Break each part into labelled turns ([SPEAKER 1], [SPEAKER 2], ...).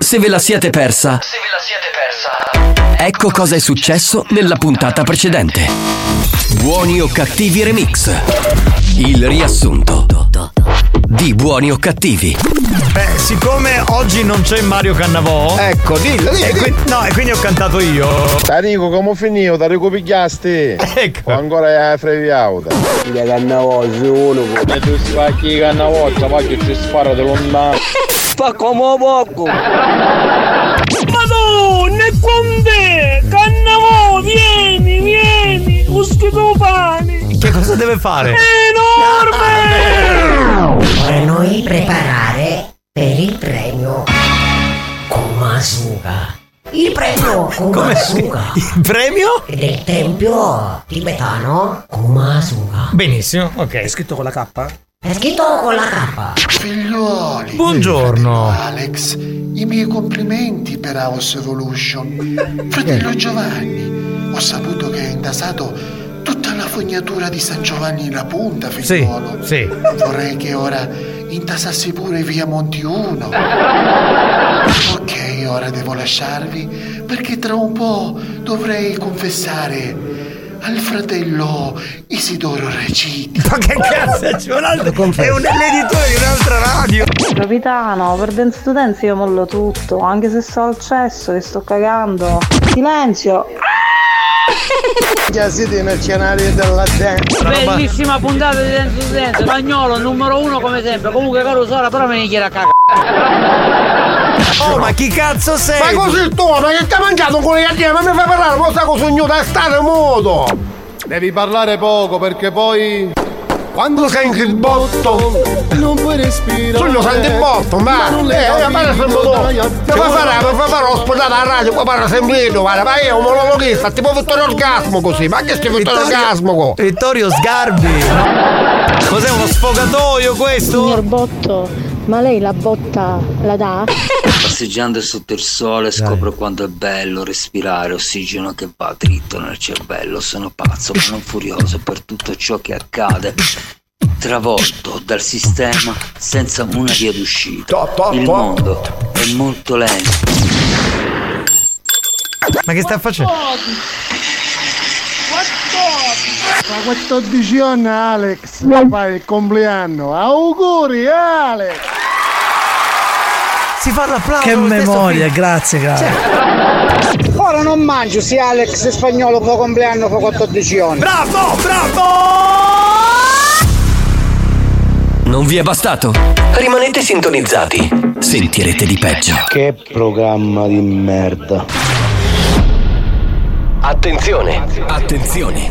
[SPEAKER 1] Se ve la siete persa,
[SPEAKER 2] Se ve la siete persa.
[SPEAKER 1] ecco cosa è successo nella puntata precedente. Buoni o cattivi remix. Il riassunto di buoni o cattivi.
[SPEAKER 3] Beh, siccome oggi non c'è Mario Cannavò. Ecco, dillo, dillo. E qui- no, e quindi ho cantato io.
[SPEAKER 4] Tarico, come finito? Tarico pigliasti? Ecco. O ancora è frevi auto. Piglia cannavo, unico. E tu spacchi cannavo, poi ci spara di lontano.
[SPEAKER 5] Fa come poco.
[SPEAKER 6] Madonna, e con te! Cannavò, vieni, vieni! Uschidopani!
[SPEAKER 3] Che cosa deve fare?
[SPEAKER 6] Enorme!
[SPEAKER 7] Ora noi preparare per il premio Komasuga. Il premio Komasuga
[SPEAKER 3] Il premio?
[SPEAKER 7] del tempio tibetano Komasuga.
[SPEAKER 8] Benissimo, ok. È scritto con la K?
[SPEAKER 7] È scritto con la K.
[SPEAKER 9] Figlioli,
[SPEAKER 8] Buongiorno.
[SPEAKER 9] Alex, i miei complimenti per House Evolution.
[SPEAKER 3] Eh.
[SPEAKER 9] Fratello Giovanni, ho saputo che hai intasato tutta la fognatura di San Giovanni in la punta, figliolo.
[SPEAKER 8] Sì.
[SPEAKER 9] Vorrei che ora intasassi pure via Monti 1. Ok, ora devo lasciarvi perché tra un po' dovrei confessare al fratello Isidoro Reciti.
[SPEAKER 3] Ma che cazzo c'è un altro? È un l'editore di un'altra radio.
[SPEAKER 10] Capitano, per den studenza io mollo tutto, anche se sto al cesso che sto cagando. Silenzio!
[SPEAKER 4] Già siete in accenario della dentro.
[SPEAKER 6] Bellissima puntata di Dance to Dance, spagnolo numero uno come sempre. Comunque caro Sora però me ne chiede a cagare.
[SPEAKER 3] Oh, ma chi cazzo sei?
[SPEAKER 4] Ma così tu, ma che ti ha mangiato un conigliattino? Ma mi fai parlare, ma sta cosognuta a stare muto! Devi parlare poco perché poi. Quando senti il botto, non puoi respirare. Tu lo senti il botto, ma.
[SPEAKER 11] non le
[SPEAKER 4] Eh, ora parla sempre tu. Cioè, Mi fai fare, mi fai fare ospitata alla radio, qua parla sempre io, guarda, ma io monologhista, tipo Vittorio Orgasmo così, ma che stai Vittorio Orgasmo? co?
[SPEAKER 3] Vittorio Sgarbi. Cos'è uno sfogatoio questo?
[SPEAKER 12] Signor Botto, ma lei la botta la dà?
[SPEAKER 13] Passeggiando sotto il sole scopro quanto è bello respirare ossigeno che va dritto nel cervello. Sono pazzo, ma non furioso per tutto ciò che accade. Travolto dal sistema senza una via d'uscita. Il mondo è molto lento.
[SPEAKER 3] Ma che sta facendo?
[SPEAKER 4] 14 anni Alex, fai il compleanno, auguri Alex!
[SPEAKER 3] Si fa l'applauso.
[SPEAKER 8] Che memoria, grazie, grazie.
[SPEAKER 3] Cioè,
[SPEAKER 14] Ora non mangio, sì Alex spagnolo fa compleanno fa 14 anni.
[SPEAKER 3] Bravo, bravo!
[SPEAKER 1] Non vi è bastato? Rimanete sintonizzati. Sentirete di peggio.
[SPEAKER 15] Che programma di merda.
[SPEAKER 1] Attenzione! Attenzione!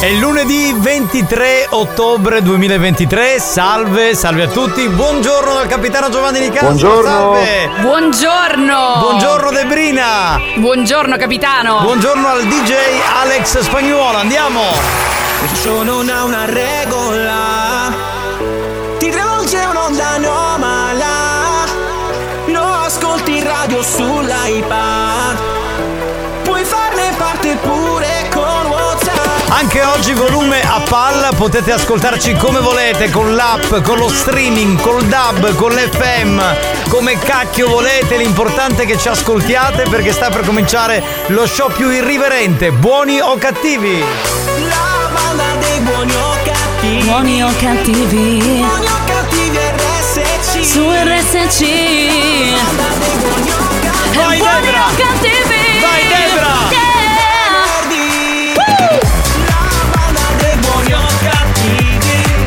[SPEAKER 3] È lunedì 23 ottobre 2023. Salve, salve a tutti. Buongiorno dal capitano Giovanni Nicastro.
[SPEAKER 16] Buongiorno.
[SPEAKER 3] Salve.
[SPEAKER 16] Buongiorno!
[SPEAKER 3] Buongiorno Debrina.
[SPEAKER 16] Buongiorno capitano!
[SPEAKER 3] Buongiorno al DJ Alex Spagnuolo. Andiamo. Nessuno non ha una regola.
[SPEAKER 17] Ti travolge un'onda anomala Lo ascolti in radio sull'iPad Puoi farne parte pure con WhatsApp
[SPEAKER 3] Anche oggi volume a palla, potete ascoltarci come volete, con l'app, con lo streaming, col DAB, con l'FM, come cacchio volete, l'importante è che ci ascoltiate perché sta per cominciare lo show più irriverente, buoni o cattivi.
[SPEAKER 17] La banda dei buoni o cattivi
[SPEAKER 18] Buoni o cattivi?
[SPEAKER 17] Buoni o cattivi RSC
[SPEAKER 18] Su RSC
[SPEAKER 17] La banda dei buoni o cattivi
[SPEAKER 18] Vai, Eh, Buoni Debra! o cattivi? Vai, Debra!
[SPEAKER 17] Venerdì. La banda dei buoni o cattivi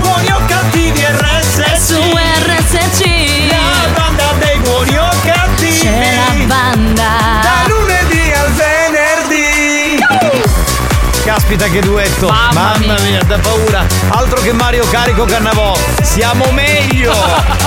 [SPEAKER 17] Buoni o cattivi RSC
[SPEAKER 18] Su RSC
[SPEAKER 17] La banda dei buoni o cattivi
[SPEAKER 18] C'è la banda
[SPEAKER 17] Da lunedì al venerdì
[SPEAKER 3] Caspita che duetto.
[SPEAKER 19] Mamma mia.
[SPEAKER 3] da paura. Altro che Mario Carico Cannavò. Siamo meglio.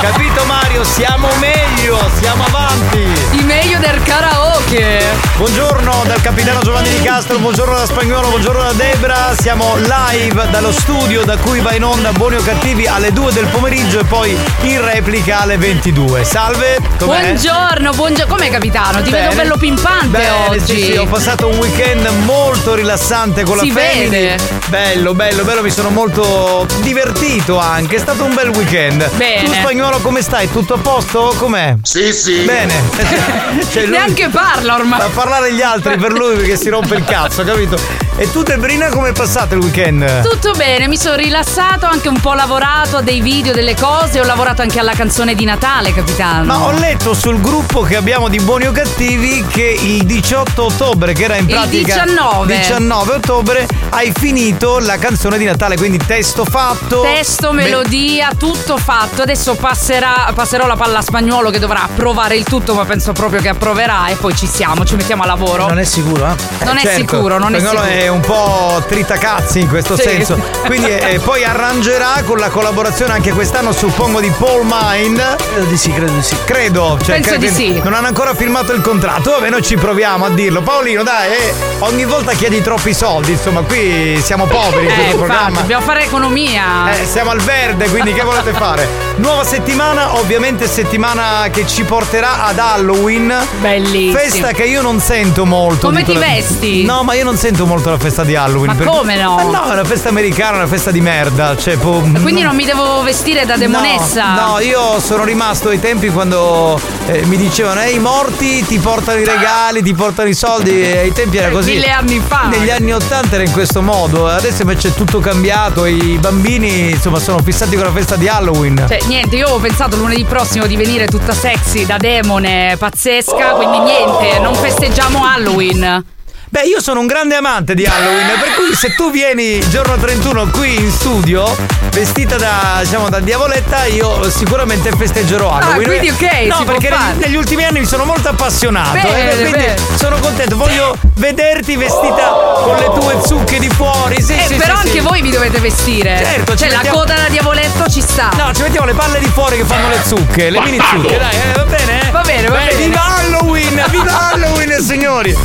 [SPEAKER 3] Capito Mario? Siamo meglio. Siamo avanti.
[SPEAKER 16] Il meglio del karaoke.
[SPEAKER 3] Buongiorno dal capitano Giovanni Di Castro, buongiorno da Spagnolo, buongiorno da Debra, siamo live dallo studio da cui va in onda Buoni o Cattivi alle 2 del pomeriggio e poi in replica alle 22. Salve, com'è?
[SPEAKER 16] Buongiorno, buongiorno. Com'è capitano? Ti
[SPEAKER 3] Bene.
[SPEAKER 16] vedo bello pimpante
[SPEAKER 3] Bene,
[SPEAKER 16] oggi.
[SPEAKER 3] Sì, sì, ho passato un weekend molto rilassante con
[SPEAKER 16] Si
[SPEAKER 3] la family.
[SPEAKER 16] vede.
[SPEAKER 3] Bello, bello, bello, mi sono molto divertito anche, è stato un bel weekend.
[SPEAKER 16] Bene.
[SPEAKER 3] Tu spagnolo come stai? Tutto a posto? Com'è? Sì, sì. Bene. Cioè, lui-
[SPEAKER 16] Neanche parla ormai.
[SPEAKER 3] Fa parlare gli altri per lui perché si rompe il cazzo, capito? E tu Debrina come è passato il weekend?
[SPEAKER 16] Tutto bene, mi sono rilassato, anche un po' lavorato a dei video, delle cose, ho lavorato anche alla canzone di Natale, capitano.
[SPEAKER 3] Ma ho letto sul gruppo che abbiamo di Buoni o Cattivi che il 18 ottobre, che era in
[SPEAKER 16] Il
[SPEAKER 3] pratica
[SPEAKER 16] 19.
[SPEAKER 3] 19 ottobre, hai finito la canzone di Natale, quindi testo fatto.
[SPEAKER 16] Testo,
[SPEAKER 3] Me-
[SPEAKER 16] melodia, tutto fatto. Adesso passerà- passerò la palla a spagnolo che dovrà approvare il tutto, ma penso proprio che approverà e poi ci siamo, ci mettiamo a lavoro.
[SPEAKER 17] Non è sicuro, eh?
[SPEAKER 16] Non è sicuro, non è
[SPEAKER 3] Spagnolo
[SPEAKER 16] sicuro.
[SPEAKER 3] Certo. è un po' tritacazzi in questo
[SPEAKER 16] Sì.
[SPEAKER 3] senso. Quindi eh, poi arrangerà con la collaborazione anche quest'anno, suppongo, di Paul Mind. Credo di sì, credo di sì. Credo, cioè,
[SPEAKER 16] Penso
[SPEAKER 3] credo-
[SPEAKER 16] di sì.
[SPEAKER 3] Non hanno ancora firmato il contratto, vabbè, noi ci proviamo a dirlo. Paolino, dai, eh, ogni volta chiedi troppi soldi, insomma, qui siamo poveri in
[SPEAKER 16] eh,
[SPEAKER 3] questo
[SPEAKER 16] infatti,
[SPEAKER 3] programma.
[SPEAKER 16] dobbiamo fare economia.
[SPEAKER 3] Eh, siamo al verde, quindi che volete fare? Nuova settimana, ovviamente settimana che ci porterà ad Halloween.
[SPEAKER 16] Bellissimo.
[SPEAKER 3] Festa che io non sento molto.
[SPEAKER 16] Come
[SPEAKER 3] dico
[SPEAKER 16] ti
[SPEAKER 3] la-
[SPEAKER 16] vesti?
[SPEAKER 3] No, ma io non sento molto la festa di Halloween.
[SPEAKER 16] Ma come no?
[SPEAKER 3] Eh no, è una festa americana, una festa di merda. Cioè, po-
[SPEAKER 16] Quindi non mi devo vestire da demonessa.
[SPEAKER 3] No, no, io sono rimasto ai tempi quando eh, mi dicevano "Ehi, i morti ti portano i regali, ti portano i soldi". E ai tempi era così.
[SPEAKER 16] Eh, Mille anni fa.
[SPEAKER 3] Negli anni 80 era in questo modo, adesso invece è tutto cambiato, i bambini insomma sono fissati con la festa di Halloween.
[SPEAKER 16] Cioè, niente, io avevo pensato lunedì prossimo di venire tutta sexy da demone pazzesca, quindi niente, non festeggiamo Halloween.
[SPEAKER 3] Beh, io sono un grande amante di Halloween, per cui se tu vieni giorno 31 qui in studio, vestita da, diciamo, da diavoletta, io sicuramente festeggerò Halloween.
[SPEAKER 16] Ah, quindi ok,
[SPEAKER 3] No,
[SPEAKER 16] si può
[SPEAKER 3] perché
[SPEAKER 16] fare.
[SPEAKER 3] neg- negli ultimi anni mi sono molto appassionato.
[SPEAKER 16] Bene,
[SPEAKER 3] eh, quindi
[SPEAKER 16] bene.
[SPEAKER 3] sono contento, voglio vederti vestita con le tue zucche di fuori. Oh, Sì,
[SPEAKER 16] Eh,
[SPEAKER 3] sì,
[SPEAKER 16] però
[SPEAKER 3] sì,
[SPEAKER 16] anche
[SPEAKER 3] sì.
[SPEAKER 16] voi vi dovete vestire.
[SPEAKER 3] Certo, ci
[SPEAKER 16] cioè
[SPEAKER 3] mettiamo-
[SPEAKER 16] la coda da diavoletto ci sta.
[SPEAKER 3] No, ci mettiamo le palle di fuori che fanno le zucche, le mini
[SPEAKER 19] Bastardo.
[SPEAKER 3] zucche, dai, eh, va bene? eh?
[SPEAKER 19] Va bene, va
[SPEAKER 3] Beh,
[SPEAKER 19] bene.
[SPEAKER 3] Viva Halloween, viva Halloween, signori!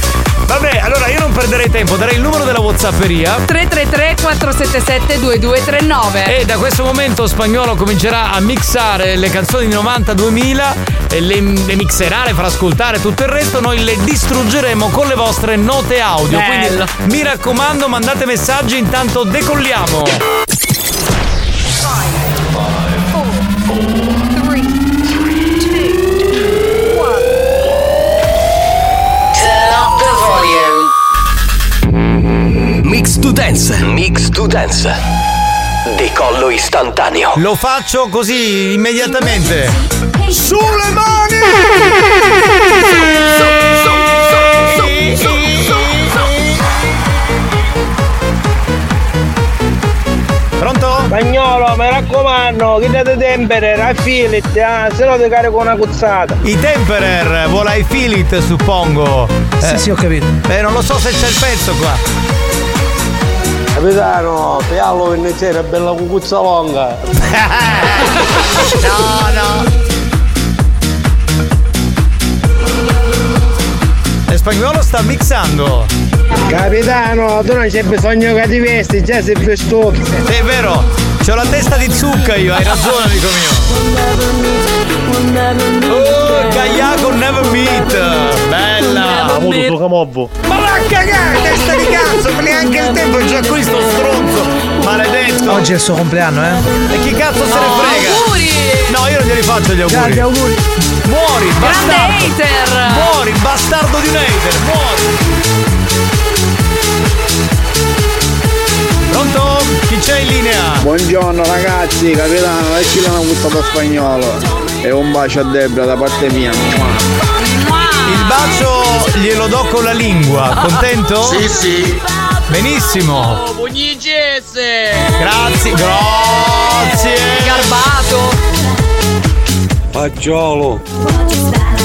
[SPEAKER 3] Vabbè, allora io non perderei tempo, darei il numero della Whatsapperia.
[SPEAKER 16] 333 477 2239.
[SPEAKER 3] E da questo momento spagnolo comincerà a mixare le canzoni di 90-2000 e le, le mixerà, le farà ascoltare tutto il resto, noi le distruggeremo con le vostre note audio.
[SPEAKER 19] Bello.
[SPEAKER 3] Quindi mi raccomando, mandate messaggi, intanto decolliamo.
[SPEAKER 1] Mix to dance. Mix to dance. Decollo istantaneo.
[SPEAKER 3] Lo faccio così immediatamente.
[SPEAKER 19] Sulle mani!
[SPEAKER 3] Pronto?
[SPEAKER 20] Spagnolo, mi raccomando, che date tempere, raffiliti, ah, se no ti carico una cuzzata.
[SPEAKER 3] I Temperer, vuole I feel it, suppongo.
[SPEAKER 17] Sì, sì, ho capito.
[SPEAKER 3] Eh, non lo so se c'è il pezzo qua.
[SPEAKER 20] Capitano, per Halloween c'era bella cucuzza longa.
[SPEAKER 3] no, no. E spagnolo sta mixando.
[SPEAKER 20] Capitano, tu non c'è bisogno che ti vesti, già sei più stupido.
[SPEAKER 3] Sì, è vero, c'ho la testa di zucca io, hai ragione, amico mio. Oh, Gagliaco never meet. Bella.
[SPEAKER 19] Ma va a cagare, testa di cazzo, ma neanche il tempo è già qui sto stronzo.
[SPEAKER 3] Maledetto.
[SPEAKER 17] Oggi è il suo compleanno, eh?
[SPEAKER 3] E chi cazzo se ne
[SPEAKER 19] No,
[SPEAKER 3] frega?
[SPEAKER 19] auguri!
[SPEAKER 3] No, io non glieli faccio gli auguri.
[SPEAKER 17] Tanti auguri.
[SPEAKER 3] Muori,
[SPEAKER 19] Grande
[SPEAKER 3] bastardo.
[SPEAKER 19] hater.
[SPEAKER 3] Muori, bastardo di un hater, muori. Pronto? Chi c'è in linea?
[SPEAKER 20] Buongiorno ragazzi, capitano, ecco una cuzzata spagnolo. E un bacio a Debra da parte mia.
[SPEAKER 3] Il bacio glielo do con la lingua, contento? Sì, sì. Benissimo. Grazie, grazie.
[SPEAKER 16] Garbato.
[SPEAKER 20] Fagiolo,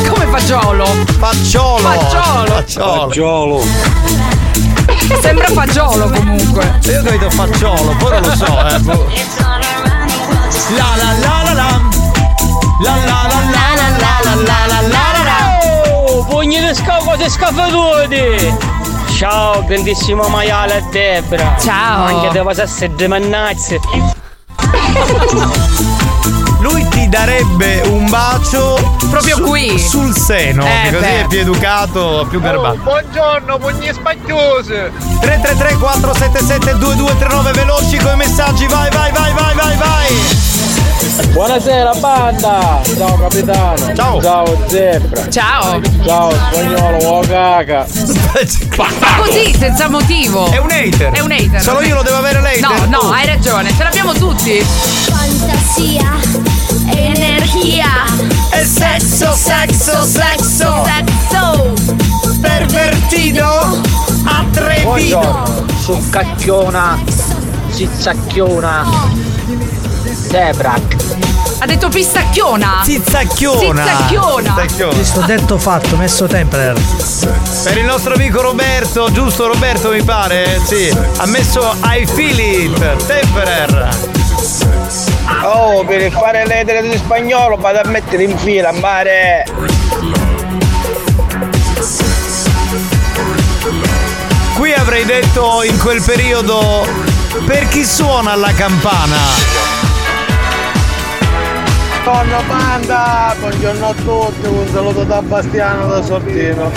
[SPEAKER 16] Come fagiolo?
[SPEAKER 3] Facciolo.
[SPEAKER 16] Fagiolo.
[SPEAKER 3] Facciolo.
[SPEAKER 20] fagiolo.
[SPEAKER 16] Sembra fagiolo comunque.
[SPEAKER 3] Io credo facciolo, poi non lo so, eh. boh. La la la la la. La la la la la la la la la la la.
[SPEAKER 13] Oh, pugni di scafo, di scafatudi! Ciao, grandissima maiala Debra!
[SPEAKER 16] Ciao!
[SPEAKER 13] Anche devo essere di mannazzi!
[SPEAKER 3] Mm. Lui ti darebbe un bacio
[SPEAKER 16] Proprio qui.
[SPEAKER 3] sul seno,
[SPEAKER 16] Eh,
[SPEAKER 3] che così
[SPEAKER 16] beh.
[SPEAKER 3] è più educato, più garbato.
[SPEAKER 17] Buongiorno, pugni spagnose!
[SPEAKER 3] 333 477 2239 veloci con i messaggi, vai vai vai vai vai vai.
[SPEAKER 17] Buonasera banda! Ciao capitano! Ciao! Ciao Zebra!
[SPEAKER 16] Ciao!
[SPEAKER 17] Ciao spagnolo, oh caca!
[SPEAKER 16] Ma così, senza motivo. È
[SPEAKER 3] un hater.
[SPEAKER 16] È un hater.
[SPEAKER 17] Solo io lo devo avere l'hater.
[SPEAKER 16] No, no,
[SPEAKER 3] Oh.
[SPEAKER 17] Tu.
[SPEAKER 16] hai ragione. Ce l'abbiamo tutti.
[SPEAKER 6] Fantasia, energia,
[SPEAKER 21] sexo, sexo, sexo.
[SPEAKER 6] sexo,
[SPEAKER 21] Pervertido, Buongiorno, succacchiona, cicciacchiona, Zebrac.
[SPEAKER 16] Ha detto pistacchiona.
[SPEAKER 3] Zizzacchiona.
[SPEAKER 16] Zizzacchiona.
[SPEAKER 22] Visto detto fatto, messo Templer.
[SPEAKER 3] Per il nostro amico Roberto, giusto Roberto mi pare? Sì. Ha messo I feel it, temperer.
[SPEAKER 17] Oh, per fare l'etere di spagnolo vado a mettere in fila, mare!
[SPEAKER 3] Qui avrei detto in quel periodo per chi suona la campana.
[SPEAKER 17] Buongiorno banda, buongiorno a tutti, un saluto da Bastiano da Sortino.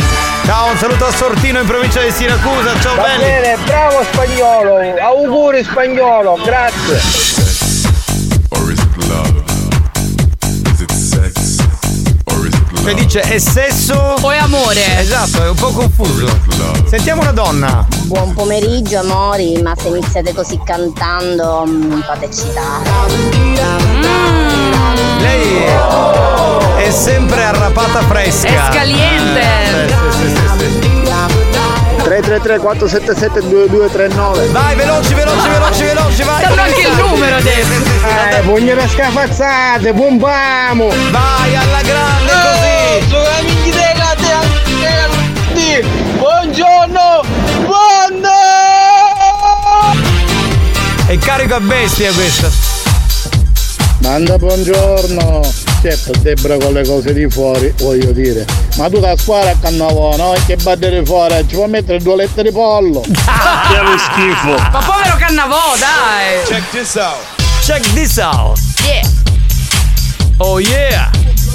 [SPEAKER 3] Ciao, un saluto a Sortino in provincia di Siracusa, ciao
[SPEAKER 17] Va
[SPEAKER 3] belli.
[SPEAKER 17] bene, bravo spagnolo, auguri spagnolo, grazie.
[SPEAKER 3] Cioè dice è sesso o
[SPEAKER 16] è amore?
[SPEAKER 3] Esatto, è un po' confuso. Sentiamo una donna.
[SPEAKER 10] Buon pomeriggio amori, ma se iniziate così cantando mm, fateci dare.
[SPEAKER 3] Lei è sempre arrapata fresca.
[SPEAKER 10] È scaliente.
[SPEAKER 3] Eh, sì, sì, sì, sì.
[SPEAKER 9] 333 477 2239
[SPEAKER 3] Vai veloci veloci veloci veloci vai
[SPEAKER 9] Danno anche il numero
[SPEAKER 4] Eh, pugno da scafazzate, pompamo!
[SPEAKER 3] Vai alla grande
[SPEAKER 4] così!
[SPEAKER 17] Sono amici della Buongiorno!
[SPEAKER 3] È carico a bestia questo.
[SPEAKER 9] Manda buongiorno Certo Debra con le cose di fuori voglio dire Ma tu da squadra a cannavo no? Che battere fuori ci puoi mettere due lettere di pollo
[SPEAKER 4] Ah,
[SPEAKER 16] Che
[SPEAKER 9] lo schifo
[SPEAKER 16] Ma povero Cannavò, dai.
[SPEAKER 3] Check this out. Check this out.
[SPEAKER 16] Yeah.
[SPEAKER 3] Oh yeah!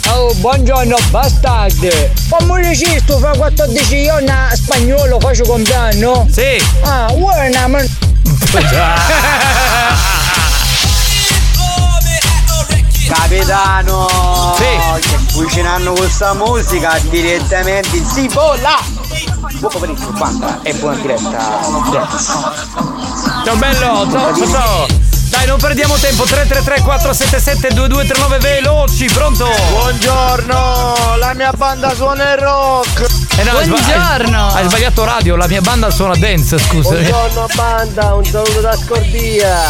[SPEAKER 17] Oh, buongiorno, bastardi!
[SPEAKER 4] Comunicisto fa 14 anni a spagnolo faccio compleanno?
[SPEAKER 3] Sì!
[SPEAKER 4] Ah, buona man...
[SPEAKER 17] Capitano! Sì! Che cucinano questa musica direttamente in Sibola! Buon pomeriggio, banda, e buona diretta!
[SPEAKER 3] Ciao bello, ciao ciao ciao. Dai, non perdiamo tempo. 333 477 2239 veloci, pronto?
[SPEAKER 17] Buongiorno, la mia banda suona il rock!
[SPEAKER 3] Eh no, hai sba- Hai, hai sbagliato radio, la mia banda suona dance, scusa.
[SPEAKER 17] Buongiorno banda, un saluto da Scordia!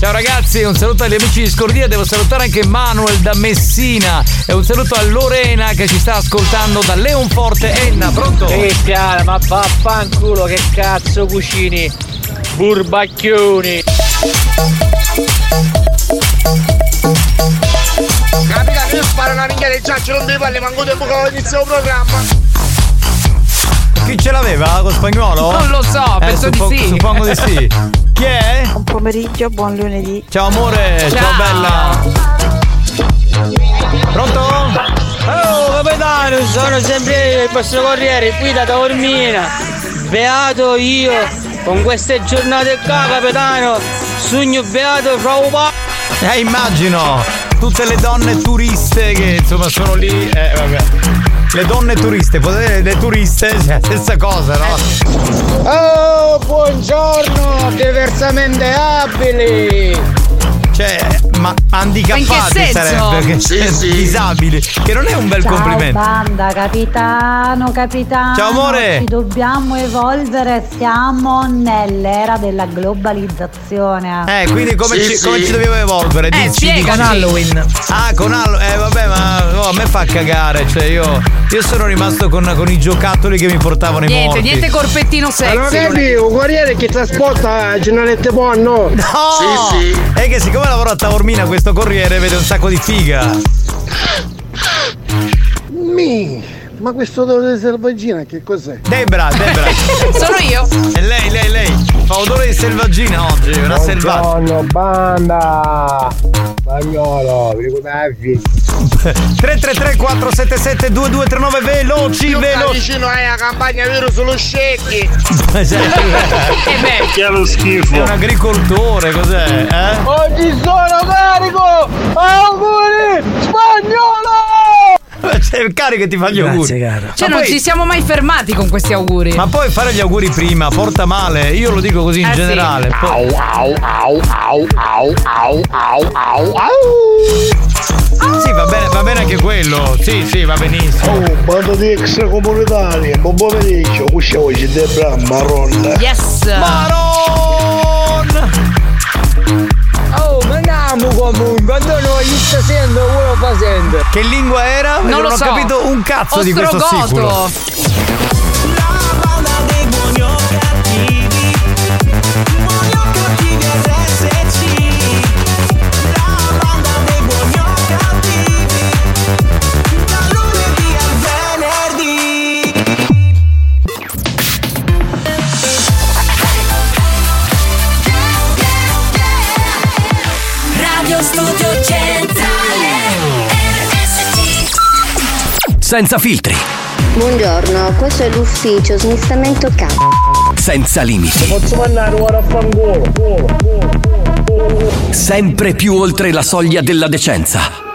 [SPEAKER 3] Ciao ragazzi, un saluto agli amici di Scordia, devo salutare anche Manuel da Messina e un saluto a Lorena che ci sta ascoltando da Leonforte Enna, pronto?
[SPEAKER 17] Cristiana, ma vaffanculo che cazzo cucini? Burbacchioni!
[SPEAKER 4] Capitano, io sparo una minchia del giaccio, non devi parli, manco tempo che ho iniziato il programma.
[SPEAKER 3] Chi ce l'aveva con spagnolo?
[SPEAKER 4] Non lo so, penso di
[SPEAKER 3] suppo-
[SPEAKER 4] sì.
[SPEAKER 3] Suppongo di sì. Chi è?
[SPEAKER 23] Buon pomeriggio, buon lunedì.
[SPEAKER 3] Ciao amore, ciao,
[SPEAKER 23] Ciao.
[SPEAKER 3] bella. Pronto?
[SPEAKER 17] Oh, capitano, sono sempre il vostro corriere qui da Taormina. Beato io, con queste giornate qua, capitano, sogno beato fra un pa-
[SPEAKER 3] Eh, immagino. Tutte le donne turiste che insomma sono lì. Eh, vabbè. Le donne turiste, potete le turiste, cioè, stessa cosa, no?
[SPEAKER 4] Oh, buongiorno, diversamente abili!
[SPEAKER 3] Cioè, ma handicappati
[SPEAKER 16] Ma in che senso?
[SPEAKER 3] sarebbe che-
[SPEAKER 16] Sì, sì.
[SPEAKER 3] disabili, che non è un bel
[SPEAKER 7] Ciao
[SPEAKER 3] complimento.
[SPEAKER 7] banda, capitano, capitano.
[SPEAKER 3] Ciao, amore.
[SPEAKER 7] Ci dobbiamo evolvere, siamo nell'era della globalizzazione.
[SPEAKER 3] Eh, quindi come, ci, come ci dobbiamo evolvere?
[SPEAKER 7] Eh,
[SPEAKER 3] Dici,
[SPEAKER 7] spiegaci.
[SPEAKER 3] con Halloween. Ah, con Halloween. Eh, vabbè, ma oh, a me fa cagare. Cioè, io, io sono rimasto con, con i giocattoli che mi portavano i
[SPEAKER 16] Niente,
[SPEAKER 3] morti.
[SPEAKER 16] niente corpettino sexy.
[SPEAKER 4] Allora vedi, un guerriere che trasporta giornalette buone, no?
[SPEAKER 3] No! È che siccome lavoro a Taormina, questo corriere vede un sacco di figa.
[SPEAKER 4] Mi, ma questo odore di selvaggina che cos'è?
[SPEAKER 3] Debra, Debra.
[SPEAKER 16] Sono io.
[SPEAKER 3] E lei, lei, lei. Fa odore di selvaggina oggi, una
[SPEAKER 16] Oh,
[SPEAKER 3] selvaggia.
[SPEAKER 4] Buongiorno, banda! Spagnolo, vi ricordavi?
[SPEAKER 3] 333 477 2239 veloci, veloci.
[SPEAKER 17] vicino è la campagna vero sullo scecchi.
[SPEAKER 3] Che è lo schifo. Eh È un agricoltore, cos'è? Eh?
[SPEAKER 17] Oggi sono carico! Auguri! Spagnolo!
[SPEAKER 3] Ma C'è il carico che ti fa gli auguri.
[SPEAKER 16] Cioè,
[SPEAKER 3] ma,
[SPEAKER 16] non
[SPEAKER 3] poi,
[SPEAKER 16] ci siamo mai fermati con questi auguri.
[SPEAKER 3] ma poi fare gli auguri prima porta male, io lo dico così in
[SPEAKER 16] Eh, sì.
[SPEAKER 3] generale. Poi... Sì, va bene, va bene anche quello. Sì, sì, va benissimo.
[SPEAKER 24] Oh, bando di extracomunitari, buon pomeriggio, usciamo oggi Debra Marron.
[SPEAKER 16] Yes!
[SPEAKER 3] Maron!
[SPEAKER 17] Oh, ma andiamo comunque, non lo sta sento, quello fa sento.
[SPEAKER 3] Che lingua era? Io
[SPEAKER 17] Non
[SPEAKER 3] non
[SPEAKER 17] lo
[SPEAKER 3] ho
[SPEAKER 17] so.
[SPEAKER 3] capito un cazzo di questo
[SPEAKER 17] Ostrogoto.
[SPEAKER 3] siculo.
[SPEAKER 12] Radio Studio Centrale RSC
[SPEAKER 1] Senza filtri,
[SPEAKER 19] Buongiorno, questo è l'ufficio smistamento cazzo.
[SPEAKER 1] senza limiti,
[SPEAKER 4] Posso mandare ora a fangolo?
[SPEAKER 1] sempre più oltre la soglia della decenza.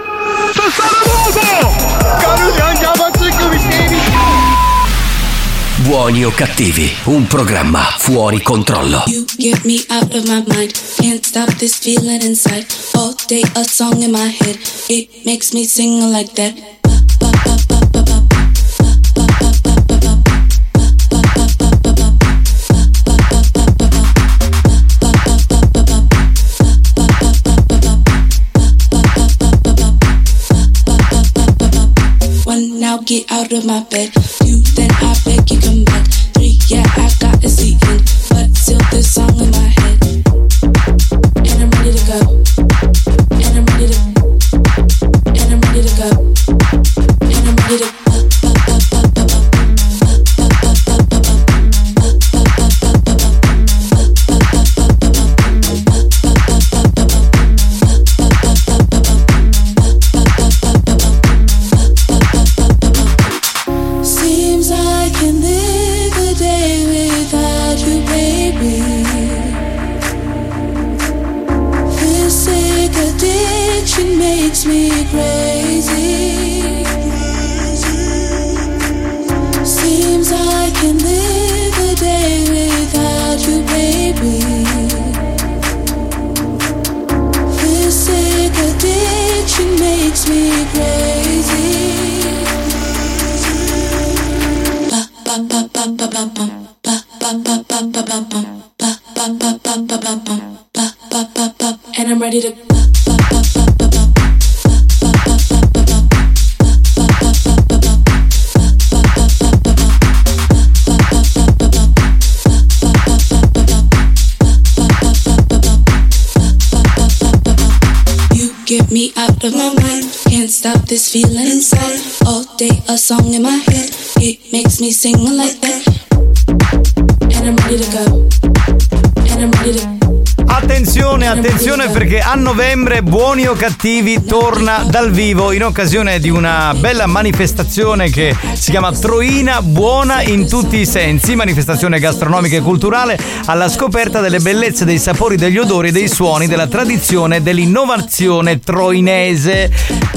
[SPEAKER 1] Buoni o cattivi, un programma fuori controllo.
[SPEAKER 25] You get me out of my mind. Can't stop this feeling inside. All day a song in my head. It makes me sing like that. One now get out of my bed. You then I beg you come back. Three yeah I got is the end, but still this song in my head. And I'm ready to go. And I'm ready to. And I'm ready to go. And I'm ready to. Seems I can live a day without you, baby. This sick addiction makes me crazy. Seems I can live a day without you, baby. This sick addiction makes me crazy. And I'm ready to. You Get me out of my mind. Can't stop this feeling inside. All day a song in my head. It makes me sing like that. And I'm ready to go. And I'm ready to.
[SPEAKER 3] Attenzione, attenzione perché a novembre Buoni o Cattivi torna dal vivo in occasione di una bella manifestazione che si chiama Troina Buona in tutti i sensi, manifestazione gastronomica e culturale alla scoperta delle bellezze, dei sapori, degli odori, dei suoni, della tradizione e dell'innovazione troinese.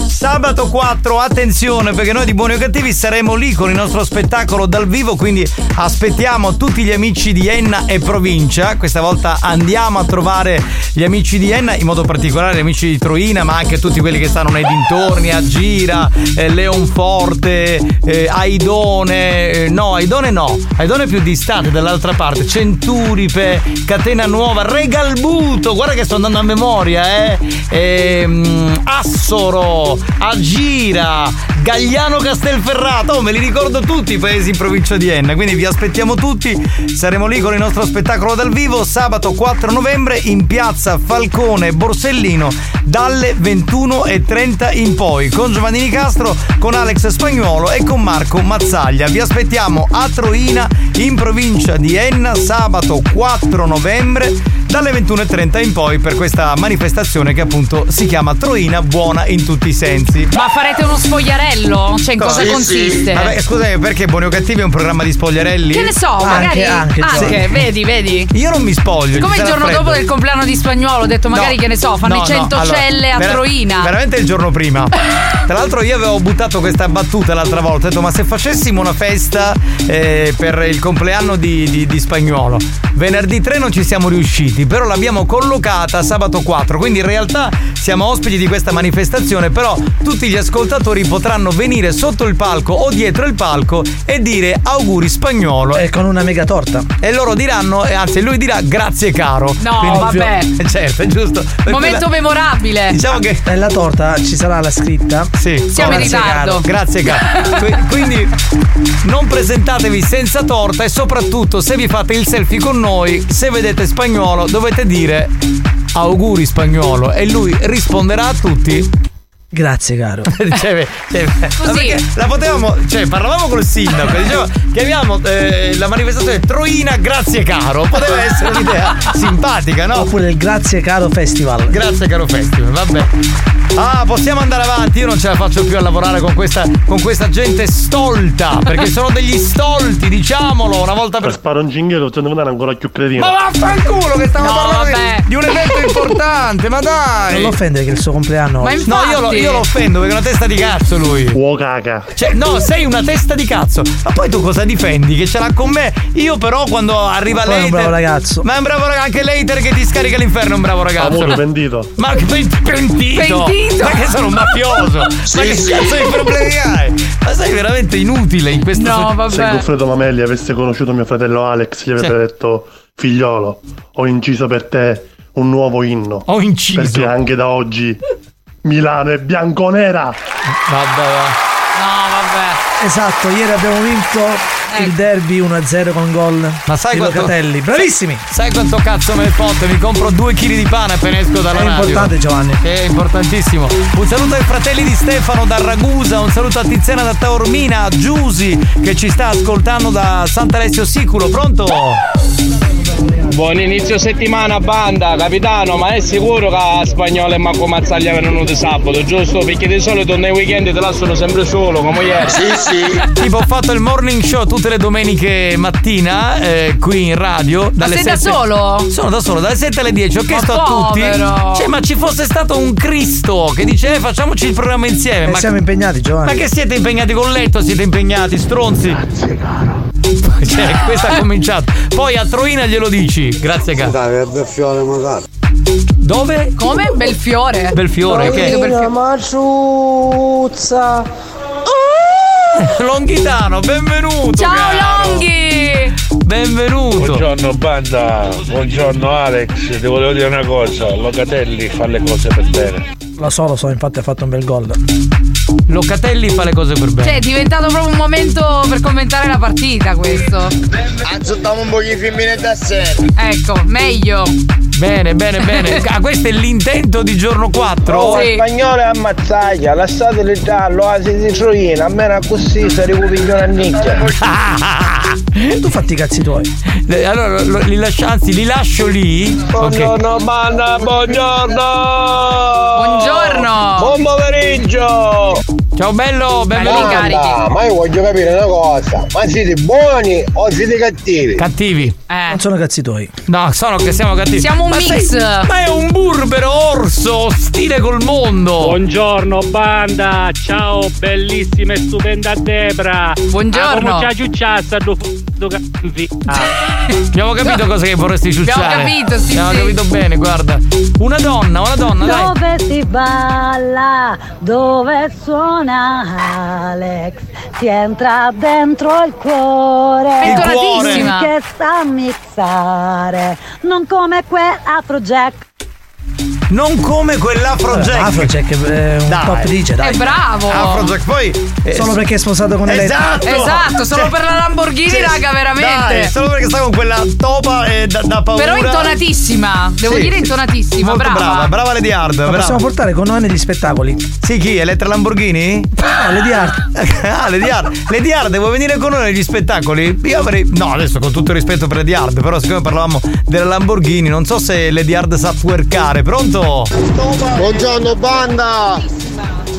[SPEAKER 3] Sabato 4, attenzione perché noi di Buoni o Cattivi saremo lì con il nostro spettacolo dal vivo, quindi aspettiamo tutti gli amici di Enna e provincia. Questa volta andiamo a trovare gli amici di Enna, in modo particolare gli amici di Troina, ma anche tutti quelli che stanno nei dintorni, a Gira, eh, Leonforte, eh, Aidone, eh, no, Aidone no, Aidone è più distante dall'altra parte, Centuripe, Catena Nuova, Regalbuto, guarda che sto andando a memoria, eh, Ehm, Assoro, Agira, Gagliano Castelferrato, oh, me li ricordo tutti i paesi in provincia di Enna, quindi vi aspettiamo tutti, saremo lì con il nostro spettacolo dal vivo sabato 4 novembre in piazza Falcone Borsellino dalle 21.30 in poi con Giovanni Nicastro, con Alex Spagnuolo e con Marco Mazzaglia. Vi aspettiamo a Troina in provincia di Enna sabato 4 novembre dalle 21.30 in poi per questa manifestazione che appunto si chiama Troina Buona in tutti i sensi.
[SPEAKER 16] Ma farete uno sfogliarello? Cioè, in cosa
[SPEAKER 3] Sì, sì.
[SPEAKER 16] consiste?
[SPEAKER 3] Vabbè, scusami, perché Buoni o Cattivi è un programma di spogliarelli?
[SPEAKER 16] Che ne so, magari. anche, cioè. vedi, vedi.
[SPEAKER 3] Io non mi spoglio.
[SPEAKER 16] Come
[SPEAKER 3] ci
[SPEAKER 16] il
[SPEAKER 3] sarà
[SPEAKER 16] giorno
[SPEAKER 3] freddo.
[SPEAKER 16] dopo del compleanno di spagnolo, ho detto magari
[SPEAKER 3] No.
[SPEAKER 16] che ne so, fanno
[SPEAKER 3] No,
[SPEAKER 16] i
[SPEAKER 3] no,
[SPEAKER 16] 100
[SPEAKER 3] allora,
[SPEAKER 16] celle a
[SPEAKER 3] vera-
[SPEAKER 16] Troina.
[SPEAKER 3] Veramente il giorno prima. Tra l'altro io avevo buttato questa battuta l'altra volta, ho detto ma se facessimo una festa eh, per il compleanno di, di- di Spagnuolo, venerdì 3 non ci siamo riusciti, però l'abbiamo collocata sabato 4, quindi in realtà siamo ospiti di questa manifestazione, però tutti gli ascoltatori potranno venire sotto il palco o dietro il palco e dire auguri Spagnuolo. E con una mega torta. E loro diranno, eh, anzi lui dirà grazie caro.
[SPEAKER 16] No, vabbè.
[SPEAKER 3] Certo, è giusto. Per
[SPEAKER 16] Momento
[SPEAKER 3] quella-
[SPEAKER 16] memorabile.
[SPEAKER 3] Diciamo che.
[SPEAKER 17] Nella torta ci sarà la scritta.
[SPEAKER 3] Sì.
[SPEAKER 16] Siamo in
[SPEAKER 17] Grazie,
[SPEAKER 16] ritardo.
[SPEAKER 17] caro.
[SPEAKER 3] Grazie caro. Qui- Quindi non presentatevi senza torta e soprattutto se vi fate il selfie con noi, se vedete spagnolo dovete dire auguri spagnolo e lui risponderà a tutti.
[SPEAKER 17] Grazie, caro.
[SPEAKER 3] Cioè, cioè, ma perché la potevamo, cioè parlavamo col sindaco, diceva chiamiamo eh, la manifestazione Troina grazie caro, poteva essere un'idea simpatica, no?
[SPEAKER 17] Oppure il Grazie Caro Festival.
[SPEAKER 3] Grazie caro Festival, vabbè. Ah, possiamo andare avanti, io non ce la faccio più a lavorare con questa, con questa gente stolta, perché sono degli stolti, diciamolo, una volta per...
[SPEAKER 26] Sparo un cinghiello, ce ne andare ancora più cretino.
[SPEAKER 3] Ma vaffanculo che stavo parlando di- di un evento importante, ma dai!
[SPEAKER 17] Non lo offendere che è il suo compleanno oggi.
[SPEAKER 3] No, io lo, io lo offendo perché è una testa di cazzo lui. Uo caca. Cioè, no, sei una testa di cazzo. Ma poi tu cosa difendi? Che ce l'ha con me? Io però quando arriva
[SPEAKER 17] Poi è
[SPEAKER 3] lei.
[SPEAKER 17] un bravo ragazzo.
[SPEAKER 3] Ma è un bravo ragazzo, anche l'hater che ti scarica l'inferno è un bravo ragazzo.
[SPEAKER 26] Amore, pentito.
[SPEAKER 3] Ma che pen- pentito!
[SPEAKER 26] Pentito!
[SPEAKER 3] Ma che sono un mafioso!
[SPEAKER 26] Sì,
[SPEAKER 3] ma che
[SPEAKER 26] sì.
[SPEAKER 3] cazzo di problemi hai? Ma sei veramente inutile in questa so-
[SPEAKER 26] Se Goffredo Mamelli avesse conosciuto mio fratello Alex, gli avrebbe detto: Figliolo, ho inciso per te un nuovo inno.
[SPEAKER 3] Ho inciso.
[SPEAKER 26] Perché anche da oggi Milano è bianconera.
[SPEAKER 3] Vabbè.
[SPEAKER 16] No, vabbè.
[SPEAKER 17] Esatto, ieri abbiamo vinto
[SPEAKER 16] Ecco.
[SPEAKER 17] il derby 1-0 con gol.
[SPEAKER 3] Ma sai
[SPEAKER 17] di
[SPEAKER 3] quanto-
[SPEAKER 17] Locatelli. Bravissimi!
[SPEAKER 3] Sai quanto cazzo me ne fotte? Mi compro due chili di pane appena esco dalla
[SPEAKER 17] È
[SPEAKER 3] radio.
[SPEAKER 17] importante, Giovanni.
[SPEAKER 3] È importantissimo. Un saluto ai fratelli di Stefano da Ragusa, un saluto a Tiziana da Taormina, a Giusi che ci sta ascoltando da Sant'Alessio Siculo. Pronto?
[SPEAKER 12] Buon inizio settimana banda, capitano, ma è sicuro che spagnolo e Marco Mazzaglia venuto sabato, giusto? Perché di solito nei weekend te la sono sempre solo, come ieri.
[SPEAKER 3] Tipo ho fatto il morning show tutte le domeniche mattina eh, qui in radio.
[SPEAKER 16] Ma
[SPEAKER 3] dalle
[SPEAKER 16] sei da
[SPEAKER 3] sette-
[SPEAKER 16] solo?
[SPEAKER 3] Sono da solo, dalle 7 alle 10. Ho chiesto a
[SPEAKER 16] povero.
[SPEAKER 3] tutti. Cioè, ma ci fosse stato un Cristo che dice "Eh, facciamoci il programma insieme.
[SPEAKER 17] E
[SPEAKER 3] ma
[SPEAKER 17] Eh, siamo impegnati, Giovanni.
[SPEAKER 3] Ma che siete impegnati col letto? Siete impegnati, stronzi? Grazie, caro. Cioè, questo ha cominciato. Poi a Troina glielo dici. Grazie, caro. Dai, bel fiore, magari. Dove?
[SPEAKER 16] Come? Belfiore.
[SPEAKER 3] Belfiore, che?
[SPEAKER 27] Maciuzza.
[SPEAKER 3] Longhitano, benvenuto.
[SPEAKER 16] Ciao,
[SPEAKER 3] caro.
[SPEAKER 16] Longhi!
[SPEAKER 3] Benvenuto.
[SPEAKER 28] Buongiorno banda, buongiorno Alex, ti volevo dire una cosa, Locatelli fa le cose per bene.
[SPEAKER 17] Lo so, lo so, infatti ha fatto un bel gol.
[SPEAKER 3] Locatelli fa le cose per bene.
[SPEAKER 16] Cioè, è diventato proprio un momento per commentare la partita questo.
[SPEAKER 4] Azzottavo un po' di femmine da sé.
[SPEAKER 16] Ecco, meglio.
[SPEAKER 3] Bene, bene, bene. Ah, questo è l'intento di giorno 4.
[SPEAKER 4] Oh, spagnolo è ammazzaglia, lasciate l'Italia, l'oasi di Troina, a me era così, sarei piglione a nicchia.
[SPEAKER 17] tu fatti i cazzi tuoi.
[SPEAKER 3] Eh, Allora, lo- li lascio, anzi, li lascio lì. Buongiorno,
[SPEAKER 28] banda, buongiorno!
[SPEAKER 16] Buongiorno!
[SPEAKER 28] Buon pomeriggio!
[SPEAKER 4] Ciao bello,
[SPEAKER 16] benvenuto.
[SPEAKER 4] Manda,
[SPEAKER 16] ricarichi.
[SPEAKER 4] ma io voglio capire una cosa, ma siete buoni o siete cattivi?
[SPEAKER 17] Cattivi. Non sono cazzi tuoi. No, sono che siamo
[SPEAKER 16] cattivi. Eh. Siamo un
[SPEAKER 17] ma sei-
[SPEAKER 16] mix.
[SPEAKER 17] ma è un burbero orso ostile col mondo.
[SPEAKER 18] Buongiorno banda, ciao bellissima e stupenda Debra.
[SPEAKER 16] Buongiorno.
[SPEAKER 18] Ah, come c'ha ciucciazza tu tu campi.
[SPEAKER 3] Ah.
[SPEAKER 17] Abbiamo capito cosa che vorresti ciucciare.
[SPEAKER 18] Abbiamo capito, sì,
[SPEAKER 17] Abbiamo
[SPEAKER 18] sì.
[SPEAKER 17] capito bene, guarda. Una donna, una donna, dai.
[SPEAKER 9] Dove si balla, dove suona Alex, ti entra dentro il cuore.
[SPEAKER 29] Pentolatissima.
[SPEAKER 9] Che sa mixare, non come quell'afrojack.
[SPEAKER 3] Non come quell'Afrojack.
[SPEAKER 17] Afrojack è eh, un
[SPEAKER 3] Dai.
[SPEAKER 17] pop DJ, dai.
[SPEAKER 3] È bravo. Afrojack, poi. eh,
[SPEAKER 17] Solo perché è sposato con
[SPEAKER 3] Esatto!
[SPEAKER 16] Esatto, solo per la Lamborghini, raga, veramente.
[SPEAKER 3] Date, solo perché sta con quella topa e da, da paura.
[SPEAKER 16] Però intonatissima, devo
[SPEAKER 3] Sì.
[SPEAKER 16] dire intonatissima,
[SPEAKER 3] Molto
[SPEAKER 16] brava.
[SPEAKER 3] brava, brava Lady Hard.
[SPEAKER 17] La
[SPEAKER 3] brava.
[SPEAKER 17] possiamo portare con noi negli spettacoli.
[SPEAKER 3] Sì, chi? Elettra Lamborghini?
[SPEAKER 17] No, Lady Hard.
[SPEAKER 3] ah, Lady Hard. Lady Hard, vuoi venire con noi negli spettacoli? Io avrei. No, adesso con tutto il rispetto per Lady Hard, però siccome parlavamo della Lamborghini, non so se Lady Hard sa twerkare. Pronto?
[SPEAKER 30] Buongiorno banda!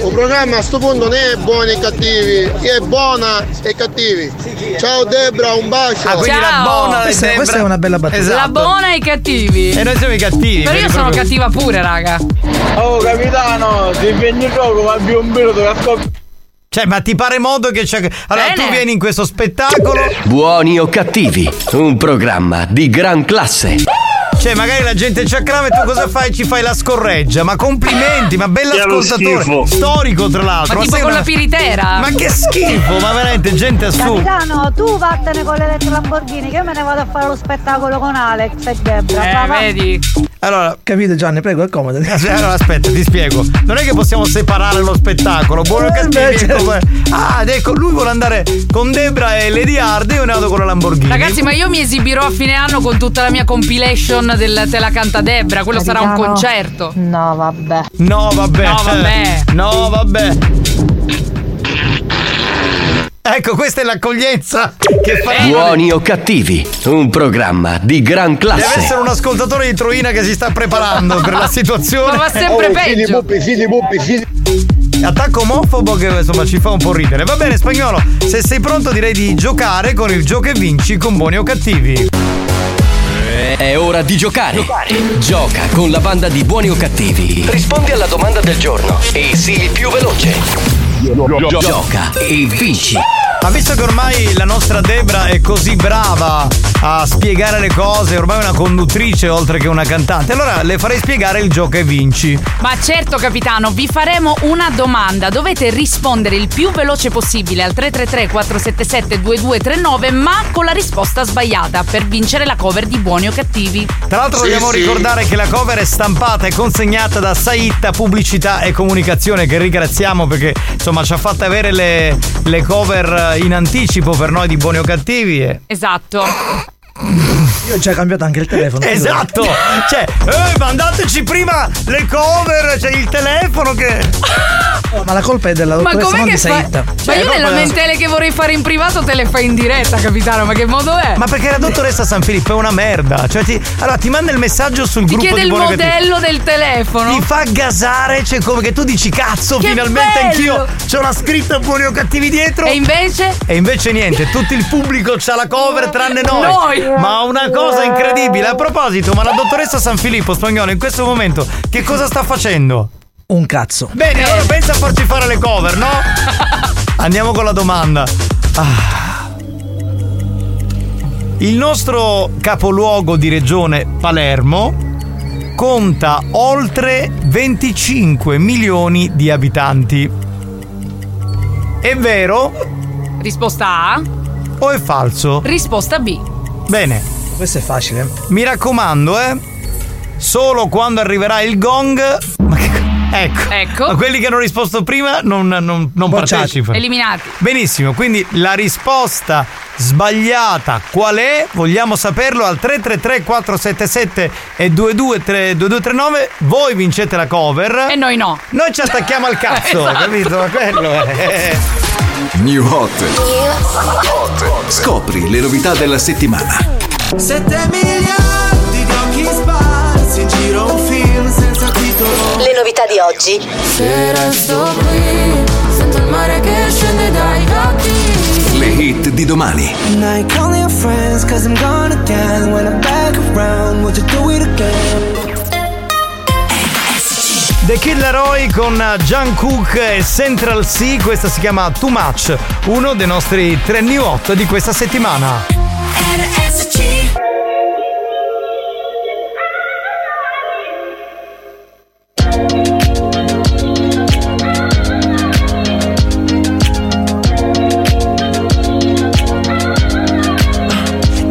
[SPEAKER 30] Un programma a sto punto né è buoni e cattivi, chi è buona e cattivi. Ciao Debra, un bacio!
[SPEAKER 3] Ah, quindi la buona Debra-
[SPEAKER 17] Questa-
[SPEAKER 3] Esatto.
[SPEAKER 17] questa è una bella battuta.
[SPEAKER 16] La buona e i cattivi.
[SPEAKER 3] E noi siamo i cattivi.
[SPEAKER 16] Però io
[SPEAKER 3] vedi,
[SPEAKER 16] sono
[SPEAKER 3] proprio.
[SPEAKER 16] cattiva pure, raga.
[SPEAKER 4] Oh capitano, ti impegni poco, ma più un velo dove ascolti.
[SPEAKER 3] Cioè, ma ti pare modo che c'è. Allora, tu vieni in questo spettacolo.
[SPEAKER 1] Buoni o cattivi, un programma di gran classe.
[SPEAKER 3] Cioè, magari la gente ciacrava e tu cosa fai? Ci fai la scorreggia. Ma complimenti, ma
[SPEAKER 16] Che è lo schifo.
[SPEAKER 3] bell'ascoltatore. Storico, tra l'altro.
[SPEAKER 16] Ma tipo
[SPEAKER 3] sei
[SPEAKER 16] con
[SPEAKER 3] una-
[SPEAKER 16] la piritera.
[SPEAKER 3] Ma che schifo, ma veramente gente assurda.
[SPEAKER 9] Capitano, tu vattene con l'elettro Lamborghini, che io me ne vado a fare lo spettacolo con Alex e
[SPEAKER 3] Eh,
[SPEAKER 9] Debra.
[SPEAKER 16] Eh,
[SPEAKER 9] va, va.
[SPEAKER 3] Allora,
[SPEAKER 17] capito Gianni, prego, accomodati.
[SPEAKER 3] Eh, Allora aspetta, ti spiego. Non è che possiamo separare lo spettacolo,
[SPEAKER 4] Eh,
[SPEAKER 3] buono o cattivo.
[SPEAKER 4] certo.
[SPEAKER 3] come- Ah, ed ecco, lui vuole andare con Debra e Lady Hard e io ne vado con la Lamborghini.
[SPEAKER 16] Ragazzi, ma io mi esibirò a fine anno con tutta la mia compilation del Te la canta Debra, quello sarà un
[SPEAKER 9] Capitano.
[SPEAKER 16] concerto.
[SPEAKER 9] No, vabbè.
[SPEAKER 3] No, vabbè.
[SPEAKER 16] No, vabbè.
[SPEAKER 3] No, vabbè. Ecco, questa è l'accoglienza che fa.
[SPEAKER 1] Buoni o cattivi, un programma di gran
[SPEAKER 3] Deve
[SPEAKER 1] classe.
[SPEAKER 3] essere un ascoltatore di Troina che si sta preparando per la situazione.
[SPEAKER 16] Ma va sempre peggio.
[SPEAKER 3] Attacco omofobo che insomma ci fa un po' ridere. Va bene, spagnolo, se sei pronto direi di giocare con il gioco e vinci con buoni o cattivi.
[SPEAKER 1] È ora di giocare. Gioca con la banda di buoni o cattivi. Rispondi alla domanda del giorno e sii il più veloce. Gioca e vinci.
[SPEAKER 3] Ma visto che ormai la nostra Debra è così brava a spiegare le cose, ormai è una conduttrice oltre che una cantante, allora le farei spiegare il gioco e vinci.
[SPEAKER 16] Ma certo, capitano, vi faremo una domanda. Dovete rispondere il più veloce possibile al 333-477-2239, ma con la risposta sbagliata per vincere la cover di Buoni o Cattivi.
[SPEAKER 3] Tra l'altro
[SPEAKER 16] Sì,
[SPEAKER 3] dobbiamo
[SPEAKER 16] sì.
[SPEAKER 3] ricordare che la cover è stampata e consegnata da Saitta Pubblicità e Comunicazione che ringraziamo perché insomma ci ha fatto avere le, le cover eh, in anticipo per noi di buoni o cattivi. e-
[SPEAKER 16] Esatto.
[SPEAKER 17] Io ho già cambiato anche il telefono.
[SPEAKER 3] Esatto! Cioè, eh, mandateci prima le cover, cioè il telefono che.
[SPEAKER 17] Ma la colpa è della
[SPEAKER 16] Ma
[SPEAKER 17] dottoressa
[SPEAKER 16] com'è
[SPEAKER 17] non
[SPEAKER 16] che
[SPEAKER 17] di
[SPEAKER 16] fa?
[SPEAKER 17] Saita.
[SPEAKER 16] Ma
[SPEAKER 3] Cioè,
[SPEAKER 16] io le lamentele che vorrei fare in privato te le fai in diretta, capitano, ma che modo è?
[SPEAKER 3] Ma perché la dottoressa San Filippo è una merda? Cioè, ti, allora ti manda il messaggio sul
[SPEAKER 16] Ti
[SPEAKER 3] gruppo
[SPEAKER 16] chiede
[SPEAKER 3] di
[SPEAKER 16] il
[SPEAKER 3] buoni o cattivi.
[SPEAKER 16] modello del telefono.
[SPEAKER 3] Ti fa gasare, cioè come che tu dici cazzo,
[SPEAKER 16] Che
[SPEAKER 3] finalmente
[SPEAKER 16] bello!
[SPEAKER 3] anch'io c'ho la scritta buoni o cattivi dietro.
[SPEAKER 16] E invece?
[SPEAKER 3] E invece niente, tutto il pubblico c'ha la cover tranne noi.
[SPEAKER 16] Noi!
[SPEAKER 3] Ma una cosa incredibile. A proposito, ma la dottoressa San Filippo spagnolo in questo momento che cosa sta facendo?
[SPEAKER 17] Un cazzo.
[SPEAKER 3] Bene, allora pensa a farci fare le cover, no? Andiamo con la domanda. Ah. Il nostro capoluogo di regione Palermo conta oltre 25 milioni di abitanti. È vero
[SPEAKER 16] Risposta A,
[SPEAKER 3] o è falso?
[SPEAKER 16] risposta B.
[SPEAKER 3] Bene.
[SPEAKER 17] Questo è facile.
[SPEAKER 3] Mi raccomando, eh. Solo quando arriverà il gong. Ma che co- Ecco.
[SPEAKER 16] Ecco.
[SPEAKER 3] Ma quelli che hanno risposto prima non, non, non partecipano.
[SPEAKER 16] Eliminati.
[SPEAKER 3] Benissimo, quindi la risposta sbagliata qual è? Vogliamo saperlo al 333 477 e 2239 2239. Voi vincete la cover. E
[SPEAKER 16] noi no.
[SPEAKER 3] Noi ci attacchiamo al cazzo,
[SPEAKER 29] Esatto.
[SPEAKER 3] capito? Ma quello è.
[SPEAKER 31] New Hot. Scopri le novità della settimana.
[SPEAKER 29] 7 miliardi di occhi sparsi in giro un film senza titolo. Le novità di oggi. Se resto qui, sento il mare che scende dai lati
[SPEAKER 31] Le hit di domani.
[SPEAKER 29] And I ain't calling your friends cause I'm gone again When I'm back around, would you do it again?
[SPEAKER 3] The Killer Roy con John Cook e Central C, questa si chiama Too Much, uno dei nostri tre new hot di questa settimana.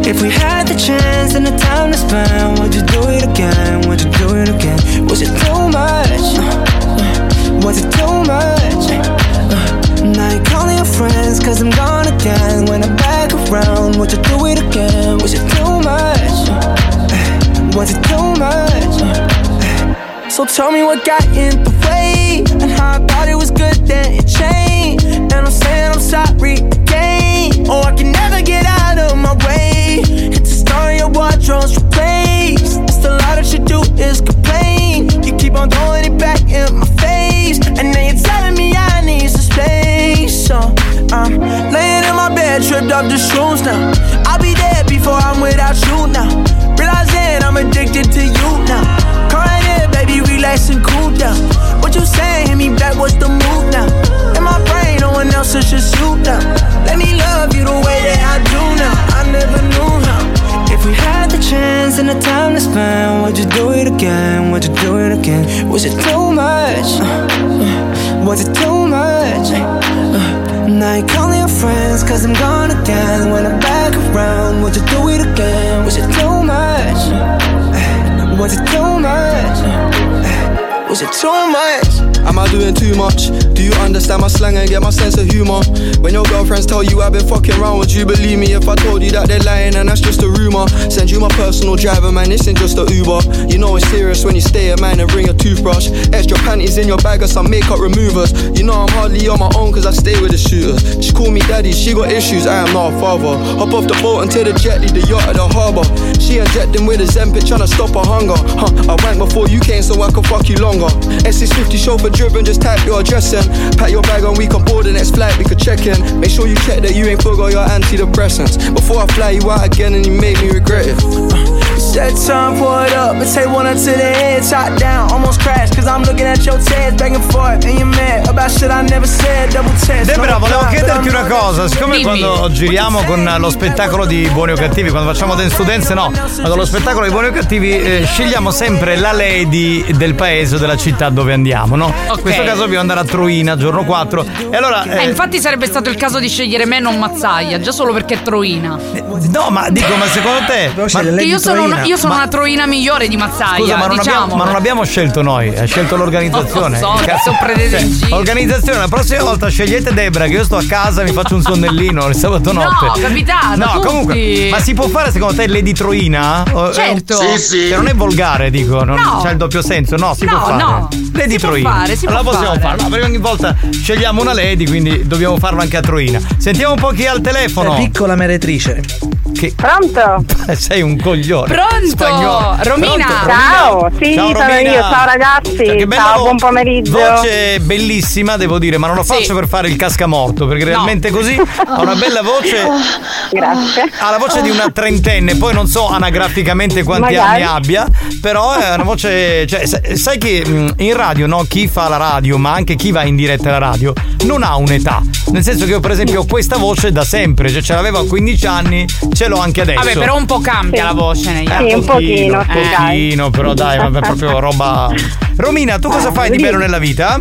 [SPEAKER 29] If we had the chance and the time to spend Would you do it again? Would you do it again? Was it too much? Uh, Was it too much? Uh, And I ain't calling your friends cause I'm gone again When I'm back around, would you do it again? Was it too much? Uh, Was it too much? So tell me what got in the way And how I thought it was good then it changed And I'm saying I'm sorry again Oh, I can never get out of my way It's a story of wardrobe's replaced It's a lot that you do is complain You keep on throwing it back in my face And then you're telling me I need some space So I'm laying in my bed, tripped up the shrooms now I'll be dead before I'm without you now Realizing I'm addicted to you now Come right here, baby, relax and cool down. What you saying? Hit me back, what's the move now? In my brain, no one else, it's just you now. Let me love you the way that I do now. I never knew how. If we had the chance and the time to spend, would you do it again? Would you do it again? Was it too much? Uh, uh, Was it too much? Uh, Now you calling your friends, cause I'm gone again. When I'm back around, would you do it again? Was it too much? Was it too much? Was it too much?
[SPEAKER 32] Am I doing too much? Do you understand my slang and get my sense of humor? When your girlfriends tell you I've been fucking around, would you believe me if I told you that they're lying and that's just a rumor? Send you my personal driver, man, this ain't just a Uber. You know it's serious when you stay at mine and bring a toothbrush. Extra panties in your bag or some makeup removers. You know I'm hardly on my own cause I stay with the shooters. She call me daddy, she got issues, I am not a father. Hop off the boat and take the jet, lead the yacht at the harbour. She injecting with a zen bitch trying to stop her hunger. Huh, I went before you came so I could fuck you longer. SS50 chauffeur driven, just type your address in. Pack your bag and we can board the next flight, we could check in. Make sure you check that you ain't forgot your antidepressants. Before I fly you out again and you make me regret it.
[SPEAKER 29] Said time, pour it up, and take one up to the head, shot down, almost crashed. Cause I'm looking at your text, back and forth, and you're mad about shit I never said, double test.
[SPEAKER 3] Debra,
[SPEAKER 29] no
[SPEAKER 3] volevo
[SPEAKER 29] reply, but
[SPEAKER 3] chiederti
[SPEAKER 29] I'm
[SPEAKER 3] una cosa, siccome
[SPEAKER 29] Dimmi.
[SPEAKER 3] quando giriamo con lo spettacolo di Buoni o Cattivi, quando facciamo Dance to Dance, no, ma con lo spettacolo di Buoni o Cattivi eh, scegliamo sempre la lady del paese o della città dove andiamo, no?
[SPEAKER 16] Ok.
[SPEAKER 3] In questo caso dobbiamo andare a Troina, giorno 4, e allora...
[SPEAKER 16] Eh,
[SPEAKER 3] eh,
[SPEAKER 16] infatti sarebbe stato il caso di scegliere me non Mazzaia, già solo perché è Troina.
[SPEAKER 3] No, ma dico, ma secondo te... Ma
[SPEAKER 16] Perché io sono, una, io sono una Troina migliore di Mazzaia,
[SPEAKER 3] Scusa, ma non,
[SPEAKER 16] diciamo.
[SPEAKER 3] abbiamo, ma non abbiamo scelto noi, ha scelto l'organizzazione.
[SPEAKER 16] Oh, lo so,
[SPEAKER 3] Cazzo.
[SPEAKER 16] sono presa in giro.
[SPEAKER 3] organizzazione, la prossima volta scegliete Debra, che io sto a casa, mi faccio un sonnellino il sabato
[SPEAKER 16] No,
[SPEAKER 3] notte.
[SPEAKER 16] capitano,
[SPEAKER 3] No,
[SPEAKER 16] tutti.
[SPEAKER 3] comunque. Ma si può fare secondo te Lady Troina? O-
[SPEAKER 16] Certo.
[SPEAKER 3] eh,
[SPEAKER 16] Sì, sì.
[SPEAKER 3] Che non è volgare, dico, non
[SPEAKER 16] No.
[SPEAKER 3] c'è il doppio senso. No, si
[SPEAKER 16] No,
[SPEAKER 3] può fare.
[SPEAKER 16] no.
[SPEAKER 3] Lady
[SPEAKER 16] Si può
[SPEAKER 3] Troina.
[SPEAKER 16] fare, si può
[SPEAKER 3] allora possiamo
[SPEAKER 16] fare.
[SPEAKER 3] farlo. Perché ogni volta scegliamo una Lady, quindi dobbiamo farlo anche a Troina. Sentiamo un po' chi ha il telefono.
[SPEAKER 17] Piccola meretrice.
[SPEAKER 3] Che-
[SPEAKER 10] Pronto?
[SPEAKER 3] Sei un coglione.
[SPEAKER 10] Pronto?
[SPEAKER 3] Spagnolo.
[SPEAKER 10] Romina?
[SPEAKER 3] Pronto,
[SPEAKER 10] Ciao, sì,
[SPEAKER 3] Ciao,
[SPEAKER 10] sono
[SPEAKER 3] Romina.
[SPEAKER 10] io, ciao ragazzi,
[SPEAKER 3] Che bella
[SPEAKER 10] ciao,
[SPEAKER 3] vo-
[SPEAKER 10] buon pomeriggio.
[SPEAKER 3] Voce bellissima, devo dire, ma non lo faccio per fare il cascamorto, perché realmente così ha una bella voce.
[SPEAKER 10] Grazie.
[SPEAKER 3] Ha la voce di una trentenne, poi non so anagraficamente quanti
[SPEAKER 10] Magari.
[SPEAKER 3] anni abbia, però è una voce. Cioè, sa- sai che mh, in radio, no? Chi fa la radio, ma anche chi va in diretta alla radio, non ha un'età. Nel senso che io, per esempio, ho questa voce da sempre, cioè ce l'avevo a 15 anni, ce l'ho anche adesso.
[SPEAKER 16] Vabbè, però un po' cambia la voce negli anni.
[SPEAKER 3] Eh, un
[SPEAKER 10] pochino, sì,
[SPEAKER 3] un
[SPEAKER 10] dai.
[SPEAKER 3] pochino, però dai, vabbè, proprio roba. Romina, tu cosa fai di bello nella vita?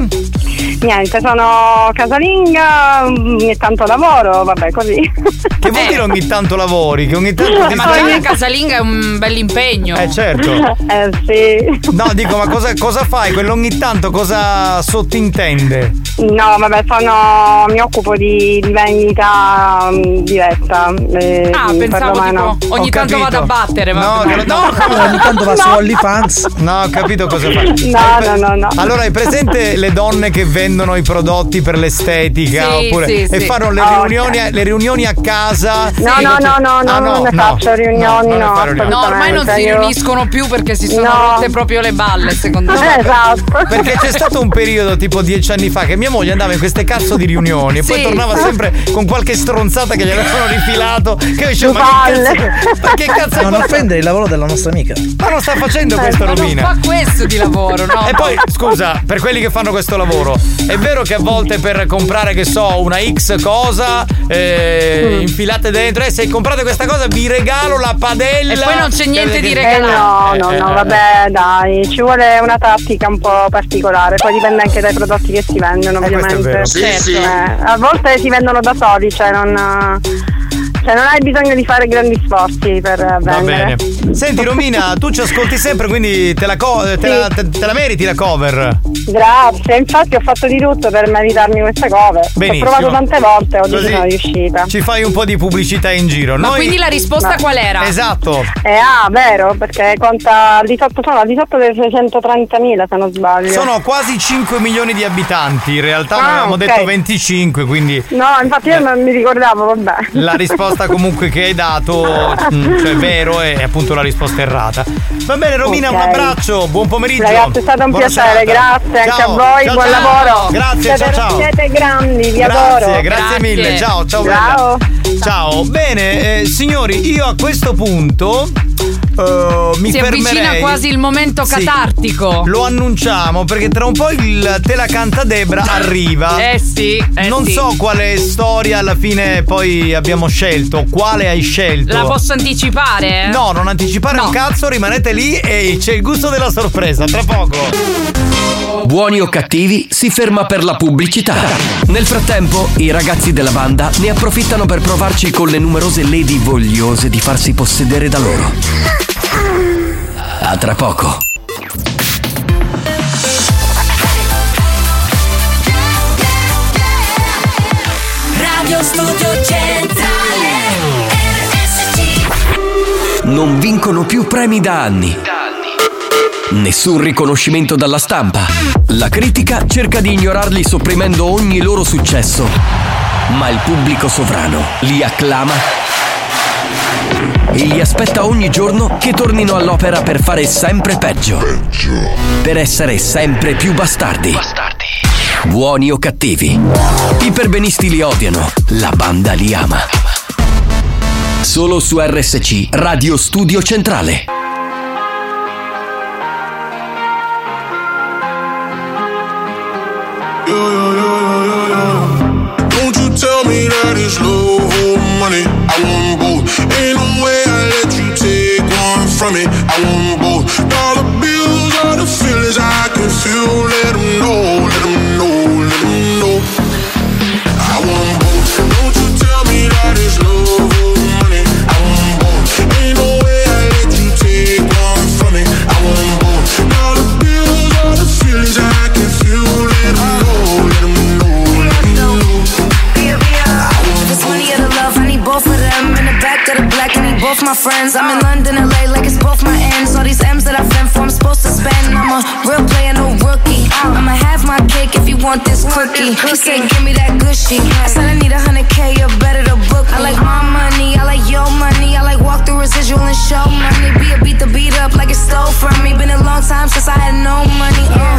[SPEAKER 10] Niente, sono casalinga, ogni tanto lavoro, vabbè così.
[SPEAKER 3] Che vuol dire ogni tanto lavori? Che ogni tanto
[SPEAKER 10] Eh,
[SPEAKER 3] ti
[SPEAKER 10] ma
[SPEAKER 16] Ma
[SPEAKER 3] stai-
[SPEAKER 16] già una casalinga è un bell'impegno.
[SPEAKER 3] Eh certo.
[SPEAKER 10] Eh sì.
[SPEAKER 3] No, dico, ma cosa, cosa fai? Quell'ogni tanto cosa sottintende?
[SPEAKER 10] No, vabbè, sono, mi occupo di, di vendita mm, diretta. eh,
[SPEAKER 16] Ah,
[SPEAKER 10] in
[SPEAKER 16] pensavo
[SPEAKER 10] perlomano.
[SPEAKER 16] tipo, ogni tanto vado a battere,
[SPEAKER 3] No,
[SPEAKER 16] ma
[SPEAKER 3] no, no,
[SPEAKER 17] Ogni tanto va su
[SPEAKER 10] No.
[SPEAKER 17] OnlyFans.
[SPEAKER 3] No, ho capito cosa fai.
[SPEAKER 10] No, No, no, no, no.
[SPEAKER 3] Allora, hai presente le donne che vendono i prodotti per l'estetica
[SPEAKER 10] Sì,
[SPEAKER 3] oppure
[SPEAKER 10] sì,
[SPEAKER 3] e
[SPEAKER 10] sì.
[SPEAKER 3] fanno le,
[SPEAKER 10] Ah, ok.
[SPEAKER 3] riunioni, le riunioni a casa?
[SPEAKER 10] No, no, no, no, no,
[SPEAKER 3] Ah,
[SPEAKER 10] non ne faccio riunioni, no.
[SPEAKER 3] no, non ne fai riunioni.
[SPEAKER 16] No, ormai non si
[SPEAKER 10] assolutamente, io-
[SPEAKER 16] riuniscono più perché si sono
[SPEAKER 10] No.
[SPEAKER 16] rotte proprio le balle, secondo
[SPEAKER 10] Eh,
[SPEAKER 16] me.
[SPEAKER 10] Esatto.
[SPEAKER 3] Perché c'è stato un periodo tipo dieci anni fa che mia moglie andava in queste cazzo di riunioni e poi
[SPEAKER 16] Sì.
[SPEAKER 10] Ah.
[SPEAKER 3] tornava sempre con qualche stronzata che gli avevano rifilato. Che io dicevo,
[SPEAKER 4] Su
[SPEAKER 3] ma che
[SPEAKER 4] palle."
[SPEAKER 3] cazzo, ma che cazzo è
[SPEAKER 4] non
[SPEAKER 3] quella-
[SPEAKER 4] offendere il lavoro della nostra amica.
[SPEAKER 3] Ma non sta facendo
[SPEAKER 4] Eh,
[SPEAKER 3] questo
[SPEAKER 4] ma non
[SPEAKER 3] rovina.
[SPEAKER 4] fa
[SPEAKER 16] questo di lavoro, no?
[SPEAKER 3] E poi, scusa, per quelli che fanno questo lavoro, è vero che a volte per comprare, che so, una X cosa,
[SPEAKER 16] Mm.
[SPEAKER 3] eh, infilate dentro, eh, se comprate questa cosa vi regalo la padella.
[SPEAKER 16] E poi non c'è niente di
[SPEAKER 10] Eh no,
[SPEAKER 3] Eh,
[SPEAKER 10] no,
[SPEAKER 3] eh,
[SPEAKER 10] no,
[SPEAKER 3] eh.
[SPEAKER 10] vabbè, dai, ci vuole una tattica un po' particolare, poi dipende anche dai prodotti che si vendono,
[SPEAKER 3] Eh, questo è vero.
[SPEAKER 10] ovviamente.
[SPEAKER 3] Sì,
[SPEAKER 16] Certo.
[SPEAKER 3] sì.
[SPEAKER 10] Eh, a volte si vendono da soli, cioè non, cioè non hai bisogno di fare grandi sforzi per eh, vendere.
[SPEAKER 3] Va bene. Senti Romina, tu ci ascolti sempre, quindi te la, co- te la- te- te la meriti la cover.
[SPEAKER 10] Grazie, infatti ho fatto di tutto per meritarmi questa cover. Ho
[SPEAKER 3] Benissimo.
[SPEAKER 10] provato tante volte, oggi
[SPEAKER 3] Così
[SPEAKER 10] sono riuscita.
[SPEAKER 3] Ci fai un po' di pubblicità in giro.
[SPEAKER 10] Ma
[SPEAKER 3] Noi-
[SPEAKER 10] quindi la risposta
[SPEAKER 3] Ma-
[SPEAKER 10] qual era?
[SPEAKER 3] Esatto.
[SPEAKER 10] Eh, ah, vero, perché conta al di sotto, sono al di sotto delle 630.000 se non sbaglio.
[SPEAKER 3] Sono quasi 5 milioni di abitanti, in realtà
[SPEAKER 10] Ah,
[SPEAKER 3] ne avevamo
[SPEAKER 10] ok.
[SPEAKER 3] detto 25, quindi
[SPEAKER 10] No, infatti io non mi ricordavo, vabbè.
[SPEAKER 3] la risposta comunque che hai dato, mm, cioè è vero, è appunto la risposta errata. Va bene Romina,
[SPEAKER 10] Ok.
[SPEAKER 3] un abbraccio, buon pomeriggio.
[SPEAKER 10] Ragazzi, è stato un
[SPEAKER 3] Buona
[SPEAKER 10] piacere,
[SPEAKER 3] serata.
[SPEAKER 10] grazie anche
[SPEAKER 3] Ciao,
[SPEAKER 10] a voi,
[SPEAKER 3] ciao,
[SPEAKER 10] buon
[SPEAKER 3] ciao.
[SPEAKER 10] lavoro.
[SPEAKER 3] Grazie, ciao
[SPEAKER 10] siete,
[SPEAKER 3] ciao.
[SPEAKER 10] Siete grandi, vi
[SPEAKER 3] grazie,
[SPEAKER 10] adoro.
[SPEAKER 3] Grazie, mille, ciao, ciao.
[SPEAKER 10] Ciao.
[SPEAKER 3] bella. Ciao. Bene, eh, signori, io a questo punto eh, mi
[SPEAKER 16] si avvicina
[SPEAKER 3] fermerei.
[SPEAKER 16] quasi il momento
[SPEAKER 3] Sì.
[SPEAKER 16] catartico.
[SPEAKER 3] Lo annunciamo perché tra un po' il te la canta Debra arriva.
[SPEAKER 16] Eh sì, eh
[SPEAKER 3] non
[SPEAKER 16] sì.
[SPEAKER 3] so quale storia alla fine poi abbiamo scelto, quale hai scelto.
[SPEAKER 16] La posso anticipare?
[SPEAKER 3] No, non anticipare un cazzo, rimanete lì e c'è il gusto della sorpresa, tra poco.
[SPEAKER 1] Buoni o cattivi si ferma per la pubblicità. Nel frattempo, i ragazzi della banda ne approfittano per provarci con le numerose lady vogliose di farsi possedere da loro. A tra poco.
[SPEAKER 33] Radio Studio Centrale
[SPEAKER 1] Non vincono più premi da anni. Nessun riconoscimento dalla stampa. La critica cerca di ignorarli sopprimendo ogni loro successo. Ma il pubblico sovrano li acclama e li aspetta ogni giorno che tornino all'opera per fare sempre peggio. Per essere sempre più bastardi. Buoni o cattivi. I perbenisti li odiano, la banda li ama. Solo su RSC, Radio Studio Centrale.
[SPEAKER 12] Don't you tell me that it's low money. I want both. Ain't no way I let you take one from me. I want both. Dollar bills are the feelings I can feel. Let 'em know, let 'em know, let 'em know. I want both. Don't you tell me that it's low money. I want both. Ain't no way I let you take one from me. I want both. Dollar bills are the feelings I can feel. Let 'em know, let 'em know, let 'em know.
[SPEAKER 34] If it's money or the love, I need both of them. In the back of the black, I need both my friends. I'm in London, LA, like it's both my ends. All these M's that I've been for, I'm supposed to spend. I'm a real player, no rookie. I'ma have my cake if you want this cookie. He said, give me that gushy. I said, I need a hundred K, or better to book. me. I like my money, I like your money. I like walk through residual and show money. Be a beat the beat up like it stole from me. Been a long time since I had no money. Uh,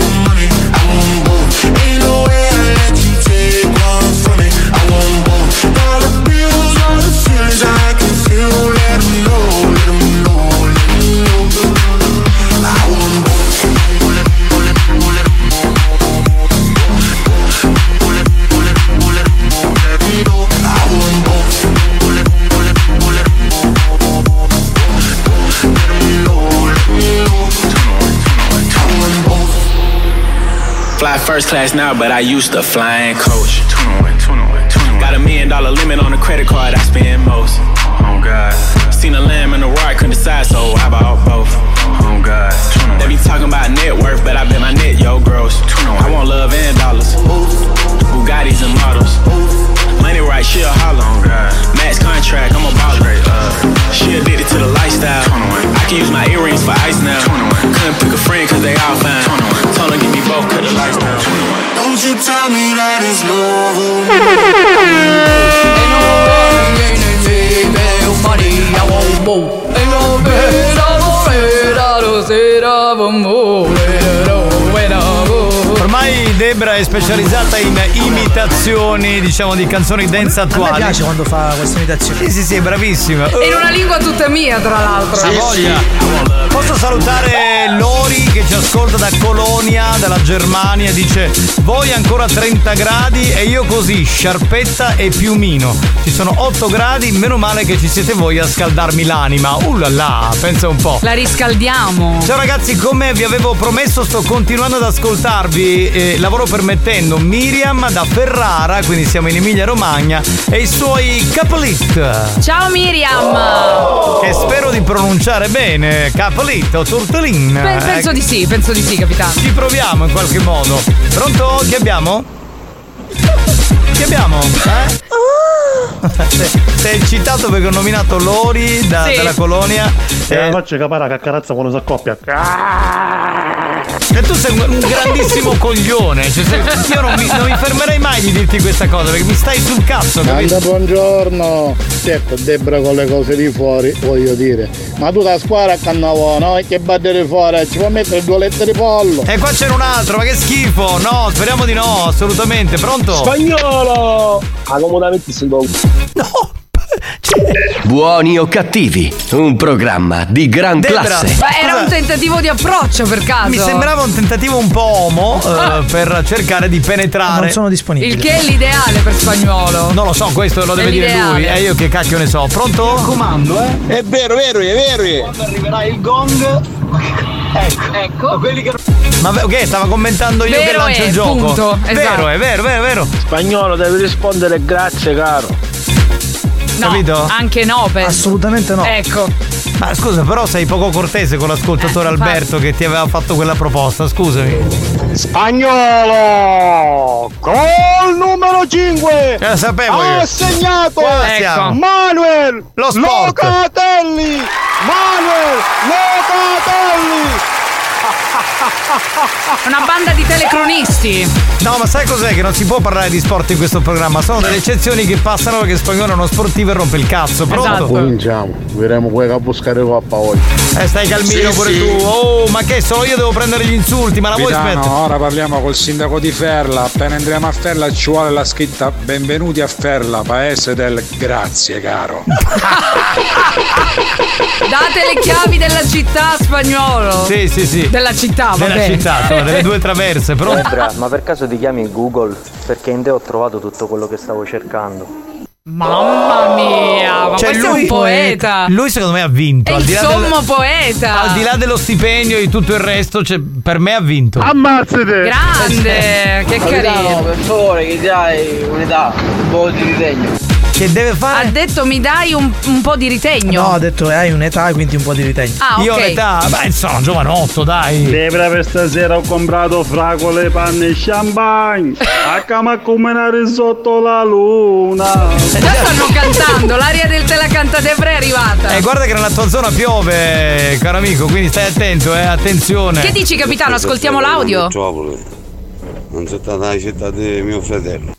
[SPEAKER 12] money. I want both. Ain't no way I let you take one from me. I want both. Dollar bills are the feelings I can feel. Let 'em know, let 'em know, let 'em know.
[SPEAKER 20] fly first class now, but I used to fly in coach. 21, 21, 21. Got a million dollar limit on the credit card I spend most. Oh God. Seen a lamb and a roar, I couldn't decide, so I bought both. Oh God. They be talking about net worth, but I bet my net yo gross. I want love and dollars. Bugattis and models. Money right, she a holler. Max contract, I'm a baller. She addicted to the lifestyle. I can use my earrings for ice now. Couldn't pick a friend cause they all fine. Told her give me both cause the lights down.
[SPEAKER 35] Don't you tell me that it's love.
[SPEAKER 3] Ormai Debra è specializzata in imitazioni, diciamo, di canzoni dance attuali.
[SPEAKER 17] A me piace quando fa queste imitazioni.
[SPEAKER 3] Sì, sì, sì, è bravissima.
[SPEAKER 16] E in una lingua tutta mia, tra l'altro.
[SPEAKER 3] Ha voglia. Posso salutare Lori che ci ascolta da Colonia, dalla Germania, dice voi ancora 30 gradi e io così, sciarpetta e piumino. Ci sono 8 gradi, meno male che ci siete voi a scaldarmi l'anima. Uh là là, pensa un po'.
[SPEAKER 16] La riscaldiamo.
[SPEAKER 3] Ciao ragazzi, come vi avevo promesso sto continuando ad ascoltarvi, eh, lavoro permettendo Miriam da Ferrara, quindi siamo in Emilia Romagna, e i suoi capolit.
[SPEAKER 16] Ciao Miriam.
[SPEAKER 3] Che spero di pronunciare bene, capolit o tortellin.
[SPEAKER 16] Pe- penso di sì, penso di sì, capitano.
[SPEAKER 3] Ci proviamo in qualche modo. Pronto? Chi abbiamo? Chi abbiamo? Eh? Sei- Sei eccitato perché ho nominato Lori da-
[SPEAKER 26] Sì.
[SPEAKER 3] dalla colonia. eh,
[SPEAKER 26] E la faccia capara caccarazza quando si accoppia.
[SPEAKER 3] E tu sei un, un grandissimo coglione. Cioè, se- io non mi, non mi fermerei mai di dirti questa cosa perché mi stai sul cazzo,
[SPEAKER 13] Anda,
[SPEAKER 3] capito?
[SPEAKER 13] buongiorno. Certo, Debra con le cose di fuori, voglio dire. Ma tu da squadra a cannavo, no? Che battere fuori, ci puoi mettere due lettere di pollo.
[SPEAKER 3] E qua c'era un altro, ma che schifo! No, speriamo di no, assolutamente. Pronto?
[SPEAKER 4] Spagnolo! Ah, comodamente si può.
[SPEAKER 1] Buoni o cattivi, un programma di gran
[SPEAKER 16] Debra,
[SPEAKER 1] classe.
[SPEAKER 16] Ma era un tentativo di approccio per caso.
[SPEAKER 3] Mi sembrava un tentativo un po' omo eh, per cercare di penetrare.
[SPEAKER 17] Ah. Non sono disponibile.
[SPEAKER 16] Il che è l'ideale per spagnolo.
[SPEAKER 3] Non lo so, questo lo
[SPEAKER 16] È
[SPEAKER 3] deve dire
[SPEAKER 16] l'ideale.
[SPEAKER 3] lui. E io che cacchio ne so. Pronto? comando, eh. È vero, vero, è vero.
[SPEAKER 4] Quando arriverà il gong, ecco, ecco. quelli che
[SPEAKER 3] Ma che stava commentando io che
[SPEAKER 4] Vero
[SPEAKER 3] lancio
[SPEAKER 4] è,
[SPEAKER 3] il gioco.
[SPEAKER 4] punto, esatto.
[SPEAKER 3] Vero, è vero, vero, vero.
[SPEAKER 4] Spagnolo devi rispondere grazie caro.
[SPEAKER 16] No,
[SPEAKER 3] Capito?
[SPEAKER 16] anche no, per.
[SPEAKER 17] Assolutamente no.
[SPEAKER 16] Ecco.
[SPEAKER 3] Ma scusa, però sei poco cortese con l'ascoltatore
[SPEAKER 16] Eh, infatti.
[SPEAKER 3] Alberto che ti aveva fatto quella proposta, scusami.
[SPEAKER 4] Spagnolo! Gol numero 5!
[SPEAKER 3] Eh, lo sapevo
[SPEAKER 13] Ah,
[SPEAKER 4] ha
[SPEAKER 3] io.
[SPEAKER 4] segnato
[SPEAKER 3] Qua
[SPEAKER 16] Ecco.
[SPEAKER 3] siamo.
[SPEAKER 4] Manuel
[SPEAKER 3] Lo sport.
[SPEAKER 4] Locatelli! Manuel Locatelli!
[SPEAKER 16] Una banda di telecronisti.
[SPEAKER 3] No, ma sai cos'è? Che non si può parlare di sport in questo programma. Sono delle eccezioni che passano perché spagnolo è uno sportivo e rompe il cazzo. Pronto?
[SPEAKER 16] Esatto.
[SPEAKER 13] Cominciamo, vedremo poi che a buscare coppa oggi.
[SPEAKER 3] Eh, stai calmino
[SPEAKER 13] Sì,
[SPEAKER 3] pure
[SPEAKER 13] sì.
[SPEAKER 3] tu. Oh, ma che solo io devo prendere gli insulti, ma la vuoi
[SPEAKER 36] Capitano,
[SPEAKER 3] aspetta?
[SPEAKER 36] ora parliamo col sindaco di Ferla. Appena entriamo a Ferla ci vuole la scritta Benvenuti a Ferla, paese del grazie caro.
[SPEAKER 16] Date le chiavi della città spagnolo.
[SPEAKER 36] Sì, sì, sì.
[SPEAKER 16] Della città, Ah, va
[SPEAKER 36] Della
[SPEAKER 16] bene.
[SPEAKER 36] città,
[SPEAKER 3] insomma, delle due traverse, pronto?
[SPEAKER 19] Debra, ma per caso ti chiami Google? Perché in te ho trovato tutto quello che stavo cercando.
[SPEAKER 16] Mamma mia, ma questo è un poeta.
[SPEAKER 3] Cioè,
[SPEAKER 16] Eh,
[SPEAKER 3] Lui secondo me ha vinto.
[SPEAKER 16] È
[SPEAKER 3] al
[SPEAKER 16] il
[SPEAKER 3] di là del-
[SPEAKER 16] sommo poeta.
[SPEAKER 3] Al di là dello stipendio e tutto il resto, cioè, per me ha vinto.
[SPEAKER 26] Ammazzate!
[SPEAKER 9] Eh,
[SPEAKER 16] Grande, che carino.
[SPEAKER 4] per favore, che dai unità, un po' di disegno.
[SPEAKER 3] Che deve fare?
[SPEAKER 16] Ha detto mi dai un, un po' di ritegno.
[SPEAKER 17] No, ha detto eh, hai un'età quindi un po' di ritegno.
[SPEAKER 16] Ah,
[SPEAKER 3] Io
[SPEAKER 16] ok.
[SPEAKER 3] ho l'età, beh, insomma, giovanotto, dai.
[SPEAKER 37] Debra per stasera ho comprato fragole, panne e champagne A camaccumenare sotto la luna
[SPEAKER 16] Già stanno cantando, l'aria del te la canta Debre è arrivata.
[SPEAKER 3] Eh, guarda che nella tua zona piove, caro amico, quindi stai attento, eh, attenzione.
[SPEAKER 16] Che dici capitano? Ascoltiamo l'audio.
[SPEAKER 6] Non si tratta della città di mio fratello.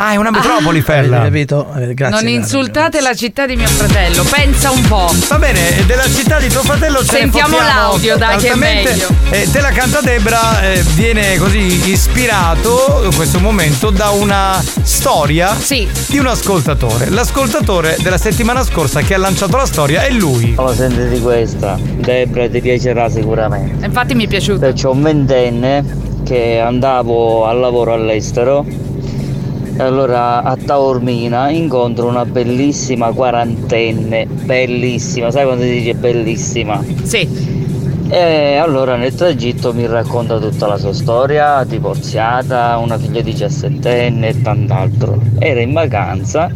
[SPEAKER 3] Ah, è una metropoli,
[SPEAKER 17] Avete
[SPEAKER 3] Ferla.
[SPEAKER 17] capito? Eh, grazie.
[SPEAKER 16] non insultate la città di mio fratello, pensa un po'.
[SPEAKER 3] Va bene, e della città di tuo fratello ce
[SPEAKER 16] Sentiamo
[SPEAKER 3] ne fottiamo
[SPEAKER 16] l'audio, dai, che è
[SPEAKER 3] altamente.
[SPEAKER 16] meglio.
[SPEAKER 3] Eh, te la canta Debra eh, viene così ispirato in questo momento da una storia di un ascoltatore. L'ascoltatore della settimana scorsa che ha lanciato la storia è lui.
[SPEAKER 19] Allora Oh, sentiti questa, Debra ti piacerà sicuramente.
[SPEAKER 16] Infatti mi è piaciuto.
[SPEAKER 19] Perciò un ventenne che andavo al lavoro all'estero e allora a Taormina incontro una bellissima quarantenne, bellissima, sai quando si dice bellissima?
[SPEAKER 16] Sì.
[SPEAKER 19] E allora nel tragitto mi racconta tutta la sua storia, divorziata, una figlia 17enne e tant'altro. Era in vacanza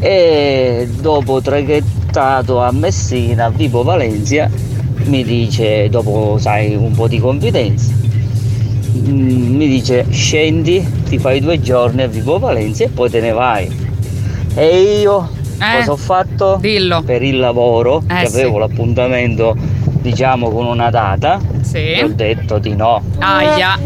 [SPEAKER 19] e dopo traghettato a Messina, Vibo Valencia, mi dice, dopo sai un po' di confidenza, mm, mi dice scendi, ti fai due giorni a Vibo Valencia e poi te ne vai. E io cosa ho fatto? Per il lavoro,
[SPEAKER 16] Eh,
[SPEAKER 19] che avevo
[SPEAKER 16] sì.
[SPEAKER 19] l'appuntamento diciamo con una data,
[SPEAKER 16] Sì.
[SPEAKER 19] gli ho detto di no.
[SPEAKER 16] Aia.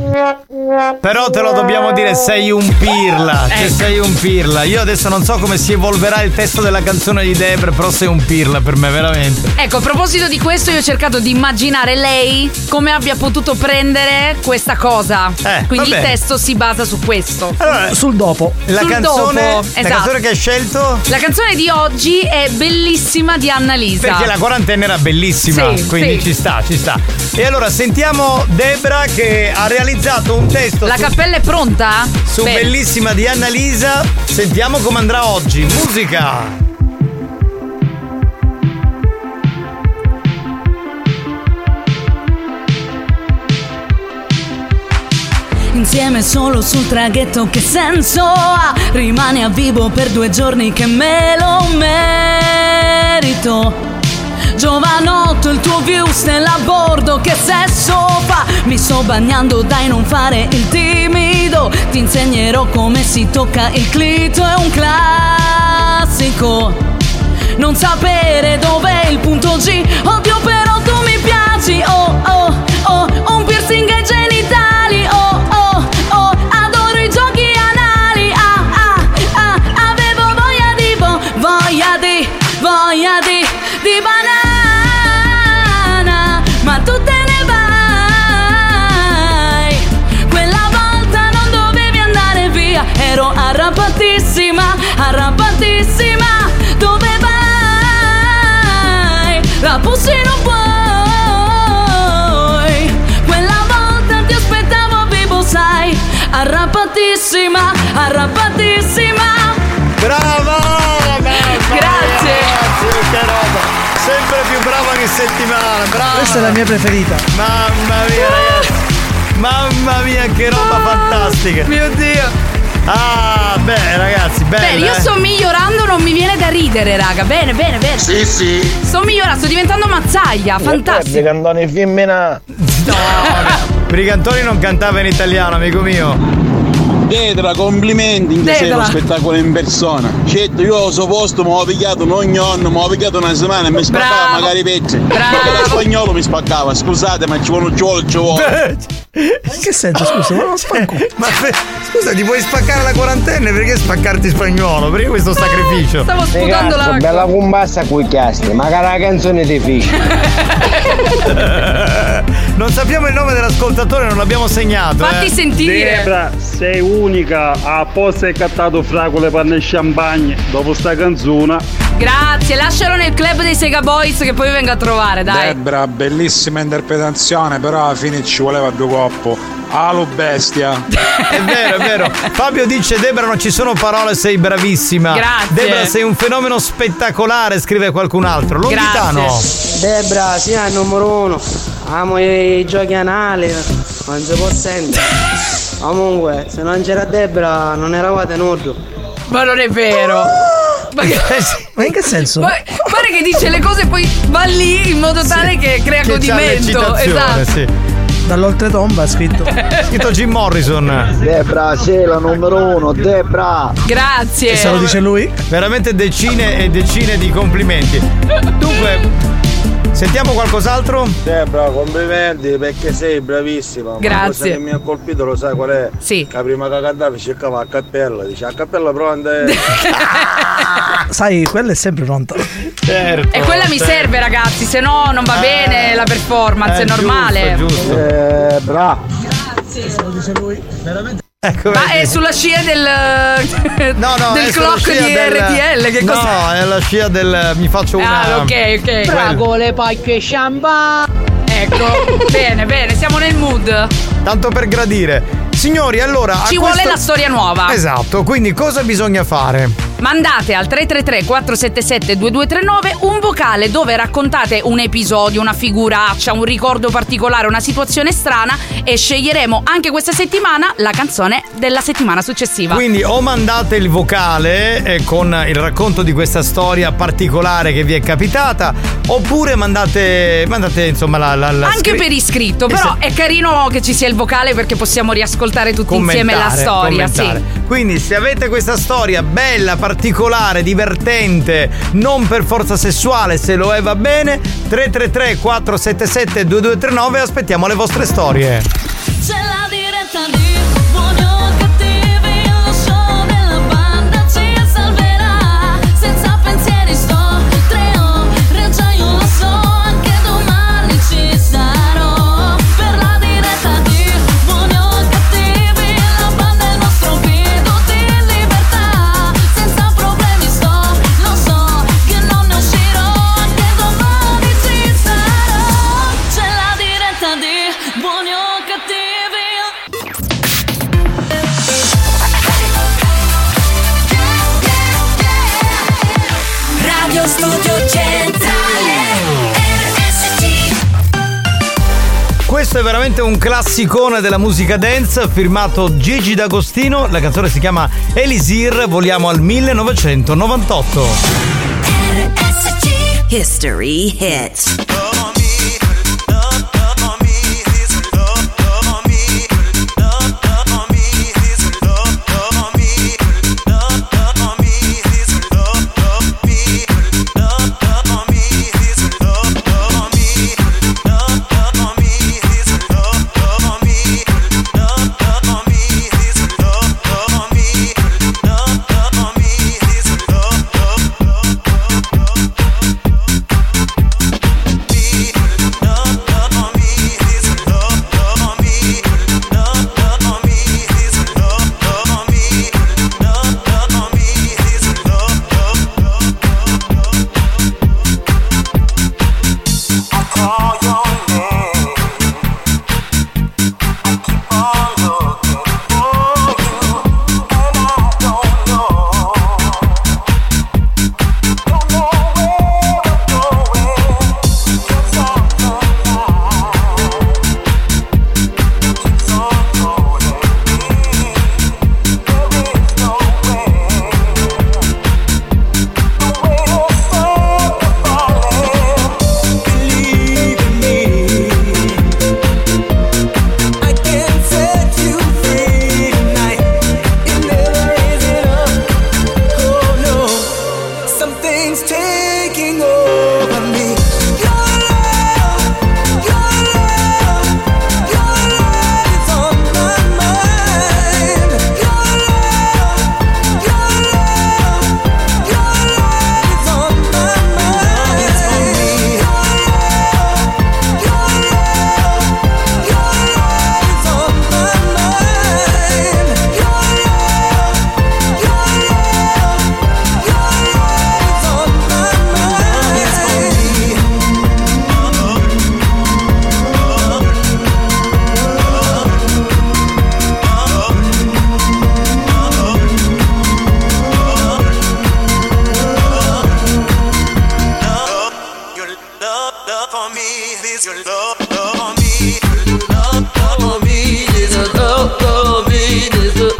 [SPEAKER 3] Però te lo dobbiamo dire, sei un pirla.
[SPEAKER 16] Eh.
[SPEAKER 3] Cioè, sei un pirla. Io adesso non so come si evolverà il testo della canzone di Debra, però sei un pirla per me, veramente.
[SPEAKER 16] Ecco, a proposito di questo, io ho cercato di immaginare lei come abbia potuto prendere questa cosa. Quindi il
[SPEAKER 3] Eh, vabbè.
[SPEAKER 16] testo si basa su questo.
[SPEAKER 17] sul dopo.
[SPEAKER 3] La
[SPEAKER 16] Sul
[SPEAKER 3] canzone- la
[SPEAKER 16] dopo, esatto.
[SPEAKER 3] canzone che hai scelto?
[SPEAKER 16] La canzone di oggi è bellissima di Annalisa.
[SPEAKER 3] Perché la quarantena era bellissima,
[SPEAKER 16] Sì,
[SPEAKER 3] quindi
[SPEAKER 16] sì.
[SPEAKER 3] ci sta, ci sta. E allora sentiamo Debra che ha realizzato un testo
[SPEAKER 16] La
[SPEAKER 3] su,
[SPEAKER 16] cappella è pronta?
[SPEAKER 3] su
[SPEAKER 16] Bene.
[SPEAKER 3] Bellissima di Annalisa. Sentiamo come andrà oggi. Musica!
[SPEAKER 18] Insieme solo sul traghetto che senso ha Rimane a vivo per due giorni che me lo merito Giovanotto il tuo view stella a bordo che sesso fa Mi sto bagnando dai non fare il timido Ti insegnerò come si tocca il clito è un classico non sapere dov'è il punto G Ovvio però tu mi piaci Oh oh oh Un piercing ai genitali Oh oh oh Adoro i giochi anali Ah ah ah Avevo voglia di vo- Voglia di Voglia di Di banana Ma tu te ne vai quella volta non dovevi andare via, ero arrabbiatissima, arrabbiatissima. Dove vai? La pussi non puoi. Quella volta ti aspettavo vivo, sai, arrabbiatissima, arrabbiatissima.
[SPEAKER 3] Brava! Grazie! Che roba! Sempre più brava ogni settimana, brava!
[SPEAKER 17] Questa è la mia preferita.
[SPEAKER 3] Mamma
[SPEAKER 16] Ah!
[SPEAKER 3] mia, ragazzi! Mamma mia, che roba fantastica!
[SPEAKER 16] Mio Dio!
[SPEAKER 3] Ah, beh, ragazzi, bella!
[SPEAKER 16] Bene, io
[SPEAKER 3] eh.
[SPEAKER 16] sto migliorando, non mi viene da ridere, raga. Bene, bene, bene.
[SPEAKER 4] Sì, sì.
[SPEAKER 16] Sto migliorando, sto diventando mazzaglia, fantastico.
[SPEAKER 4] Cantoni femmina.
[SPEAKER 16] Ah.
[SPEAKER 3] Brigantoni non cantava in italiano, amico mio.
[SPEAKER 27] Dedra, complimenti in che sei
[SPEAKER 3] Dedra.
[SPEAKER 27] lo spettacolo in persona. Certo, io ho suo posto, mi ho pigliato ogni anno, mi ho pigliato una settimana e mi spaccava Bravo. magari i pezzi. Perché lo spagnolo mi spaccava, scusate, ma ci vuole, ci vuole, ci vuole.
[SPEAKER 17] In che senso, scusa? Ma lo spanco.
[SPEAKER 3] Ma fe- scusa, ti puoi spaccare la quarantenne? Perché spaccarti spagnolo? Perché questo sacrificio?
[SPEAKER 4] Ragazzo, Bella combassa con chiasti, magari la canzone ti fisci.
[SPEAKER 3] non sappiamo il nome dell'ascoltatore, non l'abbiamo segnato. eh.
[SPEAKER 37] Debra, sei unica, apposta hai cattato fragole, panne e champagne. Dopo sta canzone,
[SPEAKER 16] Grazie, lascialo nel club dei Sega Boys che poi venga a trovare, dai.
[SPEAKER 36] Debra, bellissima interpretazione, però alla fine ci voleva più coppo. Alo bestia.
[SPEAKER 3] È vero, è vero. Fabio dice: Debra, non ci sono parole, sei bravissima.
[SPEAKER 36] Grazie.
[SPEAKER 3] Debra, sei un fenomeno spettacolare, scrive qualcun altro. Longhitano.
[SPEAKER 12] Debra, sì, è il numero uno. Amo i giochi anali, non si può sentire. Comunque, se non c'era Debra, non eravate in urdu.
[SPEAKER 16] Ma non è vero. Ma,
[SPEAKER 17] Ma in che senso?
[SPEAKER 16] Ma- pare che dice le cose e poi va lì in modo tale che crea
[SPEAKER 17] Che c'ha
[SPEAKER 16] godimento.
[SPEAKER 17] l'eccitazione,
[SPEAKER 16] Esatto.
[SPEAKER 3] sì.
[SPEAKER 17] Dall'oltretomba ha scritto.
[SPEAKER 3] scritto Jim Morrison.
[SPEAKER 17] Debra, sei la numero uno, Debra.
[SPEAKER 16] Grazie.
[SPEAKER 17] Se lo dice lui.
[SPEAKER 3] Veramente decine e decine di complimenti. Dunque, sentiamo qualcos'altro?
[SPEAKER 27] Debra, complimenti perché sei bravissima.
[SPEAKER 3] Grazie.
[SPEAKER 27] La cosa che mi ha colpito lo sai qual è? Sì. La prima che cantavi cercava a cappella, dice a cappella pronta.
[SPEAKER 17] Ah, Sai, quella è sempre pronta.
[SPEAKER 3] Certo,
[SPEAKER 16] E quella mi serve, ragazzi, se no non
[SPEAKER 3] Eh.
[SPEAKER 16] va bene la performance, è normale.
[SPEAKER 27] Eh, bra.
[SPEAKER 16] Ma è sulla scia del,
[SPEAKER 3] Ecco. No, no,
[SPEAKER 16] del
[SPEAKER 3] è sulla
[SPEAKER 16] clock
[SPEAKER 3] scia
[SPEAKER 16] di
[SPEAKER 3] del-
[SPEAKER 16] RTL. Che
[SPEAKER 3] no,
[SPEAKER 16] cos'è?
[SPEAKER 3] è la scia del. Mi faccio una.
[SPEAKER 16] Ah, ok, ok.
[SPEAKER 3] Quella.
[SPEAKER 16] pacche e Ecco, bene, bene, siamo nel mood.
[SPEAKER 3] Tanto per gradire. Signori, allora. a Esatto.
[SPEAKER 16] Ci vuole
[SPEAKER 3] questo-
[SPEAKER 16] la storia nuova.
[SPEAKER 3] Esatto, quindi cosa bisogna fare?
[SPEAKER 16] Mandate al 333-477-2239 un vocale dove raccontate un episodio, una figuraccia, un ricordo particolare, una situazione strana e sceglieremo anche questa settimana la canzone della settimana successiva.
[SPEAKER 3] Quindi oh, o mandate il vocale eh, con il racconto di questa storia particolare che vi è capitata, oppure mandate, mandate insomma la... la, la
[SPEAKER 16] Anche
[SPEAKER 3] scri-
[SPEAKER 16] per iscritto, però è carino che ci sia il vocale perché possiamo riascoltare tutti insieme la
[SPEAKER 3] commentare,
[SPEAKER 16] storia.
[SPEAKER 3] commentare.
[SPEAKER 16] Sì.
[SPEAKER 3] Quindi se avete questa storia bella, particolare, divertente, non per forza sessuale, se lo è va bene, 333 477 2239 aspettiamo le vostre storie.
[SPEAKER 18] C'è la diretta di buoni o cattivi, lo show della banda ci salverà. Senza pensieri sto, tre ore già io lo so, anche domani ci sarò. Per la diretta di buoni o cattivi, la banda è il nostro grido di libertà. Senza problemi sto, lo so che non ne uscirò, anche domani ci sarò. C'è la diretta di buoni o cattivi.
[SPEAKER 32] Radio Studio Centrale RSC
[SPEAKER 3] Questo è veramente un classicone della musica dance firmato Gigi D'Agostino, la canzone si chiama Elisir, voliamo al 1998.
[SPEAKER 32] History Hits
[SPEAKER 29] Something's taking over me. Your love, your love, your love is on my mind. Your love, your love, your love is on my mind. Your love, your love, your love is on my mind. Your love, your love.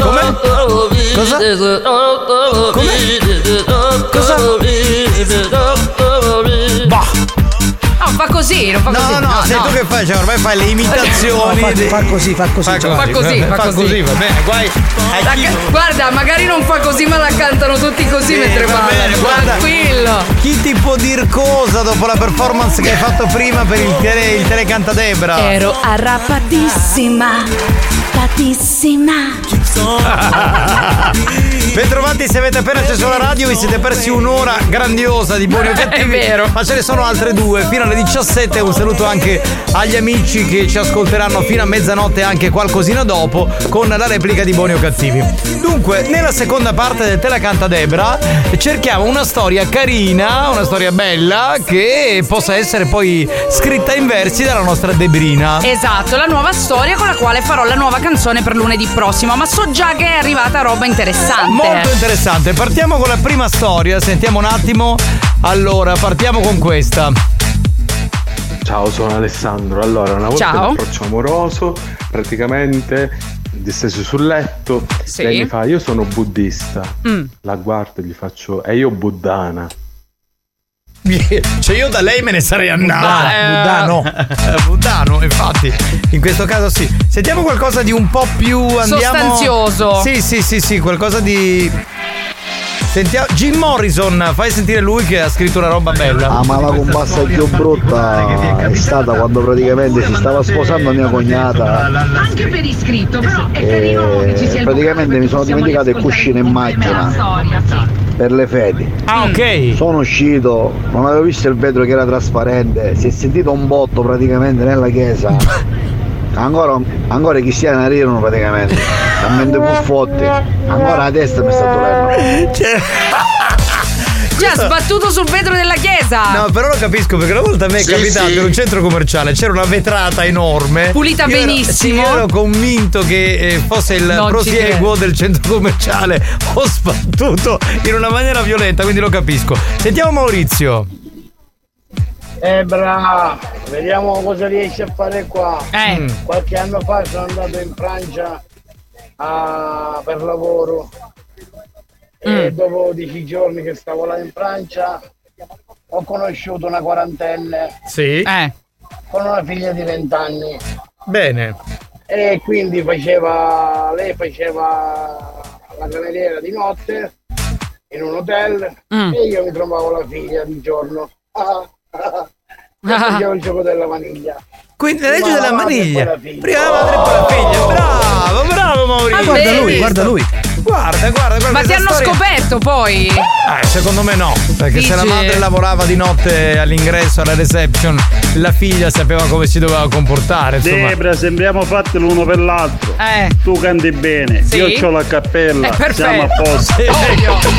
[SPEAKER 32] Cosa? Come? Cosa?
[SPEAKER 3] Bah.
[SPEAKER 16] No, fa così, non fa
[SPEAKER 3] No,
[SPEAKER 16] così.
[SPEAKER 3] no, sei tu che fai, cioè ormai fai le imitazioni.
[SPEAKER 17] No, fa-
[SPEAKER 3] dei-
[SPEAKER 17] fa così, fa così,
[SPEAKER 3] Fa
[SPEAKER 17] Giovanni,
[SPEAKER 3] così,
[SPEAKER 17] vabbè.
[SPEAKER 3] fa così, va bene, guai.
[SPEAKER 16] La ca- guarda, magari non fa così, ma la cantano tutti così mentre
[SPEAKER 3] va bene,
[SPEAKER 16] ballano.
[SPEAKER 3] guarda.
[SPEAKER 16] Tranquillo.
[SPEAKER 3] Chi ti può dir cosa dopo la performance che hai fatto prima per il, tele, il telecantadebra?
[SPEAKER 18] Ero arrabbiatissima, patissima.
[SPEAKER 3] Bentrovati se avete appena acceso la radio, vi siete persi un'ora grandiosa di buoni o cattivi. È vero. Ma ce ne sono altre due, fino alle 17. Un saluto anche agli amici che ci ascolteranno fino a mezzanotte e anche qualcosina dopo con la replica di buoni o cattivi. Dunque, nella seconda parte del Te la canta Debra cerchiamo una storia carina, una storia bella che possa essere poi scritta in versi dalla nostra Debrina.
[SPEAKER 16] Esatto, la nuova storia con la quale farò la nuova canzone per lunedì prossimo, ma solo so già che è arrivata roba interessante.
[SPEAKER 3] Molto interessante. Partiamo con la prima storia, sentiamo un attimo. Allora, partiamo con questa.
[SPEAKER 36] Ciao, sono Alessandro. Allora, una volta
[SPEAKER 16] Ciao.
[SPEAKER 36] un approccio amoroso, praticamente disteso sul letto,
[SPEAKER 16] Sì.
[SPEAKER 36] lei mi fa "Io sono buddista".
[SPEAKER 16] Mm.
[SPEAKER 36] La guardo e gli faccio "E io buddana".
[SPEAKER 3] Cioè io da lei me ne sarei andato.
[SPEAKER 36] Buddano,
[SPEAKER 3] Buddano. Buddano, infatti. In questo caso sì. Sentiamo qualcosa di un po' più andiamo...
[SPEAKER 16] Sostanzioso.
[SPEAKER 3] Sì, sì, sì, sì, qualcosa di Sentiamo Jim Morrison, fai sentire lui che ha scritto una roba bella.
[SPEAKER 38] Ah, ma la compassa più brutta è stata quando praticamente si stava sposando mia cognata
[SPEAKER 39] Anche per iscritto, però è carino che ci sia
[SPEAKER 38] e
[SPEAKER 39] il
[SPEAKER 38] Eh, praticamente mi sono dimenticato il cuscino in
[SPEAKER 39] della
[SPEAKER 38] macchina
[SPEAKER 39] storia, sì.
[SPEAKER 38] per le fedi.
[SPEAKER 3] Ah, ok.
[SPEAKER 38] Sono uscito, non avevo visto il vetro che era trasparente, si è sentito un botto praticamente nella chiesa. Ancora, ancora i cristiani arrivano praticamente, a mente buffotti, ancora la testa mi sta dolendo.
[SPEAKER 16] Cioè, ha sbattuto sul vetro della chiesa.
[SPEAKER 3] No, però lo capisco perché una volta a me è
[SPEAKER 16] Sì,
[SPEAKER 3] capitato
[SPEAKER 16] sì.
[SPEAKER 3] in un centro commerciale c'era una vetrata enorme.
[SPEAKER 16] Pulita
[SPEAKER 3] Io ero-
[SPEAKER 16] benissimo.
[SPEAKER 3] sì, io ero convinto che eh, fosse il
[SPEAKER 16] Non ci
[SPEAKER 3] prosieguo del centro commerciale. Ho sbattuto in una maniera violenta, quindi lo capisco. Sentiamo Maurizio.
[SPEAKER 4] Eh brava, vediamo cosa riesci a fare qua.
[SPEAKER 3] Eh.
[SPEAKER 4] Qualche anno fa sono andato in Francia a- per lavoro e dopo dieci giorni che stavo là in Francia ho conosciuto una quarantenne
[SPEAKER 3] Sì.
[SPEAKER 17] Eh.
[SPEAKER 4] con una figlia di vent'anni
[SPEAKER 3] Bene.
[SPEAKER 4] e quindi faceva, lei faceva la cameriera di notte in un hotel
[SPEAKER 35] Mm.
[SPEAKER 4] e io mi trovavo la figlia di giorno. Ah, ah, e facevo il gioco della maniglia.
[SPEAKER 3] Quindi la legge della maniglia.
[SPEAKER 4] Prima la
[SPEAKER 3] madre e poi la figlia. Bravo, bravo Maurizio.
[SPEAKER 16] Ah, Guarda vedi? lui, guarda
[SPEAKER 3] lui. Guarda, guarda, guarda.
[SPEAKER 16] Ma ti
[SPEAKER 3] questa
[SPEAKER 16] hanno
[SPEAKER 3] storia-
[SPEAKER 16] scoperto poi?
[SPEAKER 3] Eh, secondo me no, perché se
[SPEAKER 16] Dici?
[SPEAKER 3] la madre lavorava di notte all'ingresso, alla reception, la figlia sapeva come si doveva comportare. Insomma. Eh.
[SPEAKER 37] Debra, sembriamo fatti l'uno per l'altro. Tu canti bene,
[SPEAKER 3] Sì. Eh,
[SPEAKER 37] io ho la cappella, siamo a posto.
[SPEAKER 3] Sì,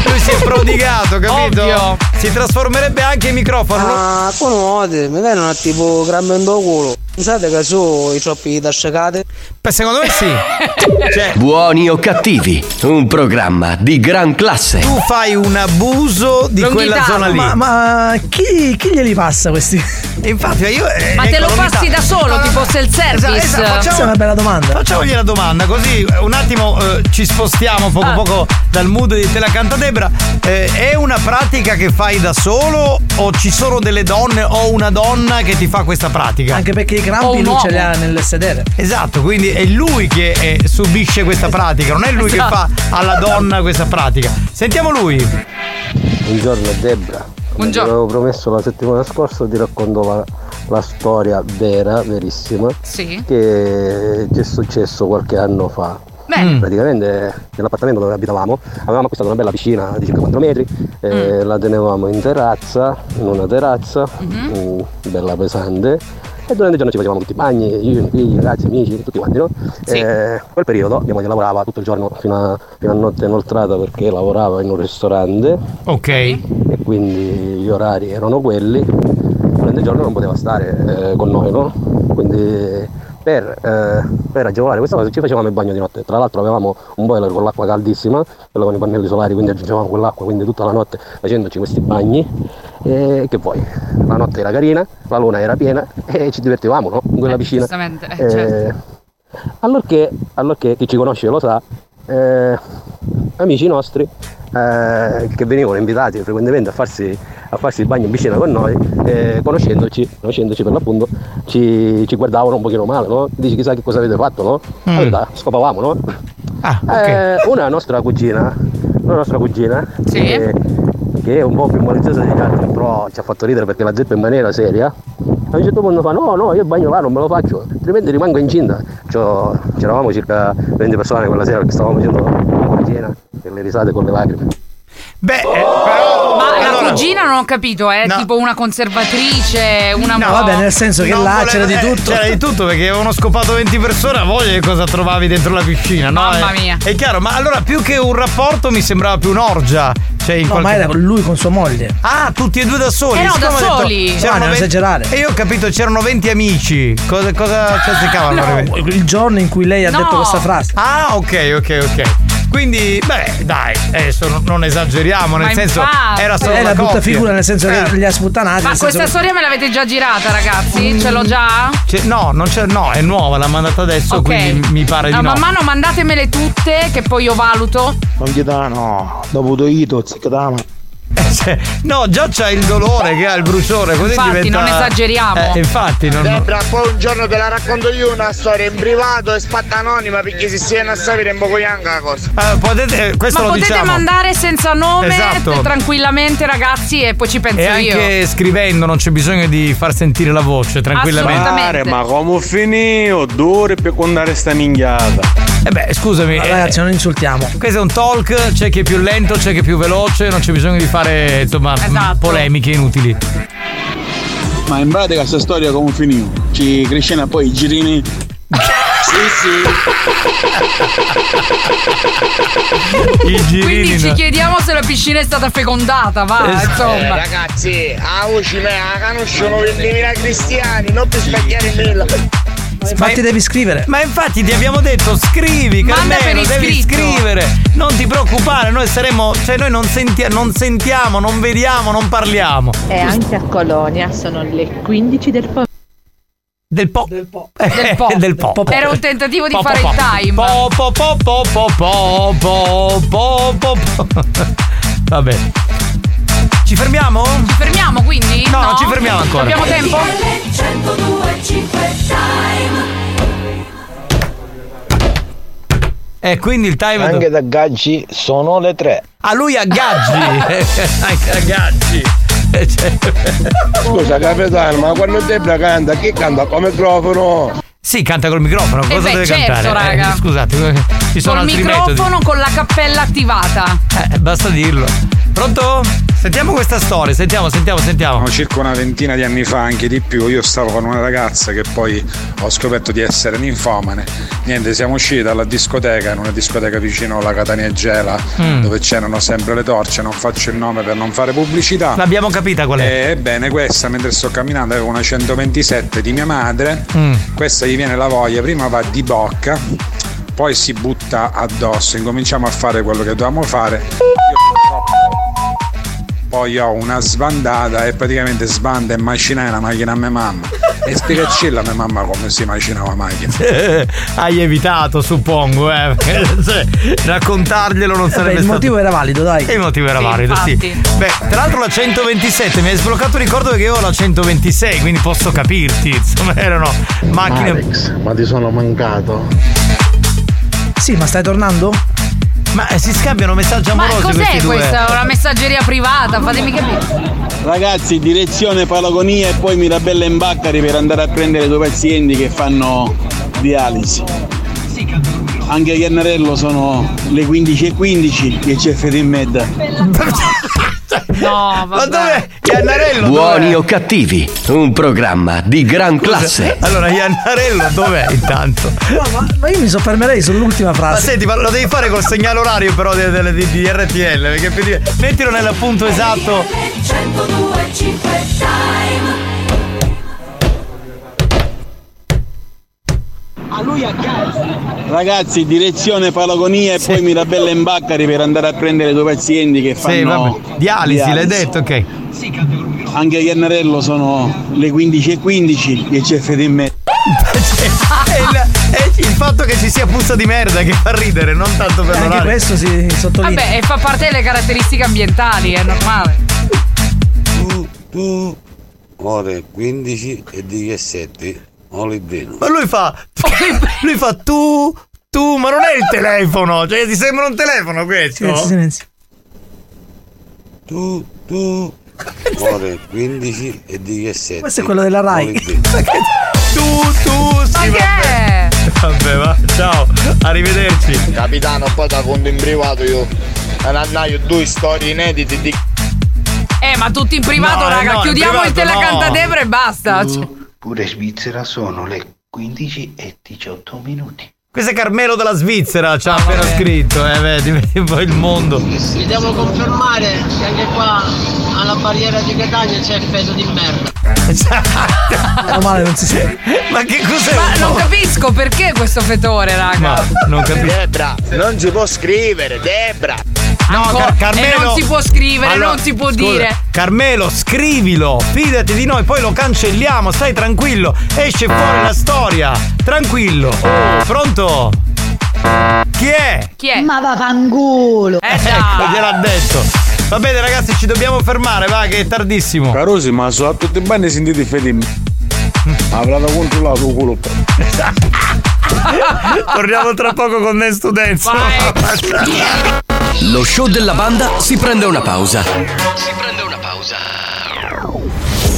[SPEAKER 3] Lui si è prodigato, capito? Si trasformerebbe anche in microfono.
[SPEAKER 17] Ah, conoscete, mi vengono tipo grammendo culo. Pensate che sono i troppi tasciacate?
[SPEAKER 3] Beh, secondo me sì.
[SPEAKER 2] Buoni o cattivi, un programma di gran classe.
[SPEAKER 3] Tu fai un abuso di quella zona lì.
[SPEAKER 40] Ma, ma chi, chi glieli passa questi?
[SPEAKER 3] Infatti, io. eh,
[SPEAKER 16] Ma te lo
[SPEAKER 3] ecco, novità.
[SPEAKER 16] passi da solo, tipo self service.
[SPEAKER 3] Esatto,
[SPEAKER 40] Questa è una bella domanda.
[SPEAKER 3] Facciamogli la domanda, così un attimo eh, ci spostiamo poco poco dal mood di Te la canta Debra. Eh, è una pratica che fai da solo o ci sono delle donne o una donna che ti fa questa pratica? Anche
[SPEAKER 40] perché i
[SPEAKER 16] Oh,
[SPEAKER 40] crampi lui ce li ha nel sedere.
[SPEAKER 3] Esatto, quindi è lui che eh, subisce questa pratica, non è lui che
[SPEAKER 40] Esatto.
[SPEAKER 3] fa alla donna questa pratica. Sentiamo lui.
[SPEAKER 31] Buongiorno Debra. Come ti avevo promesso la settimana scorsa ti racconto la, la storia vera, verissima,
[SPEAKER 16] Sì.
[SPEAKER 31] che ci è successo qualche anno fa.
[SPEAKER 16] Beh.
[SPEAKER 31] Praticamente nell'appartamento dove abitavamo avevamo acquistato una bella piscina di circa 4 metri, eh,
[SPEAKER 16] Mm.
[SPEAKER 31] la tenevamo in terrazza, in una terrazza,
[SPEAKER 16] Mm-hmm.
[SPEAKER 31] mm, bella pesante, e durante il giorno ci facevamo tutti i bagni, io, i miei figli, i ragazzi, amici, tutti quanti, no? Eh, quel periodo mia moglie lavorava tutto il giorno fino a, fino a notte inoltrata perché lavorava in un ristorante
[SPEAKER 3] Ok.
[SPEAKER 31] e quindi gli orari erano quelli durante il giorno non poteva stare eh, con noi no? quindi per, eh, per agevolare questa cosa ci facevamo il bagno di notte tra l'altro avevamo un boiler con l'acqua caldissima quello con i pannelli solari quindi aggiungevamo quell'acqua quindi tutta la notte facendoci questi bagni e che vuoi la notte era carina la luna era piena e ci divertivamo no? in quella piscina
[SPEAKER 16] giustamente, eh,
[SPEAKER 31] Eh,
[SPEAKER 16] certo.
[SPEAKER 31] allorché, allorché chi ci conosce lo sa, eh, amici nostri eh, che venivano invitati frequentemente a farsi, a farsi il bagno in piscina con noi, eh, conoscendoci, conoscendoci per l'appunto, ci, ci guardavano un pochino male, no? Dici chissà che cosa avete fatto, no? La
[SPEAKER 41] Mm.
[SPEAKER 31] verità, scopavamo, no? Eh, una nostra cugina, una nostra cugina, che, che è un po' più maliziosa di altri, però ci ha fatto ridere perché l'ha detto in maniera seria. A un certo punto fa no, no, io il bagno là non me lo faccio, altrimenti rimango incinta. C'ho- c'eravamo circa 20 persone quella sera che stavamo facendo la cena per le risate con le lacrime.
[SPEAKER 3] Beh, eh, però
[SPEAKER 16] Ma la cugina non ho capito, è tipo una conservatrice, una
[SPEAKER 17] No,
[SPEAKER 16] mo-
[SPEAKER 17] vabbè, nel senso che
[SPEAKER 3] Non
[SPEAKER 17] là
[SPEAKER 3] voleva-
[SPEAKER 17] c'era di
[SPEAKER 3] eh,
[SPEAKER 17] tutto.
[SPEAKER 3] C'era di tutto perché avevano scopato 20 persone. A voglia che cosa trovavi dentro la piscina, no?
[SPEAKER 17] Mamma
[SPEAKER 3] Eh,
[SPEAKER 17] mia.
[SPEAKER 3] È chiaro, ma allora più che un rapporto mi sembrava più un'orgia. Cioè, in
[SPEAKER 17] No,
[SPEAKER 3] qualche
[SPEAKER 17] ma era lui con sua moglie.
[SPEAKER 3] Ah, tutti e due da soli.
[SPEAKER 17] Eh no,
[SPEAKER 3] Siccome ho
[SPEAKER 17] da
[SPEAKER 3] detto,
[SPEAKER 17] soli.
[SPEAKER 3] c'erano
[SPEAKER 17] No, non
[SPEAKER 3] venti-
[SPEAKER 17] esagerare.
[SPEAKER 3] E io ho capito, c'erano 20 amici. Cosa, cosa ci azzecavano? per 20?
[SPEAKER 17] il giorno in cui lei ha
[SPEAKER 3] No.
[SPEAKER 17] detto questa frase.
[SPEAKER 3] Ah, ok, ok, ok. Quindi, beh, dai, adesso non- non esageriamo, nel
[SPEAKER 16] Ma
[SPEAKER 3] senso,
[SPEAKER 16] infatti.
[SPEAKER 3] era solo
[SPEAKER 17] È
[SPEAKER 3] una
[SPEAKER 17] la brutta
[SPEAKER 3] coppia. Eh.
[SPEAKER 17] figura, nel senso che li ha sputtanati.
[SPEAKER 16] Ma
[SPEAKER 17] Ah, nel senso
[SPEAKER 16] questa
[SPEAKER 17] che- Mm.
[SPEAKER 16] storia me l'avete già girata, ragazzi? Ce l'ho già?
[SPEAKER 3] Cioè, no, non c'è, no, è nuova, l'ha mandata adesso,
[SPEAKER 16] Ok.
[SPEAKER 3] quindi mi pare di
[SPEAKER 16] Ah,
[SPEAKER 3] no.
[SPEAKER 16] Man mano mandatemele tutte, che poi io valuto.
[SPEAKER 4] Non gli dà, no. Dopo tu ito, ziccatama.
[SPEAKER 3] Cioè, No, già c'ha il dolore che ha il bruciore, così
[SPEAKER 4] Infatti,
[SPEAKER 3] diventa...
[SPEAKER 4] non esageriamo.
[SPEAKER 3] Eh, infatti, non...
[SPEAKER 4] Debra,
[SPEAKER 28] poi un giorno te la racconto io una storia in privato e spatta anonima perché si stiano a sapere un po' anche la cosa.
[SPEAKER 3] Eh, potete, eh, questo
[SPEAKER 16] Ma
[SPEAKER 3] lo
[SPEAKER 16] potete
[SPEAKER 3] diciamo.
[SPEAKER 16] mandare senza nome
[SPEAKER 3] Esatto.
[SPEAKER 16] tranquillamente, ragazzi, e poi ci penso
[SPEAKER 3] E anche
[SPEAKER 16] io.
[SPEAKER 3] scrivendo non c'è bisogno di far sentire la voce tranquillamente.
[SPEAKER 16] Assolutamente. Mare, ma
[SPEAKER 3] come finito? Due ore per contare sta minchiata. E Eh beh, scusami. ragazzi,
[SPEAKER 17] non insultiamo.
[SPEAKER 3] Questo è un talk, c'è chi è più lento, c'è chi è più veloce, non c'è bisogno di fare insomma m-
[SPEAKER 16] Esatto.
[SPEAKER 3] polemiche inutili.
[SPEAKER 27] Ma in pratica questa storia come finì? Ci cresceva poi i girini.
[SPEAKER 3] I
[SPEAKER 16] Quindi ci chiediamo se la piscina è stata fecondata, va,
[SPEAKER 28] Eh,
[SPEAKER 16] insomma.
[SPEAKER 28] ragazzi, a voci me
[SPEAKER 3] ah,
[SPEAKER 28] la conoscono 20.000 cristiani, non per sbagliare nulla.
[SPEAKER 17] Infatti devi scrivere.
[SPEAKER 3] Ma infatti ti abbiamo detto scrivi,
[SPEAKER 28] Manda
[SPEAKER 3] Carmelo,
[SPEAKER 28] per
[SPEAKER 3] devi
[SPEAKER 28] iscritto.
[SPEAKER 3] scrivere. Non ti preoccupare, noi saremo. Cioè noi non, sentia- non sentiamo, non vediamo, non parliamo.
[SPEAKER 20] E anche a Colonia sono le 15 del pomeriggio.
[SPEAKER 3] Del po'.
[SPEAKER 20] Del po'.
[SPEAKER 3] Del po'. Del po'.
[SPEAKER 16] Era un tentativo di
[SPEAKER 3] Po, po,
[SPEAKER 16] fare
[SPEAKER 3] po.
[SPEAKER 16] il time.
[SPEAKER 3] Po, po, po, po, po, po, po, po, po, po. Vabbè. Ci fermiamo?
[SPEAKER 16] Ci fermiamo quindi? No,
[SPEAKER 3] non ci fermiamo ancora.
[SPEAKER 16] Abbiamo tempo?
[SPEAKER 3] E Eh, quindi il time.
[SPEAKER 4] Anche da Gaggi sono le tre.
[SPEAKER 3] A lui a Gaggi. Anche a Gaggi. Eh, cioè-
[SPEAKER 4] Scusa capitano, ma quando Debra canta, chi canta col microfono?
[SPEAKER 3] Sì, canta col microfono,
[SPEAKER 16] Eh
[SPEAKER 3] cosa
[SPEAKER 16] beh,
[SPEAKER 3] deve
[SPEAKER 16] certo,
[SPEAKER 3] cantare?
[SPEAKER 16] raga.
[SPEAKER 3] scusate, eh, ci sono
[SPEAKER 16] Col
[SPEAKER 3] altri
[SPEAKER 16] microfono
[SPEAKER 3] metodi.
[SPEAKER 16] con la cappella attivata.
[SPEAKER 3] Eh, basta dirlo. Pronto? Sentiamo questa storia, sentiamo, sentiamo, sentiamo.
[SPEAKER 36] Circa una ventina di anni fa, anche di più, io stavo con una ragazza che poi ho scoperto di essere ninfomane. Niente, siamo usciti dalla discoteca, in una discoteca vicino alla Cataniegela,
[SPEAKER 3] Mm.
[SPEAKER 36] dove c'erano sempre le torce, non faccio il nome per non fare pubblicità.
[SPEAKER 3] L'abbiamo capita qual è?
[SPEAKER 36] E, Ebbene, Eh, questa mentre sto camminando avevo una 127 di mia madre,
[SPEAKER 3] Mm.
[SPEAKER 36] questa gli viene la voglia, prima va di bocca, poi si butta addosso, incominciamo a fare quello che dovevamo fare. Io purtroppo poi ho una sbandata e praticamente sbanda e macinai la macchina a mia mamma. E spiegaci la mia mamma come si macinava la macchina.
[SPEAKER 3] Hai evitato, suppongo, eh. Se Raccontarglielo non
[SPEAKER 17] Vabbè,
[SPEAKER 3] sarebbe
[SPEAKER 17] il
[SPEAKER 3] stato.
[SPEAKER 17] motivo era valido, dai.
[SPEAKER 3] E il motivo era
[SPEAKER 17] Sì,
[SPEAKER 3] valido, sì.
[SPEAKER 17] infatti.
[SPEAKER 3] Beh, tra l'altro la 127 mi hai sbloccato il ricordo che io ho la 126, quindi posso capirti. Insomma, erano macchine.
[SPEAKER 4] ma ti sono mancato.
[SPEAKER 17] Sì, ma stai tornando?
[SPEAKER 3] Ma eh, si scambiano messaggi
[SPEAKER 16] Ma
[SPEAKER 3] amorosi
[SPEAKER 16] cos'è
[SPEAKER 3] questi due. Eh,
[SPEAKER 16] questa? Una messaggeria privata, fatemi capire.
[SPEAKER 27] Ragazzi, direzione Palagonia e poi Mirabella in Baccari per andare a prendere due pazienti che fanno dialisi. Anche a Iannarello sono le 15.15 e 15 e c'è Fede in mezza.
[SPEAKER 16] No, vabbè. Ma dove?
[SPEAKER 1] Buoni o cattivi, un programma di gran
[SPEAKER 3] Scusa,
[SPEAKER 1] classe.
[SPEAKER 3] Eh, Allora, Iannarello, dov'è intanto?
[SPEAKER 17] No, ma, ma io mi soffermerei sull'ultima
[SPEAKER 3] Ma
[SPEAKER 17] frase.
[SPEAKER 3] senti, ma lo devi fare col segnale orario però di, di- di- di RTL, perché per dire, mettilo nel punto esatto.
[SPEAKER 27] Ragazzi, direzione Palagonia e poi Mirabella in Baccari per andare a prendere due pazienti che fanno
[SPEAKER 3] Sì, vabbè. Dialisi, l'hai detto, ok.
[SPEAKER 27] Anche a Iannarello sono le 15.15 e 15 e c'è Fede in mezzo.
[SPEAKER 16] Ah,
[SPEAKER 3] E il, e il fatto che ci sia puzza di merda che fa ridere, non tanto per
[SPEAKER 17] Anche
[SPEAKER 3] l'orario.
[SPEAKER 17] questo si sottolinea.
[SPEAKER 16] Vabbè, e fa parte delle caratteristiche ambientali, è normale.
[SPEAKER 6] Ore 15 e 17, Olivino.
[SPEAKER 3] Ma lui fa. Lui fa tu. Tu, ma non è il telefono! Cioè, ti sembra un telefono questo?
[SPEAKER 17] Silenzio, silenzio.
[SPEAKER 6] Tu, tu. Ore 15 e 17.
[SPEAKER 17] Questo è quello della Rai.
[SPEAKER 3] Tu, tu, sì,
[SPEAKER 6] Ma che
[SPEAKER 16] è?
[SPEAKER 3] Vabbè, va. Ciao, arrivederci.
[SPEAKER 28] Capitano, poi da conto in privato io. Annaio due storie inedite di
[SPEAKER 16] Eh, ma tutti in privato,
[SPEAKER 4] No,
[SPEAKER 16] raga,
[SPEAKER 4] no, in
[SPEAKER 16] chiudiamo il
[SPEAKER 4] privato
[SPEAKER 16] te la
[SPEAKER 4] no. Uh.
[SPEAKER 16] canta Debra e basta. Cioè,
[SPEAKER 4] Pure Svizzera sono le 15 e 18 minuti.
[SPEAKER 3] Questo è Carmelo della Svizzera,
[SPEAKER 17] Ah,
[SPEAKER 3] ci ha appena scritto, eh, vedi, vedi un po' il mondo.
[SPEAKER 17] Vi devo confermare che anche qua alla barriera di Catania c'è il peso di merda.
[SPEAKER 6] Meno male non si sente.
[SPEAKER 3] Ma che cos'è?
[SPEAKER 16] Ma non capisco perché questo fetore, raga.
[SPEAKER 3] non capisco.
[SPEAKER 12] Debra, non si può scrivere, Debra.
[SPEAKER 3] No,
[SPEAKER 16] Ancora-
[SPEAKER 3] Car- Carmelo.
[SPEAKER 16] E non si può scrivere,
[SPEAKER 3] Allora,
[SPEAKER 16] non si può
[SPEAKER 3] scusa,
[SPEAKER 16] dire.
[SPEAKER 3] Carmelo, scrivilo, fidati di noi, poi lo cancelliamo, stai tranquillo, esce fuori la storia. Tranquillo. Oh, pronto? Chi è?
[SPEAKER 16] Chi è?
[SPEAKER 7] Ma vaffanculo!
[SPEAKER 3] Ecco, gliel'ha detto. Va bene ragazzi, ci dobbiamo fermare, va che è tardissimo.
[SPEAKER 27] Carosi, ma sono tutti bene sentiti fedimi.
[SPEAKER 3] Mm.
[SPEAKER 27] Avrà controllato il culo.
[SPEAKER 3] Torniamo tra poco con Next Students.
[SPEAKER 1] Lo show della banda si prende una pausa.
[SPEAKER 42] Si prende una pausa.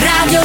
[SPEAKER 42] Radio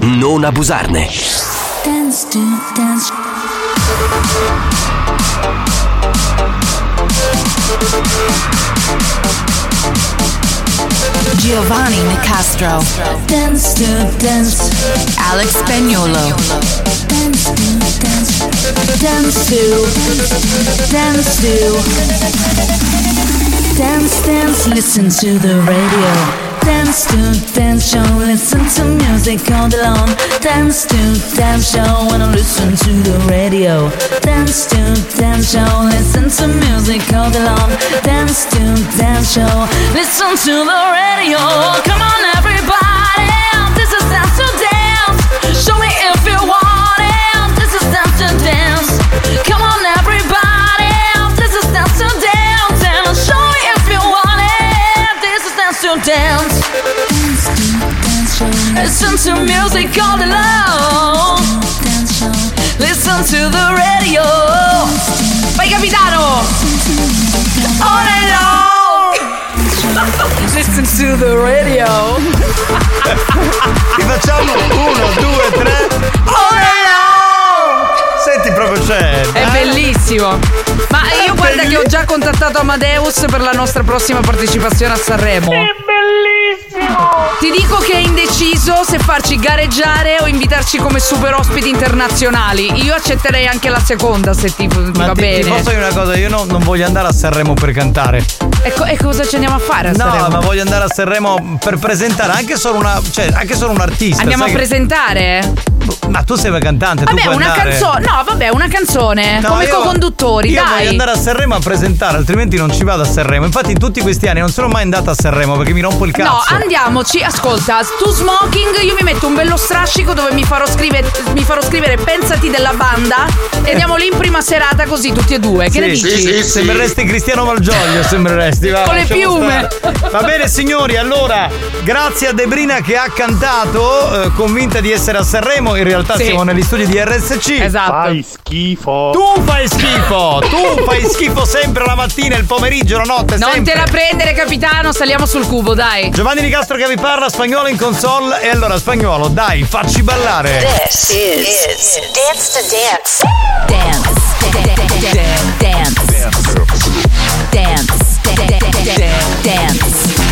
[SPEAKER 1] non abusarne.
[SPEAKER 42] Dance to dance.
[SPEAKER 18] Giovanni Nicastro. Dance to dance. Alex Spagnolo. Dance to dance. Dance to dance to dance dance. Listen to the radio. Dance to dance show. Listen to music all day long. Dance to dance show. Wanna listen to the radio. Dance to dance show. Listen to music all day long. Dance to dance show. Listen to the radio. Come on, everybody. This is dance to dance. Show me if you want it. This is dance to dance. Come on, everybody. This is dance to dance. And I'll show me if you want it. This is dance to dance. Listen to music all day long. Listen to the radio.
[SPEAKER 16] Vai capitano!
[SPEAKER 42] On and on.
[SPEAKER 16] Listen to the radio.
[SPEAKER 3] Ti facciamo uno, due, tre.
[SPEAKER 42] On and on.
[SPEAKER 3] Senti proprio cioè, c'è.
[SPEAKER 16] È bellissimo. Ma io guarda che ho già contattato Amadeus per la nostra prossima partecipazione a Sanremo. È bellissimo! Ti dico che è indeciso se farci gareggiare o invitarci come super ospiti internazionali. Io accetterei anche la seconda se ti, ti va
[SPEAKER 3] ti, ti
[SPEAKER 16] bene.
[SPEAKER 3] posso dire una cosa, io no- non voglio andare a Sanremo per cantare.
[SPEAKER 16] E, co- e cosa ci andiamo a fare a
[SPEAKER 3] No,
[SPEAKER 16] Sanremo?
[SPEAKER 3] ma voglio andare a Sanremo per presentare anche solo una. Cioè, anche solo un artista.
[SPEAKER 16] Andiamo a
[SPEAKER 3] sai che-
[SPEAKER 16] presentare?
[SPEAKER 3] Ma tu sei una cantante, tu
[SPEAKER 16] Vabbè,
[SPEAKER 3] puoi
[SPEAKER 16] una
[SPEAKER 3] andare.
[SPEAKER 16] canzone. No, vabbè, una canzone.
[SPEAKER 3] No,
[SPEAKER 16] come
[SPEAKER 3] io-
[SPEAKER 16] co-conduttori,
[SPEAKER 3] io
[SPEAKER 16] dai.
[SPEAKER 3] voglio andare a Sanremo a presentare, altrimenti non ci vado a Sanremo. Infatti, tutti questi anni non sono mai andata a Sanremo perché mi rompo il
[SPEAKER 16] No,
[SPEAKER 3] cazzo.
[SPEAKER 16] andiamoci, ascolta, tu smoking, io mi metto un bello strascico dove mi farò scrivere, mi farò scrivere pensati della banda e andiamo lì in prima serata così tutti e due. Che ne
[SPEAKER 3] Sì,
[SPEAKER 16] dici?
[SPEAKER 3] sì, sì, Sembreresti Cristiano Malgioglio, sembreresti. va,
[SPEAKER 16] Con le
[SPEAKER 3] lasciamo
[SPEAKER 16] piume.
[SPEAKER 3] stare. Va bene, signori, allora, grazie a Debrina che ha cantato, eh, convinta di essere a Sanremo. In realtà
[SPEAKER 43] Sì.
[SPEAKER 3] siamo negli studi di RSC.
[SPEAKER 43] Esatto. Fai
[SPEAKER 3] schifo. Tu fai schifo! tu fai schifo sempre la mattina, il pomeriggio, la notte,
[SPEAKER 16] Non
[SPEAKER 3] sempre.
[SPEAKER 16] te la prendere, capitano, saliamo sul cubo, dai.
[SPEAKER 3] Giovanni Di Castro che vi parla, spagnolo in console. E allora, spagnolo, dai, facci ballare.
[SPEAKER 12] This is, Dance to Dance. Dance. Dance. Dance. Dance.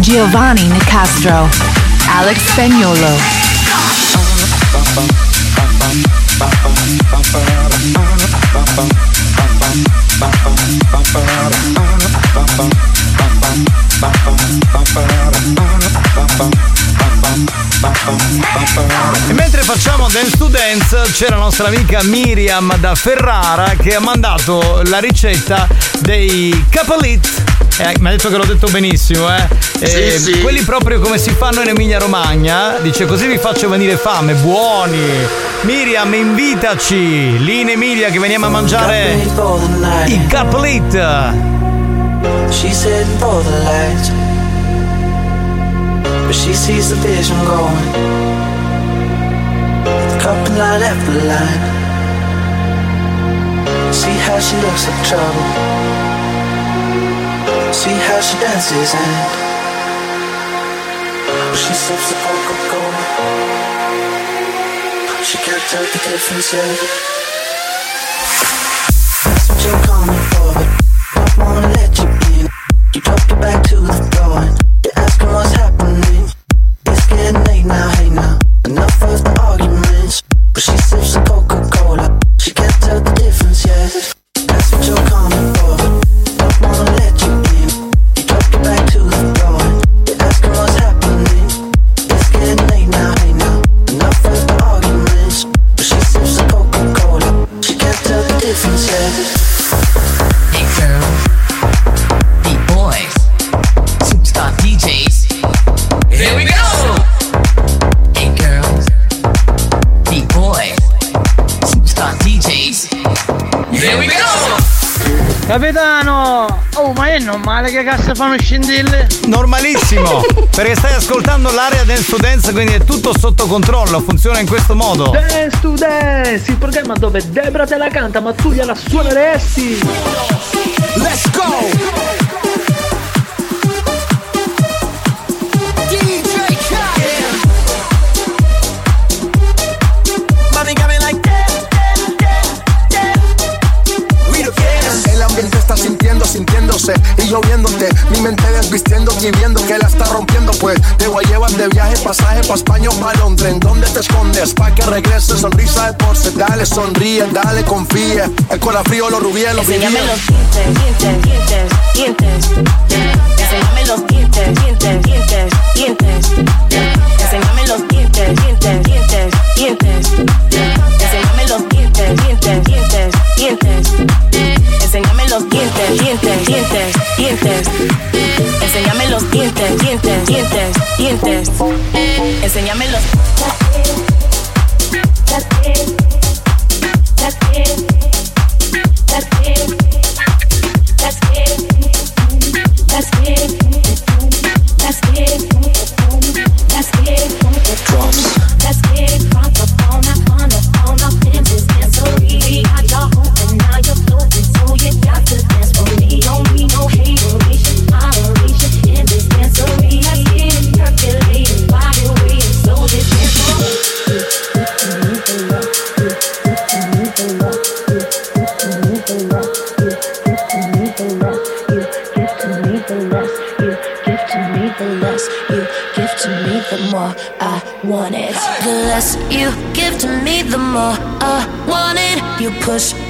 [SPEAKER 44] Giovanni Nicastro, Alex Spagnolo.
[SPEAKER 3] E mentre facciamo Dance to Dance c'è la nostra amica Miriam da Ferrara che ha mandato la ricetta dei capolit. Eh, mi ha detto che l'ho detto benissimo, eh. Eh,
[SPEAKER 45] Sì, sì.
[SPEAKER 3] Quelli proprio come si fanno in Emilia Romagna. Dice così vi faccio venire fame, buoni. Miriam, invitaci lì in Emilia che veniamo a mangiare i capolit.
[SPEAKER 6] She said for the lights But she sees the vision going The couple line after line See how she looks like trouble See how she dances and She sips the Coca-Cola She can't tell the difference yet That's what you're coming for But I wanna let you in You drop your back to the floor and You're asking what's happening It's getting late now, hey now Enough of the arguments But she sips the Coca-Cola She can't tell the difference yet That's what you're coming for But I wanna let you in You drop your back to the floor and You're asking what's happening It's getting late now, hey now Enough of the arguments But she sips the Coca-Cola She can't tell the difference yet Hey girl
[SPEAKER 13] Beat Boys, Superstar DJs. Here we go! Hey girls, Beat Boys, Superstar DJs. Here we go!
[SPEAKER 46] Capitano! Oh, ma è normale che cazzo fanno scintille?
[SPEAKER 3] Normalissimo, perché stai ascoltando l'area Dance to Dance, quindi è tutto sotto controllo, funziona in questo modo.
[SPEAKER 17] Dance to Dance, il programma dove Debra te la canta ma tu gliela suoneresti. Let's go!
[SPEAKER 4] El ambiente está sintiendo, sintiéndose y yo viéndote. Mi mente desvistiendo y viendo que la está rompiendo. Pues te voy a llevar de viaje, pasaje pa' España o pa' Londres. ¿En dónde te escondes? Pa' que regrese, sonrisa de porce. Dale, sonríe, dale, confía. El corazón frío, los rubíes, los
[SPEAKER 12] Enséñame
[SPEAKER 4] brillos.
[SPEAKER 12] los dientes, dientes, dientes, dientes. Enséñame los dientes, dientes, dientes, dientes. Enséñame los dientes, dientes, dientes, dientes. Enséñame los dientes, dientes, dientes, dientes. Enséñame los dientes, dientes, dientes, dientes. Enséñame los dientes, dientes, dientes, dientes. Enséñame los give to me the more I want it. The less you give to me, the more I want it. You push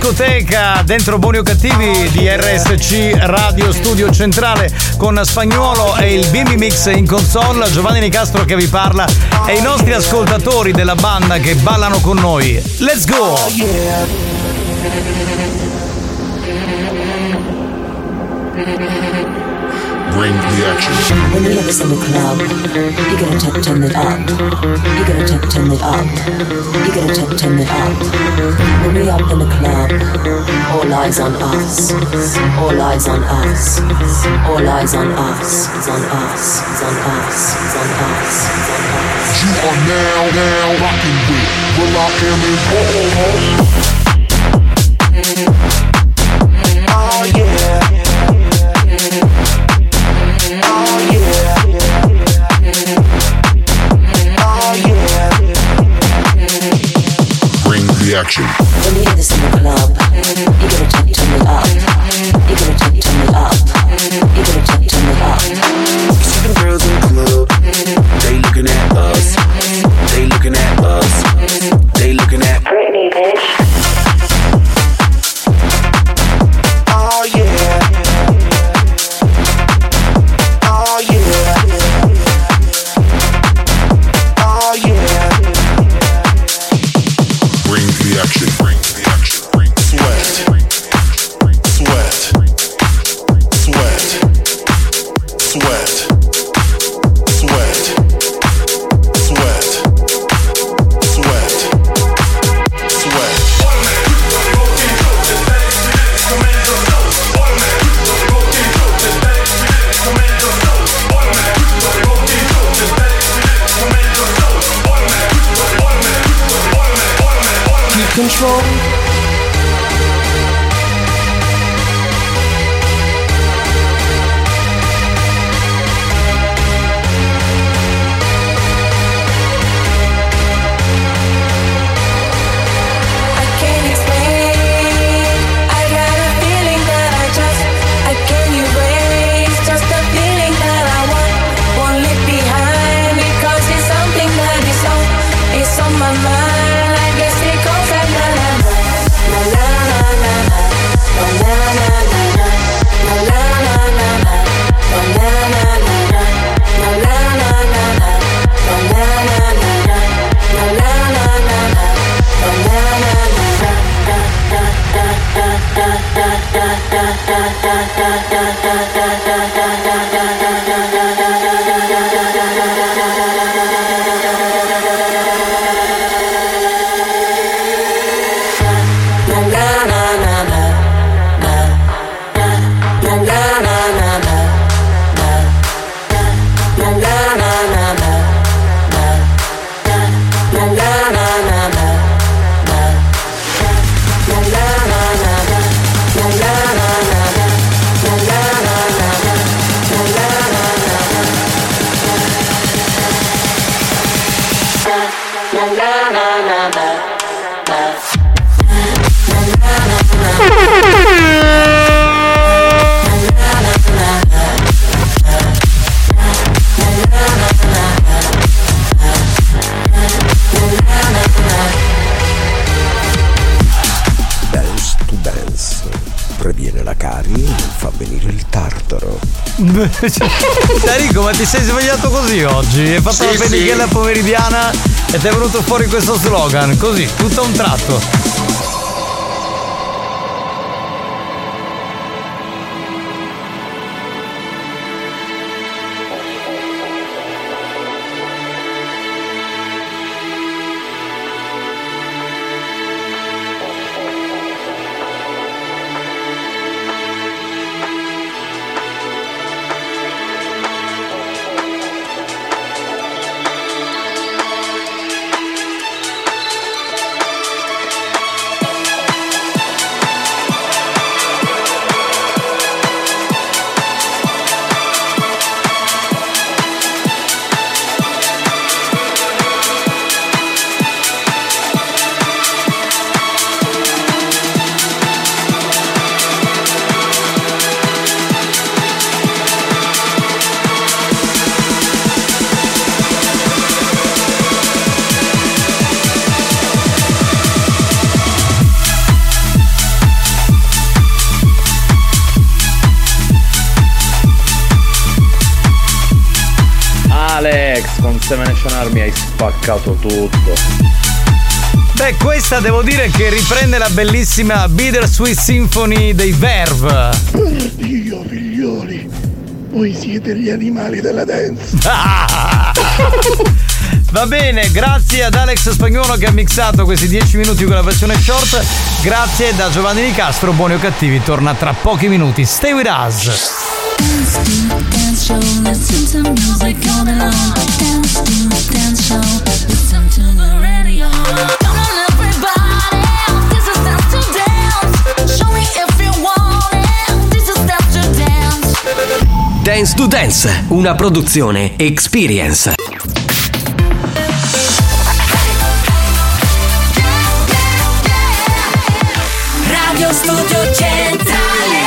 [SPEAKER 3] rubrica dentro buoni o cattivi di RSC Radio Studio Centrale con Spagnuolo e il Bimbi Mix in console, Giovanni Nicastro che vi parla e i nostri ascoltatori della banda che ballano con noi. Let's go!
[SPEAKER 35] Bring the action.
[SPEAKER 47] When the love is in the club, you gotta turn, turn it up. You gotta turn, turn it up. You gotta turn, turn it up. When we up in the club, all eyes on us. All eyes on us. All eyes on us. On us. On us. On us. On us.
[SPEAKER 35] You are now, now rocking with Will I Am in
[SPEAKER 47] Oh yeah.
[SPEAKER 35] Bring the action.
[SPEAKER 47] When you hear this in the club, you gotta turn, turn it up. You gotta turn, turn it up. You gotta turn, turn it up.
[SPEAKER 20] See the girls in the club, they looking at us. They looking at us. They looking at Britney, bitch.
[SPEAKER 47] Oh yeah. Oh yeah. Oh yeah.
[SPEAKER 35] Bring the action. Bring the action. Bring sweat. Sweat. Sweat. Sweat. Sweat. Sweat. Sweat. Sweat.
[SPEAKER 47] Keep control.
[SPEAKER 12] I can't explain. I got a feeling that I just I can't erase. Just a feeling that I want. Won't leave behind because it's something that is on. It's on my mind. I guess it goes like la la la la la la la la la la la la la la la la la la la la la la la la la la la la la la.
[SPEAKER 2] Dance to dance. Previene la carie e non fa venire il tartaro.
[SPEAKER 3] Tarico, Cioè, ma ti sei svegliato così oggi? Hai
[SPEAKER 2] Sì,
[SPEAKER 3] fatto la pennichella
[SPEAKER 2] sì.
[SPEAKER 3] pomeridiana e ti è venuto fuori questo slogan, così, tutto a un tratto.
[SPEAKER 12] Thank
[SPEAKER 4] Semination Army hai spaccato tutto.
[SPEAKER 3] Beh, questa devo dire che riprende la bellissima Bittersweet Symphony dei Verve.
[SPEAKER 9] Per Dio, figlioli, voi siete gli animali della dance.
[SPEAKER 3] Va bene, grazie ad Alex Spagnolo che ha mixato questi 10 minuti con la versione short. Grazie da Giovanni Di Castro, buoni o cattivi, torna tra pochi minuti. Stay with us.
[SPEAKER 12] Dance to dance show, listen to music all day long. Dance to dance show, listen to the radio. Come on, everybody, this is dance to dance. Show me if you want it. This is dance to dance.
[SPEAKER 1] Dance to Dance, una produzione Experience.
[SPEAKER 48] Radio Studio Centrale.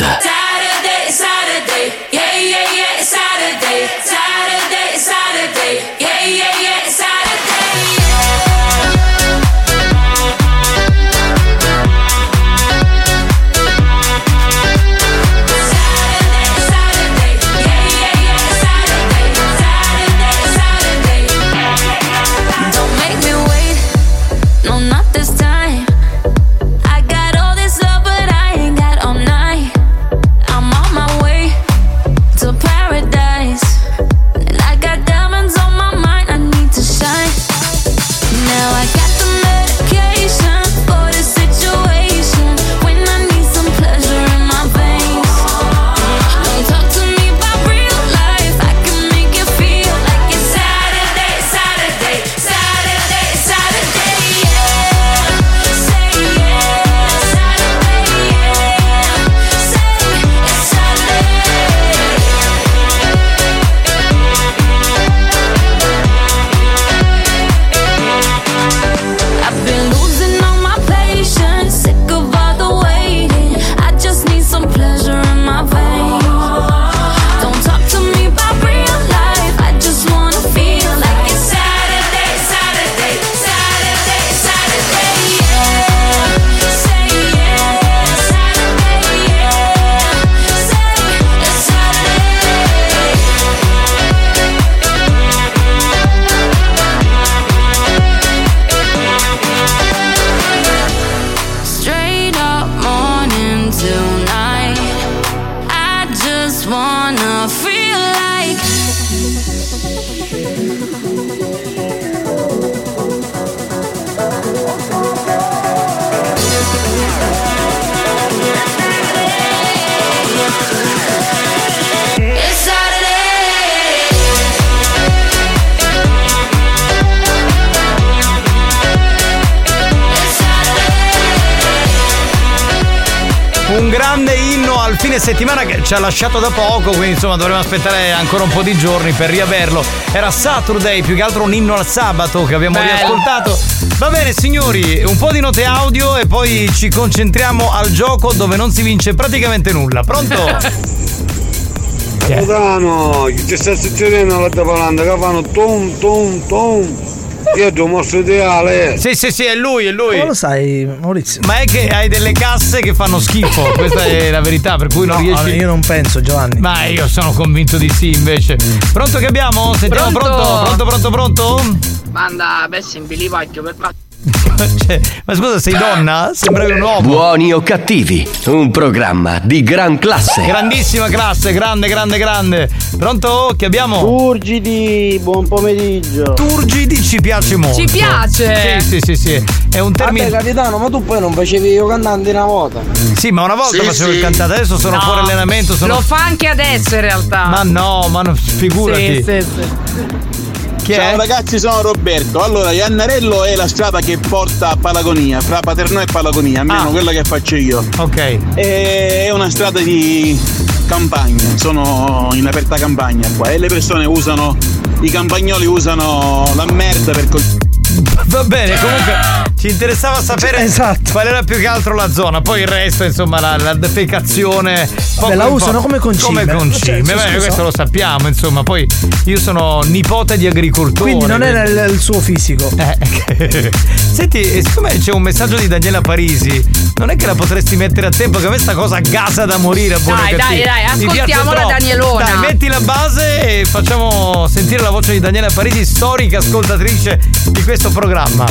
[SPEAKER 47] Saturday, Saturday, yeah, yeah, yeah, it's Saturday. Saturday, Saturday, yeah, yeah, yeah, it's Saturday. Don't make me wait, no, not this time. I got all this love, but I ain't got all night. I'm on my way to paradise. And I got diamonds on my mind, I need to shine. Now I got the medication for the situation. When I need some pleasure in my veins. Don't talk to me about real life. I can make it feel like it's Saturday, Saturday, Saturday, Saturday, yeah. Say yeah, Saturday, yeah. Say it's Saturday. I've been losing all my patience, sick of all the waiting. I just need some pleasure in my veins. Don't talk to me about real life. I just wanna feel like it's Saturday, Saturday, Saturday, Saturday, yeah. Say yeah, Saturday, yeah. Say it's Saturday. Straight up morning till night. I just wanna feel like It's Saturday.
[SPEAKER 3] Un grande inno al fine settimana che ci ha lasciato da poco, quindi insomma dovremo aspettare ancora un po' di giorni per riaverlo. Era Saturday, più che altro un inno al sabato che abbiamo
[SPEAKER 4] Bello.
[SPEAKER 3] riascoltato. Va bene signori, un po' di note audio e poi ci concentriamo al gioco dove non si vince praticamente nulla. Pronto?
[SPEAKER 4] Capitano, ci sta succedendo alla tavolanda che fanno tom tom tom. Io ti ho mosso ideale.
[SPEAKER 3] sì, sì, sì, è lui, è lui.
[SPEAKER 49] Lo sai, Maurizio.
[SPEAKER 3] Ma è che hai delle casse che fanno schifo, questa è la verità, per cui non
[SPEAKER 49] No,
[SPEAKER 3] riesci.
[SPEAKER 49] allora, io non penso, Giovanni.
[SPEAKER 3] Ma io sono convinto di sì invece. Pronto che abbiamo? Sentiamo pronto,
[SPEAKER 16] Pronto?
[SPEAKER 3] pronto, pronto. pronto?
[SPEAKER 50] Banda, bessi in bilivacchio per fa-
[SPEAKER 3] Cioè, ma scusa, sei donna? Sembravi un uomo.
[SPEAKER 1] Buoni o cattivi, un programma di gran classe.
[SPEAKER 3] Grandissima classe, grande, grande, grande. Pronto? Che abbiamo? Turgidi, buon pomeriggio. Turgidi ci piace molto.
[SPEAKER 16] Ci piace.
[SPEAKER 3] Sì, sì, sì, sì. È un termine.
[SPEAKER 17] Vabbè capitano, ma tu poi non facevi io cantante una volta.
[SPEAKER 3] Sì, ma una volta
[SPEAKER 17] Sì,
[SPEAKER 3] facevo
[SPEAKER 17] sì.
[SPEAKER 3] il cantante, adesso sono
[SPEAKER 16] No.
[SPEAKER 3] fuori allenamento, sono
[SPEAKER 16] Lo fa anche adesso in realtà.
[SPEAKER 3] Ma no, ma no, figurati.
[SPEAKER 16] Sì, sì, sì.
[SPEAKER 27] Ciao ragazzi, sono Roberto. Allora, Iannarello è la strada che porta a Palagonia, fra Paternò e Palagonia,
[SPEAKER 6] Ah.
[SPEAKER 27] almeno quella che faccio io.
[SPEAKER 3] Ok.
[SPEAKER 27] È una strada di campagna, sono in aperta campagna qua e le persone usano, i campagnoli usano la merda per col-
[SPEAKER 3] Va bene, comunque ci Ci interessava sapere
[SPEAKER 17] esatto.
[SPEAKER 3] qual era più che altro la zona, poi il resto, insomma, la, la defecazione. poco
[SPEAKER 17] la
[SPEAKER 3] importa.
[SPEAKER 17] usano come concime.
[SPEAKER 3] Come concime,
[SPEAKER 17] Cioè,
[SPEAKER 3] beh,
[SPEAKER 17] scusa.
[SPEAKER 3] questo lo sappiamo, insomma. Poi io sono nipote di agricoltori.
[SPEAKER 17] Quindi non era il, il suo fisico.
[SPEAKER 3] Eh, Senti, e siccome c'è un messaggio di Daniela Parisi, non è che la potresti mettere a tempo, che a me sta cosa gasa da morire. a buoni o
[SPEAKER 16] Dai,
[SPEAKER 3] cattivi.
[SPEAKER 16] dai, dai,
[SPEAKER 3] Mi piace
[SPEAKER 16] ascoltiamola
[SPEAKER 3] troppo.
[SPEAKER 16] Danielona.
[SPEAKER 3] Dai, metti la base e facciamo sentire la voce di Daniela Parisi, storica ascoltatrice di questo programma.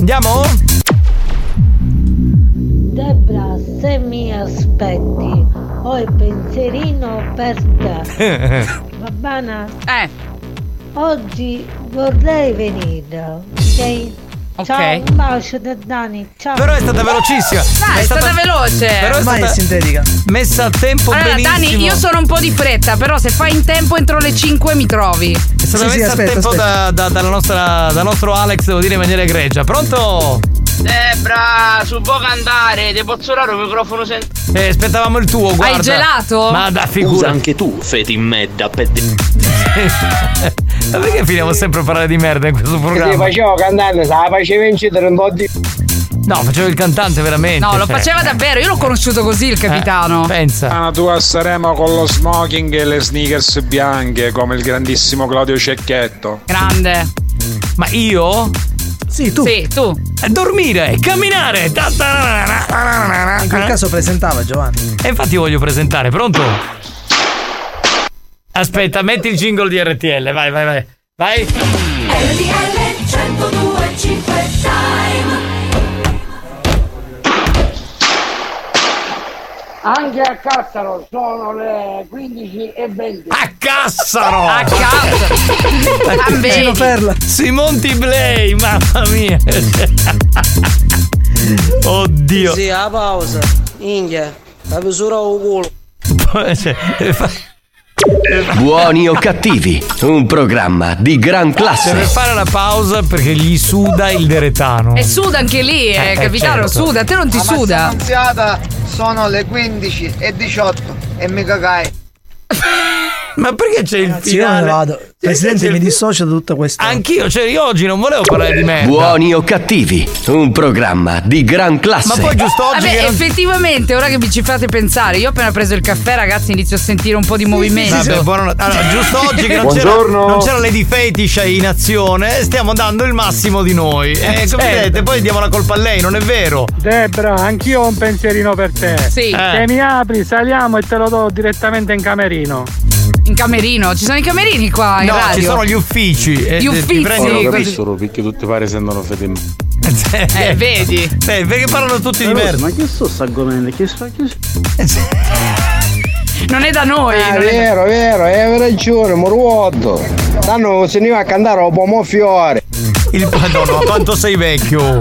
[SPEAKER 3] Andiamo?
[SPEAKER 32] Debra, se mi aspetti, ho il pensierino per te. Va bene?
[SPEAKER 16] Eh.
[SPEAKER 32] Oggi vorrei venire. Ok?
[SPEAKER 16] Ok.
[SPEAKER 32] Ciao, un bacio da Dani. Ciao.
[SPEAKER 3] Però è stata velocissima.
[SPEAKER 16] Dai, è stata veloce.
[SPEAKER 3] Però è
[SPEAKER 16] Ormai
[SPEAKER 3] stata
[SPEAKER 16] è
[SPEAKER 17] sintetica.
[SPEAKER 3] Messa a tempo
[SPEAKER 16] Allora,
[SPEAKER 3] benissimo.
[SPEAKER 16] Dani, io sono un po' di fretta, però se fai in tempo entro le 5 mi trovi.
[SPEAKER 3] È stata messa a tempo da- da- dalla nostra- dal nostro Alex, devo dire in maniera egregia. Pronto?
[SPEAKER 35] Debra, su può andare, ti posso dare un microfono senza.
[SPEAKER 3] Eh, aspettavamo il tuo, guarda. Ma da
[SPEAKER 36] Usa
[SPEAKER 3] figura.
[SPEAKER 36] anche tu, feti in me da ped-
[SPEAKER 3] Ma perché finiamo sempre a parlare di merda in questo
[SPEAKER 4] Ti
[SPEAKER 3] programma?
[SPEAKER 4] facevo cantare, se la facevi incidere un po' di.
[SPEAKER 3] No, facevo il cantante veramente.
[SPEAKER 16] No, lo
[SPEAKER 3] cioè. Eh,
[SPEAKER 16] faceva davvero, io l'ho conosciuto così il capitano.
[SPEAKER 3] pensa.
[SPEAKER 28] Ah, tu a Saremo con lo smoking e le sneakers bianche come il grandissimo Claudio Cecchetto.
[SPEAKER 16] Grande.
[SPEAKER 3] Ma io?
[SPEAKER 17] Sì, tu.
[SPEAKER 16] Sì, tu.
[SPEAKER 3] Eh, Dormire, camminare. ta- ta- ra- ra- ra- ra- ra- ra-
[SPEAKER 17] In quel caso presentava Giovanni.
[SPEAKER 3] E infatti io voglio presentare, pronto? Aspetta, metti il jingle di RTL, vai, vai, vai. Vai.
[SPEAKER 12] RTL 1025 Time
[SPEAKER 4] Anche a Cassaro sono le 15 e 20.
[SPEAKER 3] A Cassaro!
[SPEAKER 4] A Cassaro!
[SPEAKER 17] Gino Perla.
[SPEAKER 3] Simonti Blay, mamma mia. Oddio.
[SPEAKER 31] Sì, a pausa. Inghia, la misura o culo.
[SPEAKER 3] cioè,
[SPEAKER 1] Buoni o cattivi, un programma di gran classe.
[SPEAKER 3] Deve Cioè, fare la pausa perché gli suda il deretano.
[SPEAKER 16] E suda anche lì, eh,
[SPEAKER 3] Eh,
[SPEAKER 16] capitano,
[SPEAKER 3] certo.
[SPEAKER 16] suda, a te non ti suda.
[SPEAKER 37] Annunziata sono le 15 e 18 e mica cai.
[SPEAKER 3] Ma perché c'è il
[SPEAKER 17] Sì, io me ne vado. Presidente, mi dissocio da tutta questa.
[SPEAKER 3] Anch'io, cioè io oggi non volevo parlare di merda.
[SPEAKER 1] Buoni o cattivi, un programma di gran classe.
[SPEAKER 3] Ma poi giusto oggi
[SPEAKER 16] Vabbè,
[SPEAKER 3] che non-
[SPEAKER 16] effettivamente, ora che vi ci fate pensare, io ho appena preso il caffè, ragazzi, inizio a sentire un po' di movimento.
[SPEAKER 3] Vabbè, buona- allora, giusto oggi che non c'era,
[SPEAKER 16] Buongiorno.
[SPEAKER 3] non c'era Lady Fetish in azione, stiamo dando il massimo di noi.
[SPEAKER 16] Eh,
[SPEAKER 3] E
[SPEAKER 6] Certo.
[SPEAKER 3] eh, come vedete, poi diamo la colpa a lei, non è vero?
[SPEAKER 6] Debra, anch'io ho un pensierino per te.
[SPEAKER 16] Sì.
[SPEAKER 6] Se
[SPEAKER 16] Eh.
[SPEAKER 6] mi apri, saliamo e te lo do direttamente in camerino.
[SPEAKER 16] In camerino, ci sono i camerini qua Ah, in
[SPEAKER 6] No, ci
[SPEAKER 16] radio.
[SPEAKER 6] sono gli eh,
[SPEAKER 3] uffici.
[SPEAKER 16] Gli uffizi.
[SPEAKER 6] Ora
[SPEAKER 16] così.
[SPEAKER 6] capisco solo perché tutti pare sembrano fede.
[SPEAKER 16] Eh, vedi.
[SPEAKER 3] Cioè, Eh, perché parlano tutti di
[SPEAKER 6] Però,
[SPEAKER 3] merda.
[SPEAKER 6] Ma che sto sta argomento? Che sto che
[SPEAKER 3] Eh,
[SPEAKER 16] Non è da noi.
[SPEAKER 4] Ah,
[SPEAKER 16] non è da-
[SPEAKER 4] vero, vero, è ragione, moruotto. Tanto se ne va a cantare un po' fiore.
[SPEAKER 3] Il Madonna, ma quanto sei vecchio!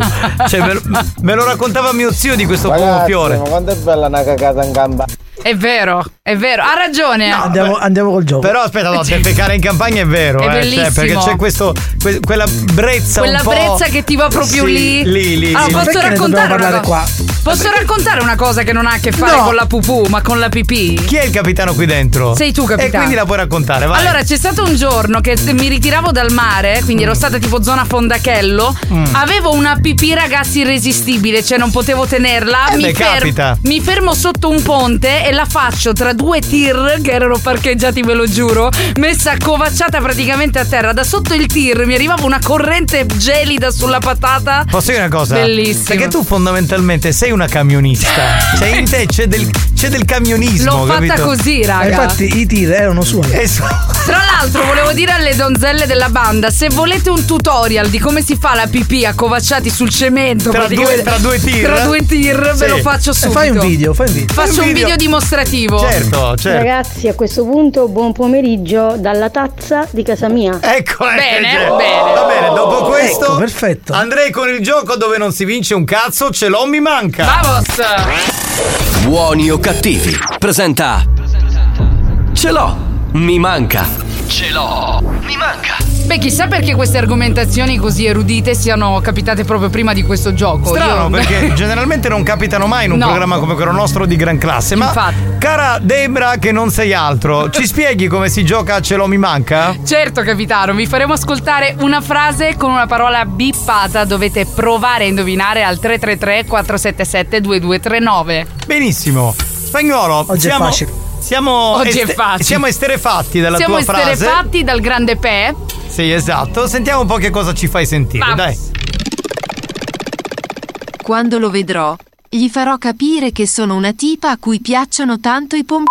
[SPEAKER 3] Cioè, me, lo- me lo raccontava mio zio di questo pomo
[SPEAKER 4] Ma
[SPEAKER 3] fiore.
[SPEAKER 4] quanto è bella una cagata in gamba.
[SPEAKER 16] È vero, è vero, ha ragione.
[SPEAKER 17] Andiamo, andiamo col gioco.
[SPEAKER 3] Però aspetta, no, defecare in campagna è vero,
[SPEAKER 16] Cioè, È
[SPEAKER 3] eh, cioè,
[SPEAKER 16] bellissimo.
[SPEAKER 3] perché c'è questo, que- quella brezza
[SPEAKER 16] Quella
[SPEAKER 3] un po'-
[SPEAKER 16] brezza che ti va proprio
[SPEAKER 3] Sì,
[SPEAKER 16] lì.
[SPEAKER 3] Lì, lì.
[SPEAKER 16] Ah,
[SPEAKER 3] lì.
[SPEAKER 16] posso raccontare una cosa? Posso raccontare una cosa che non ha a che fare
[SPEAKER 3] No.
[SPEAKER 16] con la pupù, ma con la pipì?
[SPEAKER 3] Chi è il capitano qui dentro?
[SPEAKER 16] Sei tu,
[SPEAKER 3] E
[SPEAKER 16] capitano.
[SPEAKER 3] quindi la puoi raccontare, vai.
[SPEAKER 16] Allora, c'è stato un giorno che mi ritiravo dal mare, quindi ero stata tipo zona fondachello.
[SPEAKER 3] Mm.
[SPEAKER 16] Avevo una pipì, ragazzi, irresistibile, cioè non potevo tenerla.
[SPEAKER 3] Eh beh, capita.
[SPEAKER 16] mi fermo sotto un ponte e la faccio tra due tir che erano parcheggiati, ve lo giuro, messa covacciata praticamente a terra. Da sotto il tir mi arrivava una corrente gelida sulla patata.
[SPEAKER 3] Posso dire una cosa?
[SPEAKER 16] Bellissimo.
[SPEAKER 3] Perché tu fondamentalmente sei una camionista. Cioè in te c'è del, c'è del camionismo.
[SPEAKER 16] L'ho fatta
[SPEAKER 3] capito? Eh,
[SPEAKER 16] così, raga.
[SPEAKER 17] Eh, Infatti, i tir erano suoi.
[SPEAKER 16] Tra l'altro volevo dire alle donzelle della banda Se volete un tutorial di come si fa la pipì accovacciati sul cemento
[SPEAKER 17] Tra due-
[SPEAKER 16] praticamente-
[SPEAKER 17] tra due tir?
[SPEAKER 16] Tra due tir
[SPEAKER 17] Sì.
[SPEAKER 16] ve lo faccio
[SPEAKER 17] E
[SPEAKER 16] subito
[SPEAKER 17] Eh, fai un video, fai un video.
[SPEAKER 16] Faccio
[SPEAKER 17] Fai
[SPEAKER 16] un
[SPEAKER 17] un
[SPEAKER 16] video,
[SPEAKER 17] video.
[SPEAKER 16] dimostrativo
[SPEAKER 3] Certo,
[SPEAKER 51] Ragazzi, a questo punto buon pomeriggio dalla tazza di casa mia.
[SPEAKER 3] Ecco,
[SPEAKER 16] Bene,
[SPEAKER 3] bene. Va bene, dopo questo
[SPEAKER 17] Ecco, perfetto.
[SPEAKER 3] andrei con il gioco dove non si vince un cazzo, ce l'ho, mi manca.
[SPEAKER 1] Buoni o cattivi, presenta. Ce l'ho, mi manca.
[SPEAKER 13] Ce l'ho! Mi manca!
[SPEAKER 16] Beh, chissà perché queste argomentazioni così erudite siano capitate proprio prima di questo gioco.
[SPEAKER 3] Strano,
[SPEAKER 16] Io-
[SPEAKER 3] perché generalmente non capitano mai in un
[SPEAKER 16] No.
[SPEAKER 3] programma come quello nostro di gran classe. Ma cara Debra, che non sei altro, ci spieghi come si gioca a Ce l'ho mi manca?
[SPEAKER 16] Certo, capitano, vi faremo ascoltare una frase con una parola bippata. Dovete provare a indovinare al 333-477-2239.
[SPEAKER 3] Benissimo. Spagnolo,
[SPEAKER 16] Oggi è
[SPEAKER 3] siamo,
[SPEAKER 16] facile.
[SPEAKER 3] siamo,
[SPEAKER 16] Oggi è
[SPEAKER 3] est-
[SPEAKER 16] facile.
[SPEAKER 3] siamo esterefatti dalla
[SPEAKER 16] Siamo
[SPEAKER 3] tua frase.
[SPEAKER 16] esterefatti dal grande Pe.
[SPEAKER 3] Sì, esatto. Sentiamo un po' che cosa ci fai sentire, dai.
[SPEAKER 10] Quando lo vedrò, gli farò capire che sono una tipa a cui piacciono tanto i pom...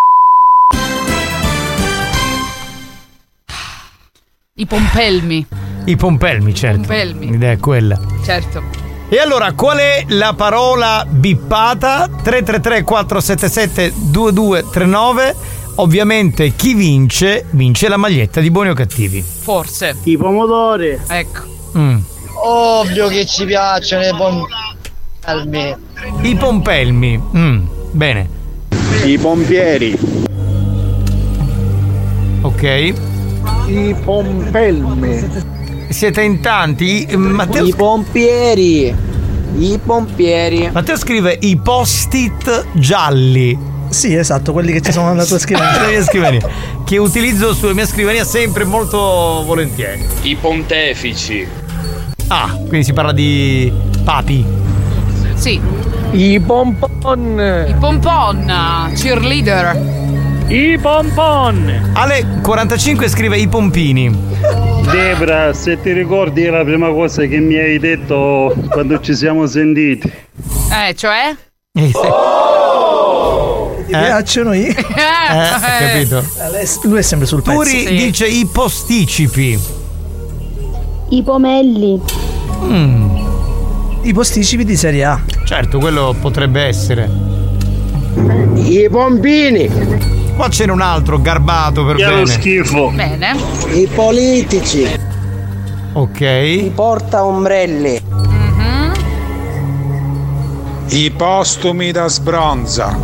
[SPEAKER 16] I pompelmi.
[SPEAKER 3] I pompelmi, certo.
[SPEAKER 16] Pompelmi.
[SPEAKER 3] L'idea è quella.
[SPEAKER 16] Certo.
[SPEAKER 3] E allora, qual è la parola bippata? 333-477-2239. Ovviamente chi vince, vince la maglietta di buoni o cattivi.
[SPEAKER 16] Forse.
[SPEAKER 18] I pomodori.
[SPEAKER 16] Ecco.
[SPEAKER 3] Mm.
[SPEAKER 18] Ovvio che ci piacciono i pomodori.
[SPEAKER 3] I pompelmi. Mm, Bene.
[SPEAKER 27] I pompieri.
[SPEAKER 3] Ok.
[SPEAKER 18] I pompelmi.
[SPEAKER 3] Siete in tanti. I- Matteo... I
[SPEAKER 18] pompieri. I pompieri.
[SPEAKER 3] Matteo scrive i post-it gialli.
[SPEAKER 17] Sì, esatto, quelli che ci sono nella tua scrivania.
[SPEAKER 3] Sulla mia scrivania. Che utilizzo sulla mia scrivania sempre molto volentieri.
[SPEAKER 36] I pontefici.
[SPEAKER 3] Ah, quindi si parla di papi.
[SPEAKER 16] Sì.
[SPEAKER 3] I pompon.
[SPEAKER 16] I pompon, cheerleader.
[SPEAKER 3] I pompon. Ale 45 scrive i pompini.
[SPEAKER 9] Debra, se ti ricordi è la prima cosa che mi hai detto quando ci siamo sentiti.
[SPEAKER 16] Eh, cioè?
[SPEAKER 17] Ti piacciono i.
[SPEAKER 16] Eh,
[SPEAKER 3] Eh, capito.
[SPEAKER 17] Eh, Lui è sempre sul pezzo.
[SPEAKER 3] Turi dice i posticipi.
[SPEAKER 51] I pomelli.
[SPEAKER 17] Mm. I posticipi di serie A.
[SPEAKER 3] Certo, quello potrebbe essere. I pompini. Qua c'era un altro garbato per
[SPEAKER 9] Che è
[SPEAKER 3] bene.
[SPEAKER 9] lo schifo.
[SPEAKER 16] Bene.
[SPEAKER 31] I politici.
[SPEAKER 3] Ok. I
[SPEAKER 31] porta ombrelli.
[SPEAKER 28] Mm-hmm. I postumi da sbronza.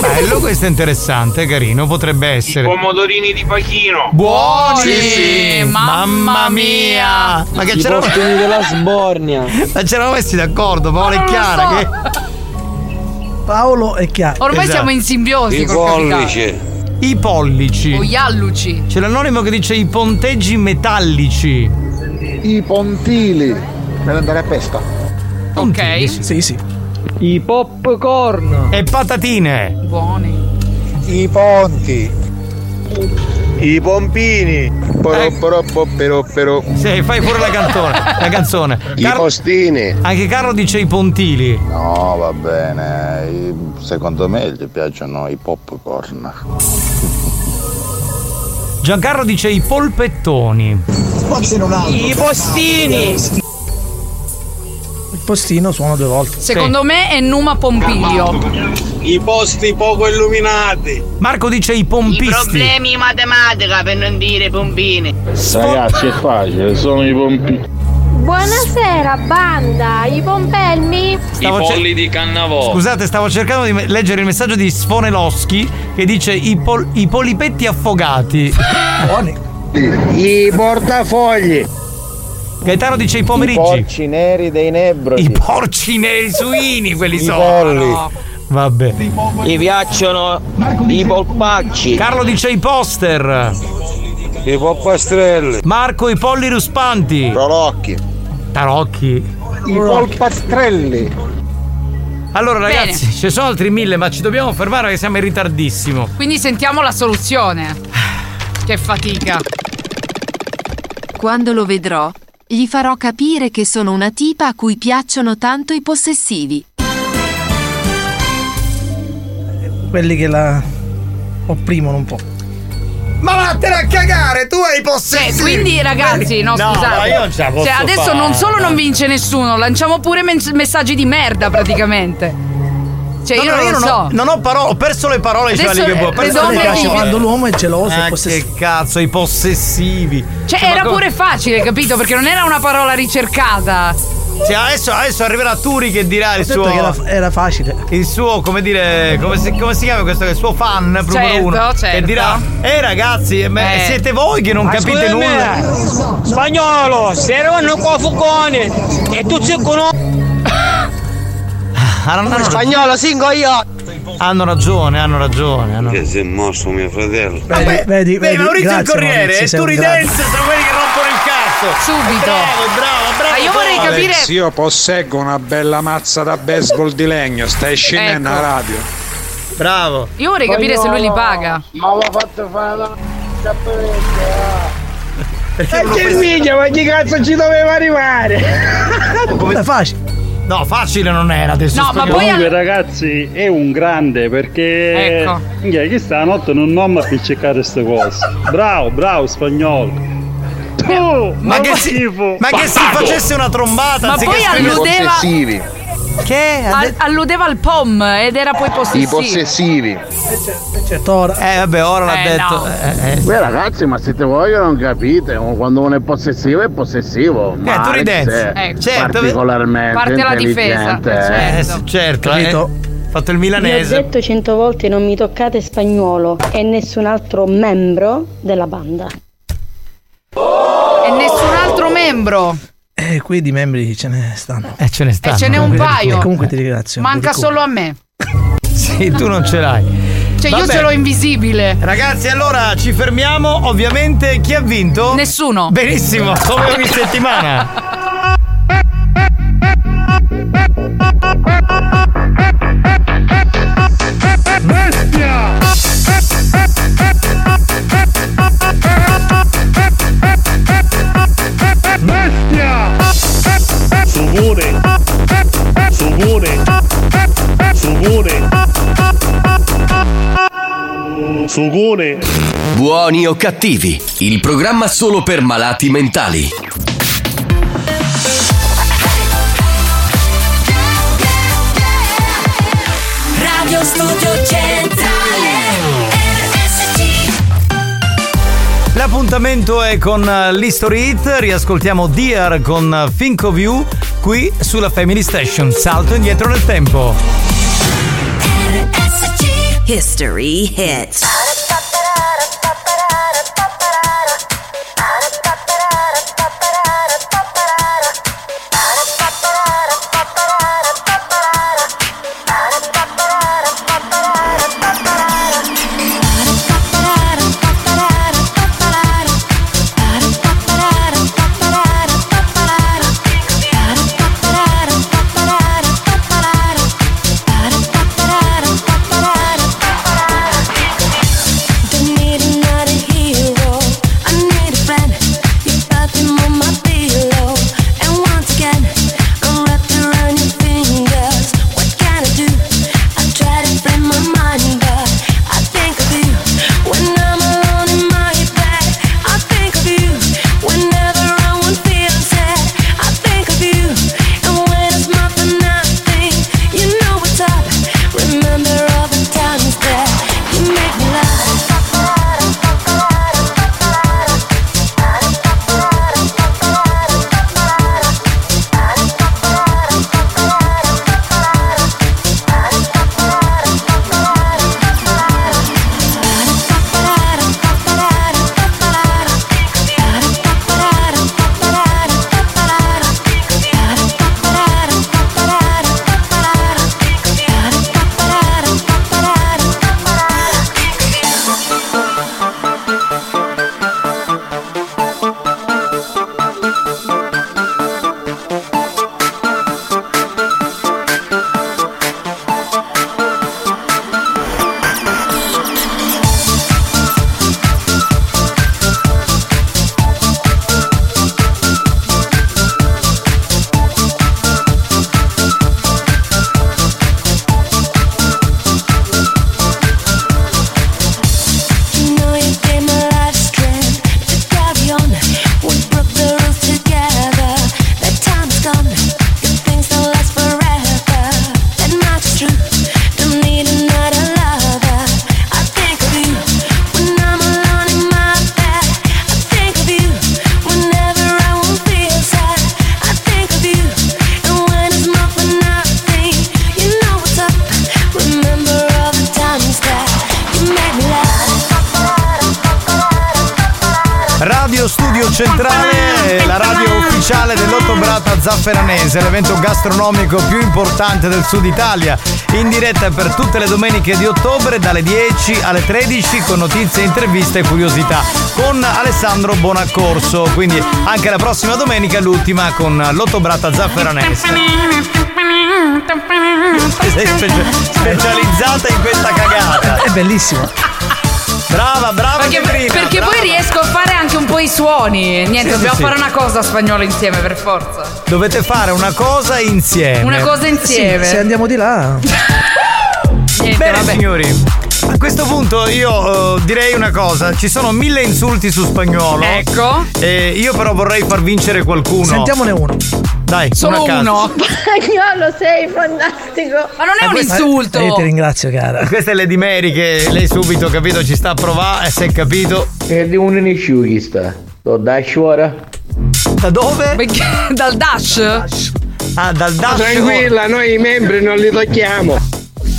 [SPEAKER 3] Bello, questo è interessante, carino, potrebbe essere.
[SPEAKER 27] Pomodorini di Pachino.
[SPEAKER 3] Buoni!
[SPEAKER 27] Sì,
[SPEAKER 3] mamma mia! Ma che c'erano
[SPEAKER 27] della Sbornia.
[SPEAKER 3] Ma c'eravamo messi d'accordo, Paola e
[SPEAKER 17] non lo
[SPEAKER 3] Chiara
[SPEAKER 17] so.
[SPEAKER 3] che Esatto.
[SPEAKER 17] Paolo e Chiara.
[SPEAKER 16] Ormai siamo in simbiosi col capitano.
[SPEAKER 3] I pollici.
[SPEAKER 16] O gli alluci.
[SPEAKER 3] C'è l'anonimo che dice i ponteggi metallici.
[SPEAKER 18] I pontili. Per andare a pesca.
[SPEAKER 16] Ok.
[SPEAKER 17] Sì, sì.
[SPEAKER 18] I popcorn.
[SPEAKER 3] E patatine.
[SPEAKER 16] Buoni.
[SPEAKER 18] I ponti. I pompini. Però, però, però, però.
[SPEAKER 3] Ecco. Sì, fai pure la canzone. la canzone.
[SPEAKER 18] I
[SPEAKER 3] postini. Anche Carlo dice i pontili.
[SPEAKER 19] No, va bene. I- Secondo me gli piacciono i popcorn.
[SPEAKER 3] Giancarlo dice i polpettoni.
[SPEAKER 31] I postini.
[SPEAKER 17] Il postino suona due volte.
[SPEAKER 16] Secondo me è Numa Pompiglio.
[SPEAKER 27] I posti poco illuminati.
[SPEAKER 3] Marco dice i
[SPEAKER 35] in matematica per non dire pompini.
[SPEAKER 19] Ragazzi, è facile, sono i pompi.
[SPEAKER 29] Buonasera banda, i pompelmi?
[SPEAKER 3] Stavo
[SPEAKER 36] I
[SPEAKER 3] cer-
[SPEAKER 36] polli di cannavò.
[SPEAKER 3] Scusate, stavo cercando di me- leggere il messaggio di Sfoneloschi che dice i, pol- i polipetti affogati.
[SPEAKER 18] I portafogli.
[SPEAKER 3] Gaetano dice i pomeriggi.
[SPEAKER 18] I porci neri dei nebrodi.
[SPEAKER 3] I porci nei suini, quelli
[SPEAKER 18] I
[SPEAKER 3] sono.
[SPEAKER 18] polli.
[SPEAKER 3] no. Vabbè.
[SPEAKER 18] Gli piacciono i polpacci.
[SPEAKER 3] Carlo dice i poster. I poppastrelli. Marco i polli ruspanti. Tarocchi. Tarocchi.
[SPEAKER 18] I polpastrelli.
[SPEAKER 3] Allora
[SPEAKER 16] Bene.
[SPEAKER 3] ragazzi, ci sono altri mille, ma ci dobbiamo fermare che siamo in ritardissimo.
[SPEAKER 16] Quindi sentiamo la soluzione. Che fatica.
[SPEAKER 10] Quando lo vedrò, gli farò capire che sono una tipa a cui piacciono tanto i possessivi.
[SPEAKER 17] Quelli che la opprimono un po'.
[SPEAKER 3] Ma vattene a cagare, tu hai
[SPEAKER 16] possessivi. Cioè, quindi ragazzi, no,
[SPEAKER 17] No,
[SPEAKER 16] scusate.
[SPEAKER 17] ma io non ce la posso
[SPEAKER 16] Cioè, adesso
[SPEAKER 17] fare.
[SPEAKER 16] non solo non vince nessuno, lanciamo pure mens- messaggi di merda praticamente. Cioè,
[SPEAKER 3] No,
[SPEAKER 16] io
[SPEAKER 3] no,
[SPEAKER 16] non
[SPEAKER 3] io
[SPEAKER 16] lo
[SPEAKER 3] non
[SPEAKER 16] so.
[SPEAKER 3] ho- non ho parole, ho perso le parole,
[SPEAKER 16] Adesso
[SPEAKER 3] Giovanni, che
[SPEAKER 16] le-
[SPEAKER 3] può. ho
[SPEAKER 16] le
[SPEAKER 3] perso
[SPEAKER 16] donne
[SPEAKER 3] le parole.
[SPEAKER 16] vive. Quando
[SPEAKER 17] l'uomo è geloso
[SPEAKER 16] è
[SPEAKER 3] Ah, che cazzo, i possessivi.
[SPEAKER 16] Cioè,
[SPEAKER 3] ma
[SPEAKER 16] era
[SPEAKER 3] come-
[SPEAKER 16] pure facile, capito? Perché non era una parola ricercata.
[SPEAKER 3] Sì, adesso, adesso arriverà Turi che dirà il
[SPEAKER 17] detto
[SPEAKER 3] suo.
[SPEAKER 17] che era-
[SPEAKER 3] facile. Il suo, come dire, come si, come si chiama questo? Il suo fan numero
[SPEAKER 17] Certo,
[SPEAKER 3] uno. Che
[SPEAKER 17] certo.
[SPEAKER 3] dirà: Eh ragazzi, eh, beh,
[SPEAKER 17] Eh.
[SPEAKER 3] siete voi che non
[SPEAKER 17] Ma
[SPEAKER 3] capite
[SPEAKER 17] scusami, eh.
[SPEAKER 3] nulla.
[SPEAKER 31] Spagnolo, se non qua fucone e tu sei
[SPEAKER 3] Ah, Spagnolo, singo io! Hanno ragione, hanno ragione. Hanno... Che si è mosso mio fratello.
[SPEAKER 17] Vedi,
[SPEAKER 3] Beh,
[SPEAKER 17] vedi, vedi,
[SPEAKER 3] Maurizio il
[SPEAKER 17] grazie,
[SPEAKER 3] Corriere, eh,
[SPEAKER 17] Maurizio,
[SPEAKER 3] e
[SPEAKER 17] sei un
[SPEAKER 3] Turi
[SPEAKER 17] grande.
[SPEAKER 3] Dance sono quelli che rompono il cazzo.
[SPEAKER 16] Subito.
[SPEAKER 3] Bravo, bravo, bravo.
[SPEAKER 16] Ma io vorrei
[SPEAKER 3] Paolo.
[SPEAKER 16] capire-
[SPEAKER 28] Alex, io posseggo una bella mazza da baseball di legno, stai scendendo
[SPEAKER 16] Ecco.
[SPEAKER 28] a radio.
[SPEAKER 3] Bravo.
[SPEAKER 16] Io vorrei capire se lui li paga.
[SPEAKER 31] Ma l'ho fatto fare la
[SPEAKER 3] Perché
[SPEAKER 31] non lo ma chi cazzo ci doveva arrivare?
[SPEAKER 3] Come facile? No, facile non era adesso. sto chiamando.
[SPEAKER 9] comunque ragazzi è un grande perché
[SPEAKER 3] Ecco.
[SPEAKER 9] minchia, chi stanotte non nomma a cercare queste cose bravo bravo spagnolo Tu,
[SPEAKER 3] Ma che, si, ma che si
[SPEAKER 9] Bastardo.
[SPEAKER 3] facesse una trombata
[SPEAKER 16] Ma
[SPEAKER 3] anziché
[SPEAKER 16] poi
[SPEAKER 3] scrivere-
[SPEAKER 16] alludeva- Possessivi.
[SPEAKER 3] Che?
[SPEAKER 16] Al- alludeva al POM ed era poi
[SPEAKER 19] I
[SPEAKER 16] possessivo.
[SPEAKER 19] possessivi.
[SPEAKER 3] Certo, ora. Eh vabbè, ora l'ha
[SPEAKER 16] Eh,
[SPEAKER 3] detto.
[SPEAKER 16] no.
[SPEAKER 3] Eh, eh.
[SPEAKER 19] Beh ragazzi, ma siete voi che non capite, quando uno è possessivo è possessivo. Ma
[SPEAKER 3] tu
[SPEAKER 19] Alex
[SPEAKER 3] ridenzi.
[SPEAKER 19] è
[SPEAKER 3] Eh, certo.
[SPEAKER 19] particolarmente
[SPEAKER 16] Parte la difesa,
[SPEAKER 19] intelligente.
[SPEAKER 16] eh,
[SPEAKER 3] certo. certo Capito? Fatto il
[SPEAKER 51] Vi ho
[SPEAKER 3] milanese.
[SPEAKER 51] detto cento volte non mi toccate spagnolo e nessun altro membro della banda.
[SPEAKER 16] E nessun altro membro.
[SPEAKER 17] Eh, qui di membri ce ne stanno.
[SPEAKER 3] Eh, ce ne stanno.
[SPEAKER 16] ce n'è un
[SPEAKER 17] Comunque-
[SPEAKER 16] paio.
[SPEAKER 17] Comunque ti ringrazio.
[SPEAKER 16] Manca solo a me.
[SPEAKER 3] Sì, tu non ce l'hai.
[SPEAKER 16] Cioè, io
[SPEAKER 3] Vabbè.
[SPEAKER 16] ce l'ho invisibile.
[SPEAKER 3] Ragazzi, allora ci fermiamo. Ovviamente chi ha vinto?
[SPEAKER 16] Nessuno.
[SPEAKER 3] Benissimo, come ogni settimana.
[SPEAKER 12] Bestia! Bestia! Subone! Subone! Subone! Sugone!
[SPEAKER 1] Buoni o cattivi, il programma solo per malati mentali.
[SPEAKER 12] Radio Studio Centrale RSC
[SPEAKER 3] L'appuntamento è con eh, l'History Hit. Riascoltiamo Dear con eh, Think of You qui sulla Family Station. Salto indietro nel tempo.
[SPEAKER 26] History hits.
[SPEAKER 12] Thank you.
[SPEAKER 3] Centrale, la radio ufficiale dell'Ottobrata Zafferanese, l'evento gastronomico più importante del sud Italia. In diretta per tutte le domeniche di ottobre dalle 10 alle 13 con notizie, interviste e curiosità con Alessandro Bonaccorso. Quindi anche la prossima domenica, l'ultima con l'Ottobrata Zafferanese. Sei specia- specializzata in questa cagata.
[SPEAKER 17] È bellissimo.
[SPEAKER 3] Brava, brava
[SPEAKER 16] Perché,
[SPEAKER 3] Sabrina,
[SPEAKER 16] perché
[SPEAKER 3] brava.
[SPEAKER 16] poi riesco a fare anche un po' i suoni. Niente,
[SPEAKER 3] Sì,
[SPEAKER 16] dobbiamo
[SPEAKER 3] sì, sì.
[SPEAKER 16] fare una cosa a spagnolo insieme, per forza.
[SPEAKER 3] Dovete fare una cosa insieme.
[SPEAKER 16] Una cosa insieme.
[SPEAKER 17] Sì, se andiamo di là.
[SPEAKER 16] Niente,
[SPEAKER 3] Bene, signori. A questo punto io eh, direi una cosa, ci sono mille insulti su spagnolo.
[SPEAKER 16] Ecco.
[SPEAKER 3] E io però vorrei far vincere qualcuno.
[SPEAKER 17] Sentiamone uno.
[SPEAKER 3] Dai,
[SPEAKER 17] Solo
[SPEAKER 3] uno. a caso.
[SPEAKER 17] uno.
[SPEAKER 29] Spagnolo sei fantastico.
[SPEAKER 16] Ma non
[SPEAKER 3] è un questo- insulto.
[SPEAKER 17] eh, Io ti ringrazio, cara.
[SPEAKER 3] Questa è Lady Mary che lei subito, capito, ci sta a provare, eh, se è capito.
[SPEAKER 32] E di un inisciu chi sta? Lo dasci ora?
[SPEAKER 3] Da dove?
[SPEAKER 16] Perché- dal dash?
[SPEAKER 3] Ah, dal dash.
[SPEAKER 32] Tranquilla, noi i membri non li tocchiamo.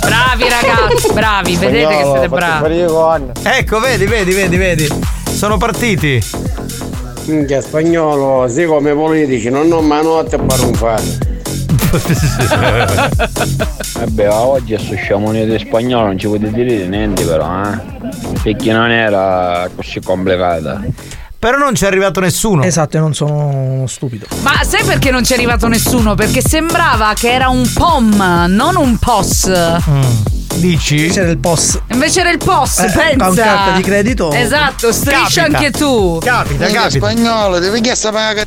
[SPEAKER 16] Bravi ragazzi, bravi, Ah, vedete che siete bravi.
[SPEAKER 3] Ecco, vedi, vedi, vedi, vedi. Sono partiti.
[SPEAKER 32] Minchia, spagnolo, sì come politici, non ho manotte a barunfare.
[SPEAKER 20] Vabbè, ma oggi a sto sciamone di spagnolo non ci potete dire niente però, eh? Perché non era così complicata.
[SPEAKER 3] Però non c'è arrivato nessuno.
[SPEAKER 17] Esatto, e non sono stupido.
[SPEAKER 16] Ma sai perché non ci è arrivato nessuno? Perché sembrava che era un POM, non un POS.
[SPEAKER 3] Mm, Dici?
[SPEAKER 17] C'era il post.
[SPEAKER 16] Invece era il POS,
[SPEAKER 17] Eh,
[SPEAKER 16] pensa.
[SPEAKER 17] con carta di credito.
[SPEAKER 16] Esatto, striscia
[SPEAKER 17] Capita.
[SPEAKER 16] anche tu.
[SPEAKER 3] Capita, capita.
[SPEAKER 18] Spagnolo, devi chiesta paga.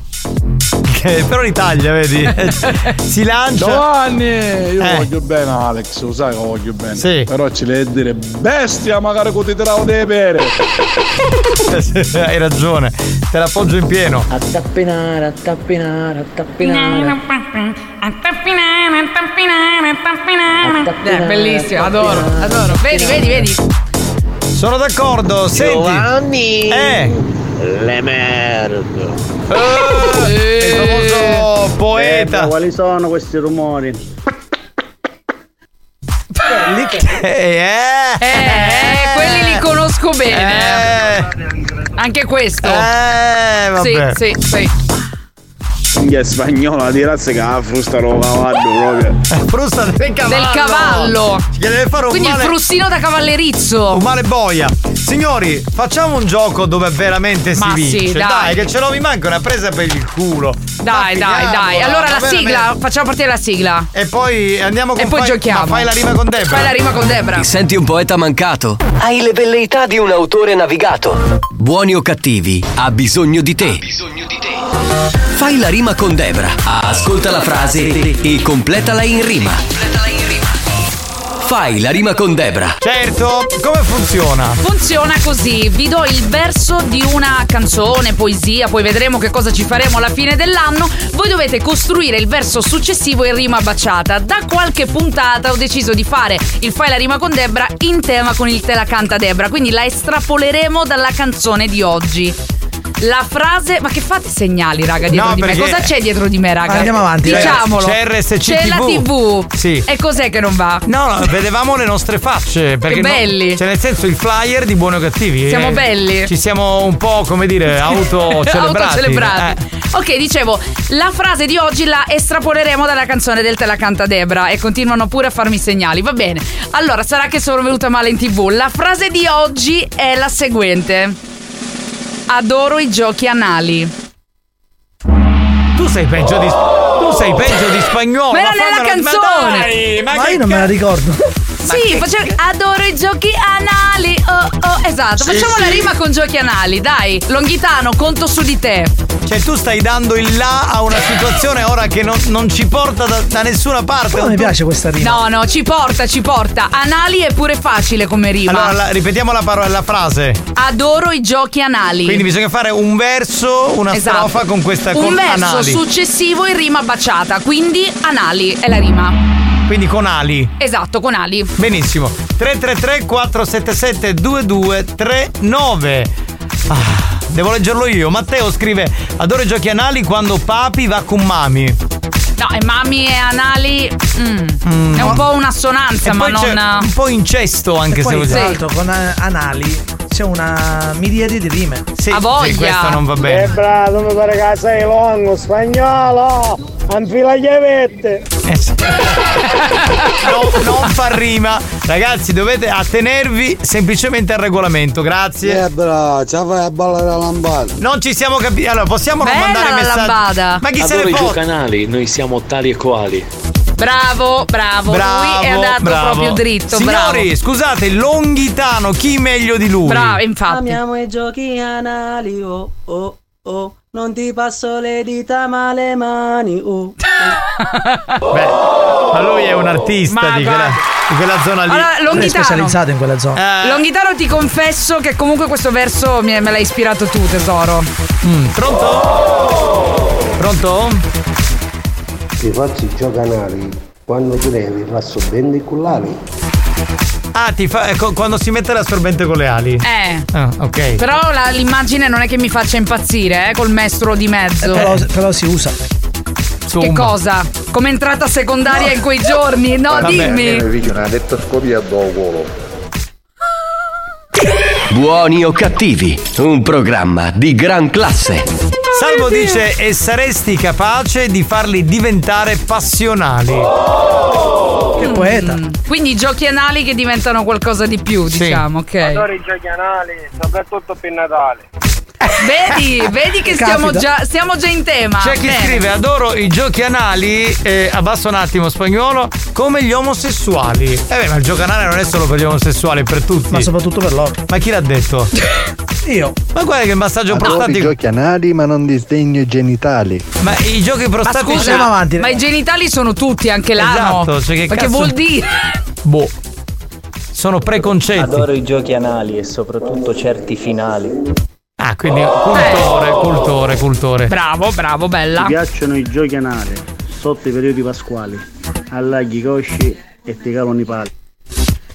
[SPEAKER 3] Ok, Eh, però l'Italia, vedi? si lancia.
[SPEAKER 52] Eh, Giovanni! Io
[SPEAKER 3] Eh.
[SPEAKER 52] voglio bene Alex, lo sai che lo voglio bene.
[SPEAKER 3] Sì.
[SPEAKER 52] Però ci devi dire bestia, magari che ti trao dei pere.
[SPEAKER 3] Hai ragione, te l'appoggio in pieno.
[SPEAKER 32] A tappinare, a tappinare, a tappinare.
[SPEAKER 16] Eh, bellissimo, adoro, adoro. Vedi, vedi, vedi.
[SPEAKER 3] Sono d'accordo, senti.
[SPEAKER 32] Giovanni!
[SPEAKER 3] Eh!
[SPEAKER 32] Le merda!
[SPEAKER 3] Eh, Il
[SPEAKER 52] Eh.
[SPEAKER 3] famoso poeta.
[SPEAKER 20] quali sono questi rumori?
[SPEAKER 3] Eh,
[SPEAKER 16] Eh, eh, quelli li conosco bene.
[SPEAKER 3] Eh.
[SPEAKER 16] Anche questo.
[SPEAKER 20] vabbè.
[SPEAKER 16] Sì, sì, sì.
[SPEAKER 52] Minchia spagnola, di razza che ha frusta lo cavallo proprio.
[SPEAKER 3] Frusta del cavallo.
[SPEAKER 16] Del cavallo.
[SPEAKER 3] Gli deve fare un
[SPEAKER 16] Quindi il
[SPEAKER 3] male-
[SPEAKER 16] frustino da cavallerizzo.
[SPEAKER 3] Un male boia. Signori, facciamo un gioco dove veramente
[SPEAKER 16] Ma
[SPEAKER 3] si
[SPEAKER 16] sì,
[SPEAKER 3] vince.
[SPEAKER 16] dai.
[SPEAKER 3] che ce l'ho mi manca una presa per il culo. Ma
[SPEAKER 16] Dai, dai, dai.
[SPEAKER 3] finiamola,
[SPEAKER 16] Allora la
[SPEAKER 3] va bene,
[SPEAKER 16] sigla,
[SPEAKER 3] bene.
[SPEAKER 16] facciamo partire la sigla.
[SPEAKER 3] E poi andiamo con
[SPEAKER 16] E poi
[SPEAKER 3] fai-
[SPEAKER 16] giochiamo.
[SPEAKER 3] ma fai la rima con Debra.
[SPEAKER 16] Fai la rima con Debra.
[SPEAKER 1] Ti senti un poeta mancato? Hai le velleità di un autore navigato. Buoni o cattivi, ha bisogno di te. Fai la rima con Debra. Ascolta la frase e completala in rima. Fai la rima con Debra.
[SPEAKER 3] Certo, come funziona?
[SPEAKER 16] Funziona così, vi do il verso di una canzone, poesia, poi vedremo che cosa ci faremo alla fine dell'anno. Voi dovete costruire il verso successivo in rima baciata. Da qualche puntata ho deciso di fare il fai la rima con Debra in tema con il te la canta Debra, quindi la estrapoleremo dalla canzone di oggi. La frase, ma che fate segnali, raga, dietro
[SPEAKER 3] No,
[SPEAKER 16] di me?
[SPEAKER 3] perché-
[SPEAKER 16] Cosa c'è dietro di me, raga?
[SPEAKER 17] Andiamo avanti, ragazzi.
[SPEAKER 16] diciamolo.
[SPEAKER 3] C'è RSC
[SPEAKER 16] C'è la
[SPEAKER 3] TV.
[SPEAKER 16] TV.
[SPEAKER 3] Sì.
[SPEAKER 16] E cos'è che non va?
[SPEAKER 3] No, no, vedevamo le nostre facce. Perché
[SPEAKER 16] Che
[SPEAKER 3] no-
[SPEAKER 16] belli.
[SPEAKER 3] cioè, nel senso, il flyer di buoni o cattivi.
[SPEAKER 16] Siamo
[SPEAKER 3] eh,
[SPEAKER 16] belli.
[SPEAKER 3] Ci siamo un po', come dire, autocelebrati. Eh.
[SPEAKER 16] Autocelebrati. Ok, dicevo, la frase di oggi la estrapoleremo dalla canzone del Te la canta Debra e continuano pure a farmi segnali, va bene. Allora, sarà che sono venuta male in tv. La frase di oggi è la seguente. Adoro i giochi anali.
[SPEAKER 3] Eh, Tu sei peggio di. Tu sei peggio di spagnolo.
[SPEAKER 16] Ma era nella
[SPEAKER 3] fammelo-
[SPEAKER 16] canzone.
[SPEAKER 3] Ma, dai, ma
[SPEAKER 17] Ma
[SPEAKER 3] che
[SPEAKER 17] io non me la ricordo.
[SPEAKER 16] sì, facciamo... Adoro i giochi anali. Oh, oh, esatto. facciamo la rima con giochi anali, dai. Longhitano, conto su di te.
[SPEAKER 3] Cioè, tu stai dando il là a una situazione ora che non, non ci porta da, da nessuna parte.
[SPEAKER 17] Però mi piace questa rima.
[SPEAKER 16] No, no, ci porta, ci porta. Anali è pure facile come rima.
[SPEAKER 3] Allora, la- ripetiamo la parola, la frase.
[SPEAKER 16] Adoro i giochi anali.
[SPEAKER 3] Quindi bisogna fare un verso, una
[SPEAKER 16] Esatto.
[SPEAKER 3] strofa con questa
[SPEAKER 16] Un
[SPEAKER 3] con
[SPEAKER 16] verso
[SPEAKER 3] anali.
[SPEAKER 16] successivo in rima baciata, quindi anali è la rima.
[SPEAKER 3] Quindi con ali.
[SPEAKER 16] Esatto, con ali.
[SPEAKER 3] Benissimo. 333 477 2239. Ah, devo leggerlo io. Matteo scrive: Adoro i giochi anali quando papi va con mami.
[SPEAKER 16] No, e mami e anali mm, è un po' un'assonanza,
[SPEAKER 3] e
[SPEAKER 16] ma
[SPEAKER 3] poi c'è
[SPEAKER 16] non
[SPEAKER 3] un po' incesto anche
[SPEAKER 17] E
[SPEAKER 3] se
[SPEAKER 17] poi, tra
[SPEAKER 3] vogliamo.
[SPEAKER 17] l'altro, con eh, Anali c'è c'è una miriade di rime. Sì,
[SPEAKER 16] voglia. sì, questo non va
[SPEAKER 17] bene.
[SPEAKER 32] Eh bravo, mi pare che sei longo, spagnolo! Anfila gli avete!
[SPEAKER 17] Eh,
[SPEAKER 3] No, non fa rima. Ragazzi, dovete attenervi semplicemente al regolamento, grazie.
[SPEAKER 32] Eh, bravo, ci vai a ballare la lambada.
[SPEAKER 3] Non ci siamo capiti. Allora, possiamo non
[SPEAKER 16] Bella
[SPEAKER 3] mandare
[SPEAKER 16] la
[SPEAKER 3] messaggi.
[SPEAKER 16] lambada.
[SPEAKER 3] Ma chi se
[SPEAKER 36] Adoro
[SPEAKER 3] ne
[SPEAKER 36] i
[SPEAKER 3] può?
[SPEAKER 36] canali, noi siamo tali e quali.
[SPEAKER 16] Bravo, bravo, Lui è andato
[SPEAKER 3] bravo.
[SPEAKER 16] proprio dritto.
[SPEAKER 3] Signori, scusate, Longhitano, chi meglio di lui?
[SPEAKER 16] bravo. Bravo, infatti.
[SPEAKER 31] Amiamo i giochi anali, oh, oh, oh. Non ti passo le dita ma le mani, oh.
[SPEAKER 3] Ma lui è un artista
[SPEAKER 16] Ma
[SPEAKER 3] di
[SPEAKER 16] guarda.
[SPEAKER 3] quella, di quella zona lì. Eh,
[SPEAKER 16] Allora, Longhitano. Lui è specializzato
[SPEAKER 3] in quella zona.
[SPEAKER 16] Longhitano ti confesso che comunque questo verso mi- me l'hai ispirato tu, tesoro.
[SPEAKER 3] mm, pronto? Pronto?
[SPEAKER 32] Ti faccio i giocanali, quando ti levi passo bene i cullali.
[SPEAKER 3] Ah, ti fa, ecco, quando si mette l'assorbente con le ali.
[SPEAKER 16] Eh.
[SPEAKER 3] Ah, ok.
[SPEAKER 16] Però la- l'immagine non è che mi faccia impazzire, eh, col mestro di
[SPEAKER 3] Eh,
[SPEAKER 16] mezzo.
[SPEAKER 17] Però, però si usa.
[SPEAKER 16] Che cosa? Come entrata secondaria in quei giorni? No, Oh, dimmi.
[SPEAKER 19] ha detto scopia dopo.
[SPEAKER 1] Buoni o cattivi, un programma di gran classe.
[SPEAKER 3] Salvo dice e saresti capace di farli diventare passionali. Oh, Che poeta.
[SPEAKER 16] Mm. Quindi giochi anali che diventano qualcosa di più, diciamo, ok.
[SPEAKER 32] Adoro i giochi anali, soprattutto per Natale.
[SPEAKER 16] Vedi, vedi che stiamo già, stiamo già in tema.
[SPEAKER 3] C'è chi
[SPEAKER 16] Bene.
[SPEAKER 3] scrive adoro i giochi anali, eh, abbasso un attimo spagnolo, come gli omosessuali. Eh beh, ma il gioco anale non è solo per gli omosessuali, è per tutti. Ma soprattutto per loro. Ma chi l'ha detto? Io. Ma guarda che massaggio prostatico.
[SPEAKER 19] anali ma non disdegno i genitali.
[SPEAKER 3] Ma i giochi
[SPEAKER 16] Ma
[SPEAKER 3] prostatici.
[SPEAKER 16] scusa, ma i genitali sono tutti, anche l'ano.
[SPEAKER 3] Esatto, cioè che
[SPEAKER 16] Perché
[SPEAKER 3] cazzo-
[SPEAKER 16] vuol dire?
[SPEAKER 3] Boh. Sono preconcetti.
[SPEAKER 13] Adoro i giochi anali e soprattutto certi finali.
[SPEAKER 3] Ah, quindi
[SPEAKER 52] Oh.
[SPEAKER 16] Eh,
[SPEAKER 3] cultore, cultore, cultore.
[SPEAKER 16] Bravo, bravo, bella.
[SPEAKER 4] Mi Oh! piacciono i giochi anali sotto i periodi pasquali. Allaghi i cosci e ti calano i pali.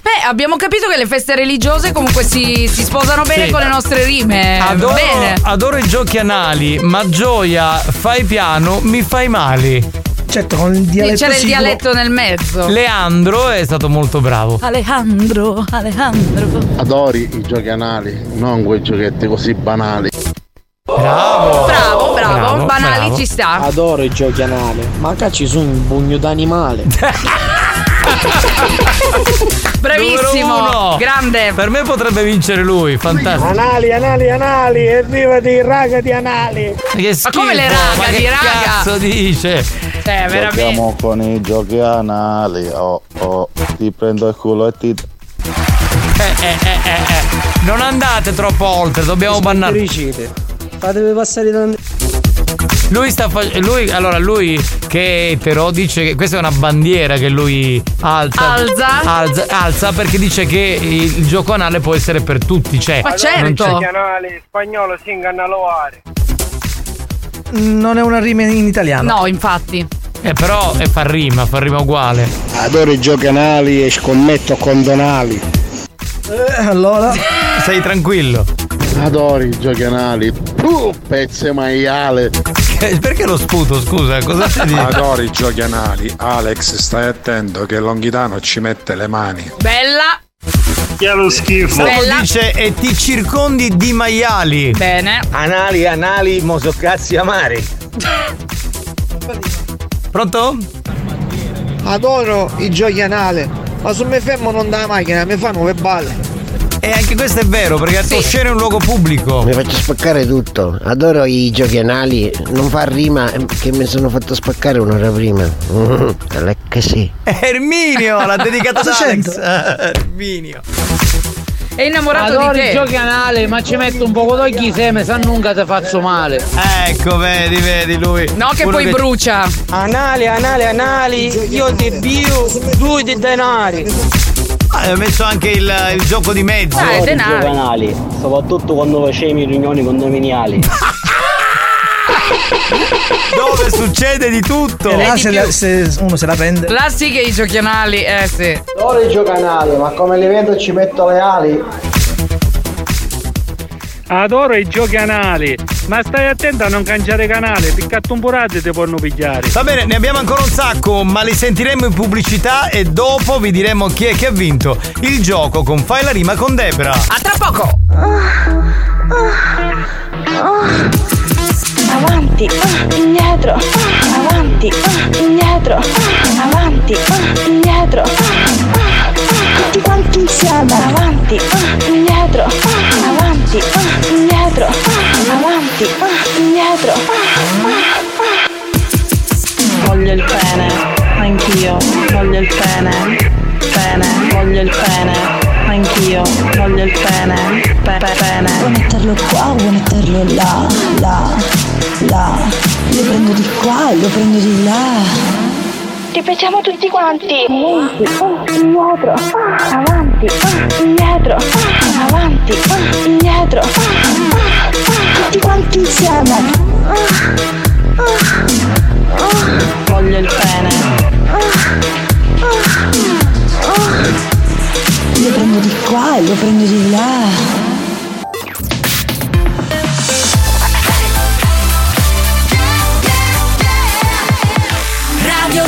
[SPEAKER 16] Beh, abbiamo capito che le feste religiose comunque si, si sposano bene
[SPEAKER 3] Sì.
[SPEAKER 16] con le nostre rime.
[SPEAKER 3] Adoro,
[SPEAKER 16] Eh, Bene.
[SPEAKER 3] adoro i giochi anali, ma gioia, fai piano, mi fai mali. Certo, con il
[SPEAKER 16] Quindi c'era il dialetto nel mezzo.
[SPEAKER 3] Leandro è stato molto bravo.
[SPEAKER 16] Alejandro, Alejandro.
[SPEAKER 19] Adori i giochi anali, non quei giochetti così banali.
[SPEAKER 3] Bravo!
[SPEAKER 16] Bravo, bravo, banali ci sta.
[SPEAKER 13] Adoro i giochi anali, ma che ci sono un bugno d'animale.
[SPEAKER 32] Numero
[SPEAKER 16] Bravissimo,
[SPEAKER 32] uno.
[SPEAKER 16] grande.
[SPEAKER 3] Per me potrebbe vincere lui, fantastico.
[SPEAKER 32] Anali, anali, anali, evviva di raga di anali.
[SPEAKER 3] Che
[SPEAKER 16] Ma come le
[SPEAKER 3] schifo,
[SPEAKER 16] raga,
[SPEAKER 3] ma
[SPEAKER 16] di
[SPEAKER 3] che
[SPEAKER 16] raga?
[SPEAKER 3] cazzo dice?
[SPEAKER 16] Eh, veramente.
[SPEAKER 19] Giochiamo con i giochi anali, oh oh, ti prendo il culo e ti...
[SPEAKER 3] Eh, eh, eh, eh, eh. Non andate troppo oltre, dobbiamo bannare.
[SPEAKER 31] Fatevi passare da...
[SPEAKER 3] Lui sta facendo. Lui, allora, lui che è etero dice che questa è una bandiera che lui alza.
[SPEAKER 32] Alza.
[SPEAKER 3] Alza, alza perché dice che il gioco anale può essere per tutti. Cioè, non
[SPEAKER 16] certo.
[SPEAKER 32] Giochi
[SPEAKER 3] c'è-
[SPEAKER 32] anali, spagnolo, si ingannaloare.
[SPEAKER 17] Non è una rima in italiano.
[SPEAKER 16] No, infatti.
[SPEAKER 3] Eh, però eh, fa rima, fa rima uguale.
[SPEAKER 32] Adoro i giochi anali e scommetto con Donali.
[SPEAKER 17] allora.
[SPEAKER 3] Sei tranquillo.
[SPEAKER 19] Adori i giochi anali, uh, pezzo di maiale.
[SPEAKER 3] Eh, Perché lo sputo, scusa? Cosa si dice?
[SPEAKER 28] Adoro i giochi anali. Alex, stai attento che Longhitano ci mette le mani.
[SPEAKER 16] Bella,
[SPEAKER 9] Che è lo schifo.
[SPEAKER 3] Salvo
[SPEAKER 16] Bella.
[SPEAKER 3] dice e ti circondi di maiali.
[SPEAKER 16] bene.
[SPEAKER 3] Anali, anali, mosoccazzi amari. Pronto?
[SPEAKER 31] Adoro i giochi anale, ma se mi fermo non da macchina, mi fanno le balle.
[SPEAKER 3] E anche questo è vero, perché è osceno in un luogo pubblico.
[SPEAKER 2] Mi faccio spaccare tutto. Adoro i giochi anali. Non fa rima eh, che mi sono fatto spaccare un'ora prima. Mm, Allora è così.
[SPEAKER 3] Erminio, l'ha dedicato ad
[SPEAKER 2] Cosa
[SPEAKER 3] Alex.
[SPEAKER 2] c'entra?
[SPEAKER 3] Erminio.
[SPEAKER 16] È innamorato
[SPEAKER 35] Adoro
[SPEAKER 16] di te.
[SPEAKER 35] i giochi anali, ma ci metto un poco d'occhi seme, sa nunca ti faccio male.
[SPEAKER 3] Ecco, vedi, vedi lui.
[SPEAKER 16] No, che poi brucia.
[SPEAKER 31] Anali, anali, anali, io ti bio due di denari.
[SPEAKER 3] Ah, ho messo anche il, il gioco di
[SPEAKER 16] Eh,
[SPEAKER 3] mezzo.
[SPEAKER 13] Adoro i giochi anali, soprattutto quando facevi i riunioni condominiali.
[SPEAKER 3] Dove succede di tutto.
[SPEAKER 17] E là
[SPEAKER 16] Eh, di
[SPEAKER 17] se,
[SPEAKER 16] più.
[SPEAKER 17] la- se uno se la prende.
[SPEAKER 16] Là sì che i giochi anali, eh sì.
[SPEAKER 31] Adoro i giochi anali, ma come li vedo ci metto le ali.
[SPEAKER 9] Adoro i giochi anali, ma stai attento a non cambiare canale, piccato un burate ti possono pigliare.
[SPEAKER 3] Va bene, ne abbiamo ancora un sacco, ma li sentiremo in pubblicità e dopo vi diremo chi è che ha vinto il gioco con Fai la rima con Debra.
[SPEAKER 16] A tra poco!
[SPEAKER 12] Avanti, ah, indietro, ah, avanti, ah, indietro, ah, avanti, ah, indietro, ah, ah, tutti quanti insieme, avanti, ah, indietro, ah, avanti, ah, indietro, ah, avanti, ah, indietro,
[SPEAKER 10] Voglio il pene, anch'io, voglio il pene, pene, voglio il pene, anch'io, voglio il pene, pe- pe- pene.
[SPEAKER 12] Vuoi metterlo qua, vuoi metterlo là, là, là. Lo prendo di qua, Ah, lo prendo di là. Ripetiamo tutti quanti. Avanti, ah, indietro, ah, avanti, ah, indietro, ah, avanti, ah, indietro. ah, ah, ah. Tutti quanti insieme. Ah, ah, ah.
[SPEAKER 10] Voglio il pene,
[SPEAKER 12] ah, Lo prendo di qua e lo prendo di là.
[SPEAKER 26] Radio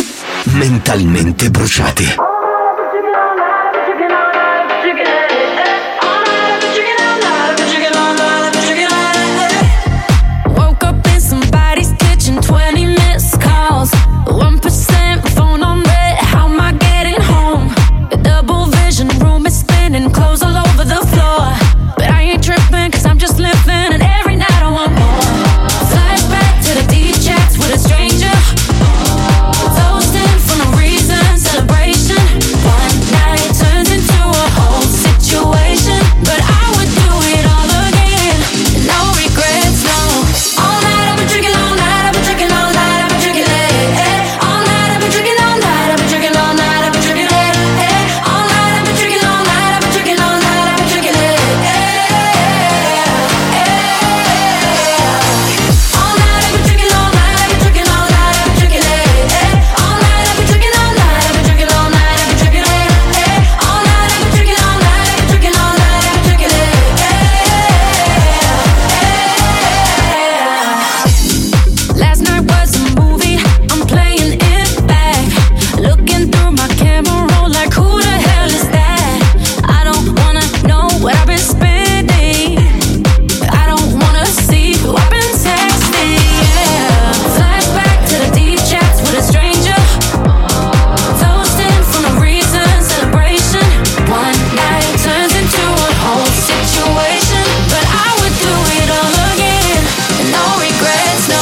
[SPEAKER 1] Mentalmente bruciati.
[SPEAKER 47] Woke up in somebody's kitchen, 20 missed calls. 1% phone on red, how am I getting home? Double vision, room is spinning, clothes all over the floor. But I ain't tripping, cause I'm just living, and every night I want more. Flashback to the D-checks with a stranger. Toasting for no reason, celebration. One night turns into a whole situation. But I would do it all again, no regrets, no. All night I've been drinking, all night I've been drinking, all night I've been drinking it. eh. All night I've been drinking, all night I've been drinking, all night I've been drinking it. eh. All night I've been drinking, all night I've been drinking, all night I've been drinking eh, it. Last night was a movie, I'm playing it back. Looking through my camera roll like who the hell is that? I don't wanna know what I've been spending. I don't wanna see who I've been texting. Yeah. Flashback to the deep chats with a stranger. Toasting for no reason, celebration. One night turns into a whole situation. But I would do it all again. No regrets, no.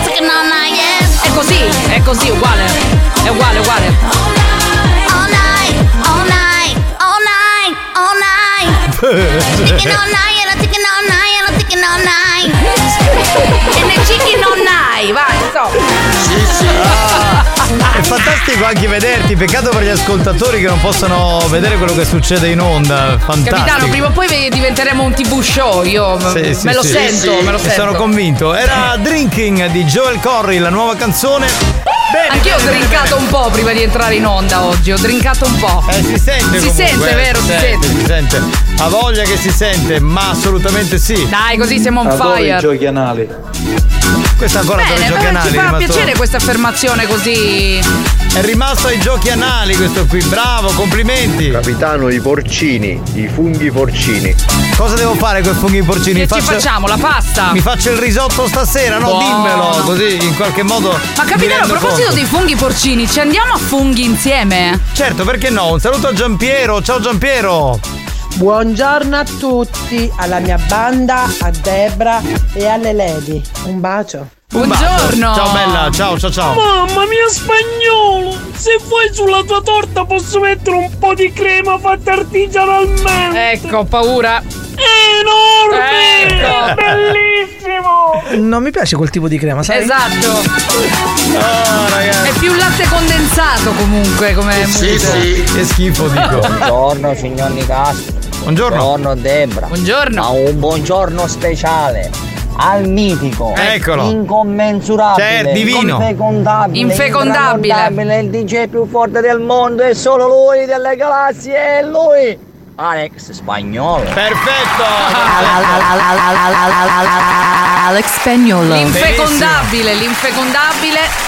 [SPEAKER 16] È così, è così, uguale. È uguale, uguale. Eh, vai, Ah,
[SPEAKER 3] È fantastico anche vederti, peccato per gli ascoltatori che non possono vedere quello che succede in onda. Fantastico.
[SPEAKER 16] Capitano, prima o poi ve- diventeremo un TV show, io
[SPEAKER 3] Sì,
[SPEAKER 16] m-
[SPEAKER 3] sì,
[SPEAKER 16] me lo
[SPEAKER 3] sì.
[SPEAKER 16] sento, me lo
[SPEAKER 3] E
[SPEAKER 16] sento.
[SPEAKER 3] Sono convinto. Era Drinking di Joel Corry, la nuova canzone.
[SPEAKER 16] Anch'io ho drinkato un po' prima di entrare in onda oggi, ho drinkato un po'.
[SPEAKER 3] Eh, si sente
[SPEAKER 16] Si
[SPEAKER 3] comunque,
[SPEAKER 16] sente,
[SPEAKER 3] eh,
[SPEAKER 16] vero? Si sente.
[SPEAKER 3] Si sente. Ha voglia che si sente, ma assolutamente sì.
[SPEAKER 16] Dai, così siamo on
[SPEAKER 3] Adoro
[SPEAKER 16] fire.
[SPEAKER 3] i giochi anali. Questa ancora adoro i
[SPEAKER 16] Bene,
[SPEAKER 3] giochi
[SPEAKER 16] però
[SPEAKER 3] anali.
[SPEAKER 16] ci
[SPEAKER 3] è
[SPEAKER 16] fa
[SPEAKER 3] rimasto-
[SPEAKER 16] piacere questa affermazione così.
[SPEAKER 3] È rimasto ai giochi anali questo qui, bravo, complimenti. Capitano, i porcini, i funghi porcini. Cosa devo fare con i funghi porcini?
[SPEAKER 16] Che ci
[SPEAKER 3] Faccio-
[SPEAKER 16] facciamo? La pasta?
[SPEAKER 3] Mi faccio il risotto stasera, no?
[SPEAKER 16] Buono.
[SPEAKER 3] Dimmelo, così in qualche modo.
[SPEAKER 16] Ma capitano, a proposito dei funghi porcini, ci andiamo a funghi insieme?
[SPEAKER 3] Certo, perché no? Un saluto a Giampiero, ciao Giampiero!
[SPEAKER 18] Buongiorno a tutti, alla mia banda, a Debra e alle Lady. Un bacio.
[SPEAKER 3] Buongiorno. Ciao bella, ciao ciao ciao.
[SPEAKER 27] Mamma mia spagnolo! Se vuoi sulla tua torta posso mettere un po' di crema fatta artigianalmente!
[SPEAKER 16] Ecco, ho paura!
[SPEAKER 27] Enorme!
[SPEAKER 16] Ecco.
[SPEAKER 27] Bellissimo!
[SPEAKER 17] Non mi piace quel tipo di crema, sai?
[SPEAKER 16] Esatto. È più latte condensato comunque come
[SPEAKER 3] Oh, Sì,
[SPEAKER 16] musica.
[SPEAKER 3] sì, che schifo dico.
[SPEAKER 29] Buongiorno signor Nicastro.
[SPEAKER 3] Buongiorno.
[SPEAKER 29] Buongiorno Debra.
[SPEAKER 16] Buongiorno.
[SPEAKER 29] Ma un buongiorno speciale al mitico.
[SPEAKER 3] Eccolo.
[SPEAKER 29] Incommensurabile.
[SPEAKER 3] Certo, divino.
[SPEAKER 29] Infecondabile.
[SPEAKER 16] Infecondabile.
[SPEAKER 29] intramontabile, Il DJ più forte del mondo è solo lui delle galassie, è lui. Alex Spagnolo.
[SPEAKER 3] Perfetto. Ah.
[SPEAKER 30] Alex Spagnolo.
[SPEAKER 16] L'infecondabile, l'infecondabile.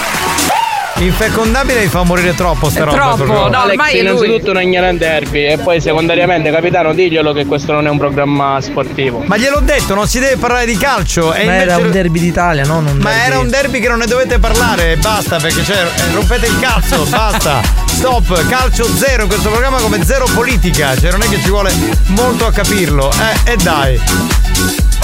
[SPEAKER 3] Infecondabile mi fa morire troppo sta roba. proprio.
[SPEAKER 13] Alex, innanzitutto non ignorare derby e poi secondariamente capitano diglielo che questo non è un programma sportivo.
[SPEAKER 3] Ma gliel'ho detto, non si deve parlare di calcio. E
[SPEAKER 17] Ma
[SPEAKER 3] invece
[SPEAKER 17] era un derby d'Italia, no? Non
[SPEAKER 3] Ma
[SPEAKER 17] derby-
[SPEAKER 3] era un derby che non ne dovete parlare, basta perché cioè, eh, rompete il cazzo, basta. Stop, calcio zero in questo programma come zero politica, cioè non è che ci vuole molto a capirlo. Eh, e dai.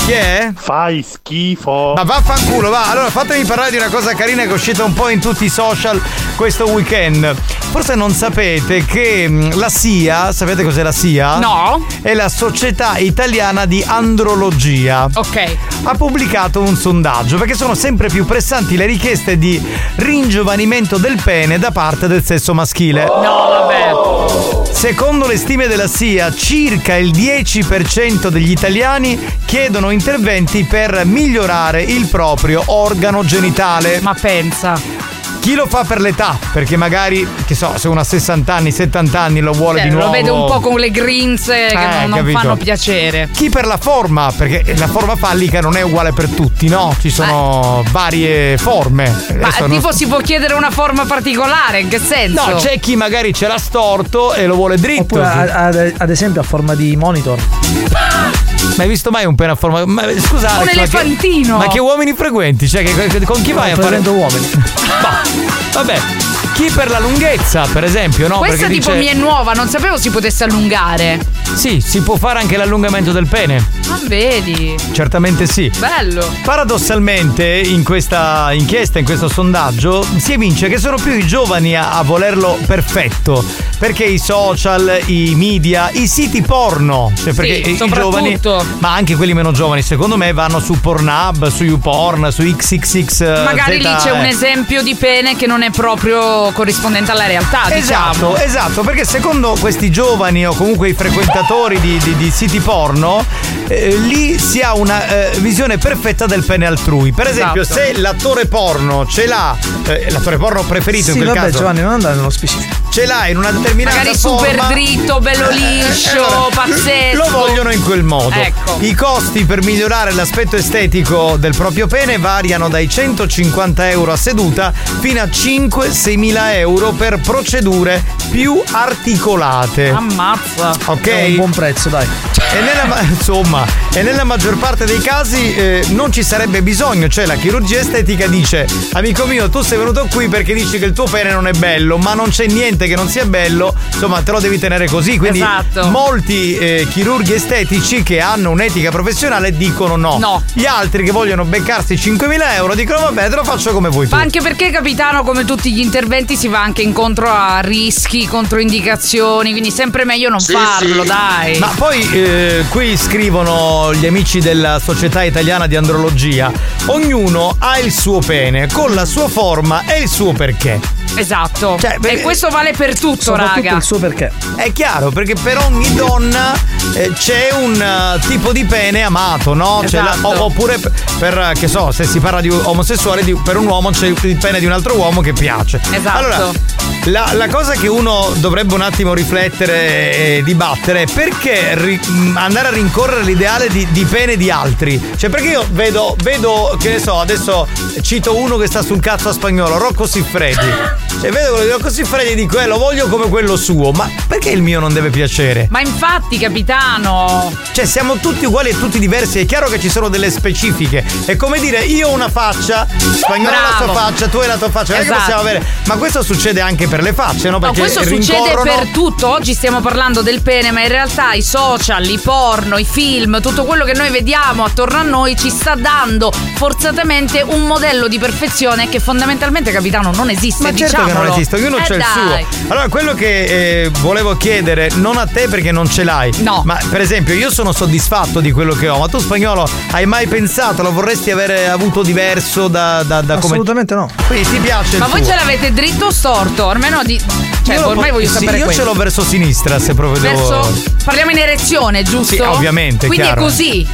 [SPEAKER 3] Chi è?
[SPEAKER 37] Fai schifo.
[SPEAKER 3] Ma vaffanculo, va. Allora fatemi parlare di una cosa carina che è uscita un po' in tutti i social questo weekend. Forse non sapete che mh, la SIA, sapete cos'è la SIA?
[SPEAKER 16] No.
[SPEAKER 3] È la Società Italiana di Andrologia.
[SPEAKER 16] Ok.
[SPEAKER 3] Ha pubblicato un sondaggio perché sono sempre più pressanti le richieste di ringiovanimento del pene da parte del sesso maschile.
[SPEAKER 16] No, vabbè.
[SPEAKER 3] Secondo le stime della SIA, circa il 10% degli italiani chiedono interventi per migliorare il proprio organo genitale.
[SPEAKER 16] Ma pensa.
[SPEAKER 3] Chi lo fa per l'età? Perché magari, che so, se uno ha 60 anni, 70 anni lo vuole
[SPEAKER 16] Cioè,
[SPEAKER 3] di nuovo.
[SPEAKER 16] lo vedo un po' con le grinze che
[SPEAKER 3] Eh,
[SPEAKER 16] non- non
[SPEAKER 3] capito.
[SPEAKER 16] fanno piacere.
[SPEAKER 3] Chi per la forma? Perché la forma fallica non è uguale per tutti, no? Ci sono varie forme.
[SPEAKER 16] Ma
[SPEAKER 3] Adesso non-
[SPEAKER 16] tipo si può chiedere una forma particolare, in che senso?
[SPEAKER 3] No, c'è chi magari ce l'ha storto e lo vuole dritto.
[SPEAKER 17] Oppure a- ad, ad esempio a forma di monitor.
[SPEAKER 3] Ma hai visto mai un pene a forma? Ma, scusa,
[SPEAKER 17] Un
[SPEAKER 3] Alex, ma che-
[SPEAKER 17] elefantino.
[SPEAKER 3] Ma che, uomini frequenti? Cioè, che- che- con chi vai a fare?
[SPEAKER 17] frequento uomini.
[SPEAKER 3] Bah, vabbè, chi per la lunghezza, per esempio, no?
[SPEAKER 16] Questa
[SPEAKER 3] Perché
[SPEAKER 16] tipo
[SPEAKER 3] dice-
[SPEAKER 16] mi è nuova, non sapevo si potesse allungare.
[SPEAKER 3] Sì, si può fare anche l'allungamento del pene.
[SPEAKER 16] Ma vedi.
[SPEAKER 3] Certamente sì.
[SPEAKER 16] Bello.
[SPEAKER 3] Paradossalmente, in questa inchiesta, in questo sondaggio, si evince che sono più i giovani a, a volerlo perfetto. Perché i social, i media, i siti porno, cioè perché i- i giovani,
[SPEAKER 16] soprattutto.
[SPEAKER 3] ma anche quelli meno giovani, secondo me, vanno su Pornhub, su YouPorn, su XXX. eh,
[SPEAKER 16] Magari lì c'è
[SPEAKER 3] ZE.
[SPEAKER 16] un esempio di pene che non è proprio corrispondente alla realtà,
[SPEAKER 3] Esatto,
[SPEAKER 16] diciamo.
[SPEAKER 3] esatto, perché secondo questi giovani o comunque i frequentatori di, di- di siti porno, eh, lì si ha una eh, visione perfetta del pene altrui. Per esempio,
[SPEAKER 17] Esatto.
[SPEAKER 3] se l'attore porno ce l'ha, eh, l'attore porno preferito in
[SPEAKER 17] sì,
[SPEAKER 3] quel
[SPEAKER 17] vabbè,
[SPEAKER 3] caso,
[SPEAKER 17] Giovanni, non andare nello specifico.
[SPEAKER 3] ce l'ha in una determinata
[SPEAKER 16] Magari
[SPEAKER 3] forma.
[SPEAKER 16] super dritto, bello
[SPEAKER 3] Eh, eh,
[SPEAKER 16] liscio,
[SPEAKER 3] allora,
[SPEAKER 16] pazzesco.
[SPEAKER 3] Lo vogliono in quel modo.
[SPEAKER 16] Ecco.
[SPEAKER 3] I costi per migliorare l'aspetto estetico del proprio pene variano dai 150 euro a seduta fino a 5-6 mila euro per procedure più articolate.
[SPEAKER 16] Ammazza.
[SPEAKER 3] Ok.
[SPEAKER 17] È un buon prezzo, dai.
[SPEAKER 3] E nella, ma- insomma, e nella maggior parte dei casi eh, non ci sarebbe bisogno, cioè la chirurgia estetica dice amico mio tu sei venuto qui perché dici che il tuo pene non è bello, ma non c'è niente che non sia bello, insomma te lo devi tenere così, quindi
[SPEAKER 16] Esatto.
[SPEAKER 3] molti eh, chirurghi estetici che hanno un'etica professionale dicono no.
[SPEAKER 16] No.
[SPEAKER 3] Gli altri che vogliono beccarsi 5.000 euro dicono vabbè te lo faccio come vuoi tu.
[SPEAKER 16] Ma anche perché, capitano, come tutti gli interventi, si va anche incontro a rischi, controindicazioni, quindi sempre meglio non farlo, dai.
[SPEAKER 3] Ma poi eh, qui scrivono gli amici della Società Italiana di Andrologia: ognuno ha il suo pene, con la sua forma e il suo perché.
[SPEAKER 16] Esatto.
[SPEAKER 3] Cioè, beh,
[SPEAKER 16] e questo vale per tutto,
[SPEAKER 3] soprattutto
[SPEAKER 16] raga.
[SPEAKER 3] il suo
[SPEAKER 17] Perché?
[SPEAKER 3] È chiaro, perché per ogni donna eh, c'è un eh, tipo di pene amato, no? C'è la-
[SPEAKER 16] Esatto.
[SPEAKER 3] o- oppure per, per, eh, che so, se si parla di omosessuale, di- per un uomo c'è il pene di un altro uomo che piace.
[SPEAKER 16] Esatto.
[SPEAKER 3] Allora, la, la cosa che uno dovrebbe un attimo riflettere e dibattere è perché ri- mh, andare a rincorrere l'ideale di, di pene di altri. Cioè, perché io vedo, vedo, che ne so, adesso cito uno che sta sul cazzo a spagnolo, Rocco Siffredi. Cioè, vedo quello che ho così freddo e dico, eh, lo voglio come quello suo, ma perché il mio non deve piacere?
[SPEAKER 16] Ma infatti, capitano!
[SPEAKER 3] Cioè, siamo tutti uguali e tutti diversi, è chiaro che ci sono delle specifiche. È come dire, io ho una faccia, spagnolo ha la sua
[SPEAKER 16] Bravo.
[SPEAKER 3] faccia, tu hai la tua faccia, non è che
[SPEAKER 16] Esatto.
[SPEAKER 3] possiamo avere. Ma questo succede anche per le facce, no?
[SPEAKER 16] No,
[SPEAKER 3] Perché
[SPEAKER 16] questo succede
[SPEAKER 3] rincorrono-
[SPEAKER 16] per tutto. Oggi stiamo parlando del pene, ma in realtà i social, i porno, i film, tutto quello che noi vediamo attorno a noi ci sta dando forzatamente un modello di perfezione che fondamentalmente, capitano, non esiste.
[SPEAKER 3] Ma certo che non
[SPEAKER 16] diciamolo.
[SPEAKER 3] esiste, ognuno
[SPEAKER 16] Eh,
[SPEAKER 3] c'è
[SPEAKER 16] dai.
[SPEAKER 3] il suo. Allora, quello che eh, volevo chiedere, non a te perché non ce l'hai. No. Ma per esempio, io sono soddisfatto di quello che ho, ma tu spagnolo hai mai pensato, lo vorresti avere avuto diverso da, da, da come.
[SPEAKER 17] Assolutamente no.
[SPEAKER 3] Quindi ti piace.
[SPEAKER 16] Ma
[SPEAKER 3] il
[SPEAKER 16] voi
[SPEAKER 3] tuo?
[SPEAKER 16] ce l'avete dritto o storto? Almeno di. Cioè,
[SPEAKER 3] Io lo
[SPEAKER 16] ormai
[SPEAKER 3] po-
[SPEAKER 16] voglio
[SPEAKER 3] sì,
[SPEAKER 16] sapere
[SPEAKER 3] Io
[SPEAKER 16] questo.
[SPEAKER 3] ce l'ho verso sinistra, se proprio devo.
[SPEAKER 16] Verso- Parliamo in erezione, giusto?
[SPEAKER 3] Sì, ovviamente,
[SPEAKER 16] Quindi
[SPEAKER 3] chiaro.
[SPEAKER 16] è così.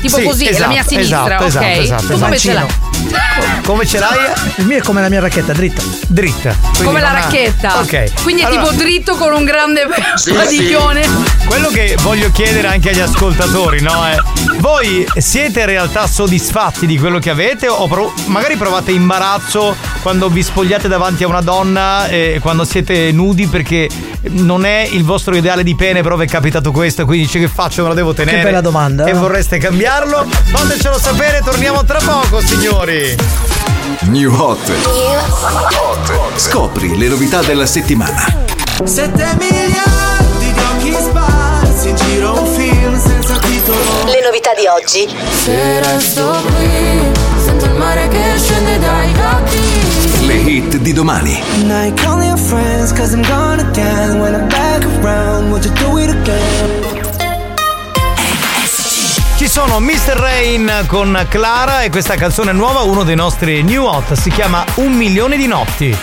[SPEAKER 16] Tipo
[SPEAKER 3] Sì,
[SPEAKER 16] così, è la
[SPEAKER 3] esatto,
[SPEAKER 16] mia sinistra,
[SPEAKER 3] esatto,
[SPEAKER 16] ok?
[SPEAKER 3] esatto, esatto,
[SPEAKER 16] tu come ce
[SPEAKER 3] esatto.
[SPEAKER 16] l'hai?
[SPEAKER 3] Come ce l'hai?
[SPEAKER 17] Il mio è come la mia racchetta, dritta.
[SPEAKER 3] Dritta. Quindi
[SPEAKER 16] Come la
[SPEAKER 3] non ha-
[SPEAKER 16] racchetta.
[SPEAKER 3] Ok.
[SPEAKER 16] Quindi
[SPEAKER 3] Allora-
[SPEAKER 16] è tipo dritto con un grande
[SPEAKER 3] Sì,
[SPEAKER 16] padiglione.
[SPEAKER 3] sì. Quello che voglio chiedere anche agli ascoltatori, no? È, voi siete in realtà soddisfatti di quello che avete o pro- magari provate imbarazzo quando vi spogliate davanti a una donna e quando siete nudi perché non è il vostro ideale di pene, però vi è capitato questo, quindi dice che faccio, me lo devo tenere.
[SPEAKER 17] bella domanda,
[SPEAKER 3] E
[SPEAKER 17] eh?
[SPEAKER 3] vorreste cambiarlo? Fatecelo sapere, torniamo tra poco, signori.
[SPEAKER 20] New Hot. Scopri le novità della settimana.
[SPEAKER 26] 7 miliardi di occhi sparsi in giro un film senza titolo. Le novità di oggi.
[SPEAKER 47] Se resto qui, sento il mare che scende dai capi.
[SPEAKER 20] Le hit di domani.
[SPEAKER 26] Night, call your friends, cause I'm gonna dance. When I'm back around, would you do it again?
[SPEAKER 3] Ci sono Mr. Rain con Clara e questa canzone nuova, uno dei nostri new hot, si chiama Un milione di notti.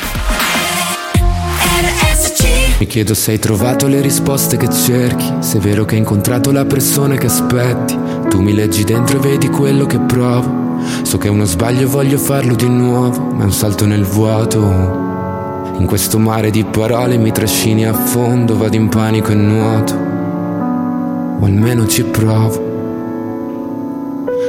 [SPEAKER 52] Mi chiedo se hai trovato le risposte che cerchi, se è vero che hai incontrato la persona che aspetti. Tu mi leggi dentro e vedi quello che provo. So che è uno sbaglio e voglio farlo di nuovo, ma è un salto nel vuoto. In questo mare di parole mi trascini a fondo, vado in panico e nuoto. O almeno ci provo.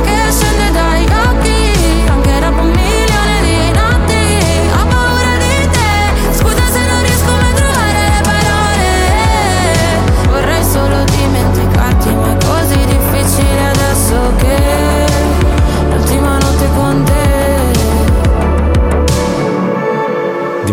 [SPEAKER 47] che scende dai occhi. Anche dopo un milione di notti, ho paura di te. Scusa se non riesco mai a trovare le parole. Vorrei solo dimenticarti, ma è così difficile adesso che l'ultima notte con te.
[SPEAKER 52] Di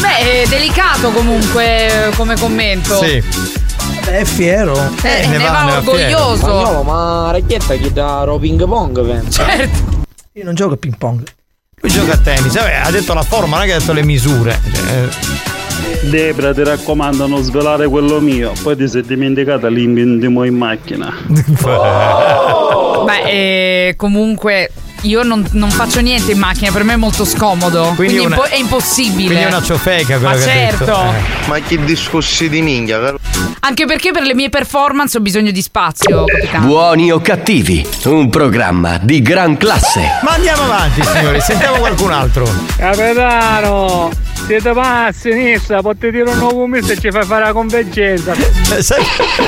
[SPEAKER 16] Beh, è delicato comunque eh, come commento.
[SPEAKER 17] È fiero.
[SPEAKER 16] Eh, ne va orgoglioso.
[SPEAKER 4] Spagnolo, Oh, ma racchetta chi da ro ping pong penso.
[SPEAKER 16] Certo.
[SPEAKER 17] Io non gioco a ping pong.
[SPEAKER 3] Lui gioca a tennis, vabbè, ha detto la forma, non è che ha detto le misure. Cioè,
[SPEAKER 9] Debra, ti raccomando, non svelare quello mio. Poi ti sei dimenticata l'inventimo in macchina.
[SPEAKER 16] Beh, eh, comunque io non, non faccio niente in macchina, per me è molto scomodo. Quindi,
[SPEAKER 3] una-
[SPEAKER 16] impo- è impossibile.
[SPEAKER 3] quindi è una ciofeca quello
[SPEAKER 16] Ma
[SPEAKER 3] che ha
[SPEAKER 16] certo.
[SPEAKER 3] detto. Eh.
[SPEAKER 36] Ma che discorsi di minchia, caro?
[SPEAKER 16] Anche perché per le mie performance ho bisogno di spazio, capitano.
[SPEAKER 1] Buoni o cattivi, un programma di gran classe.
[SPEAKER 3] Ma andiamo avanti, signori, sentiamo qualcun altro.
[SPEAKER 27] Capitano, siete passi a sinistra, potete dire un nuovo misto e ci fai fare la convergenza.
[SPEAKER 3] Eh, Sai,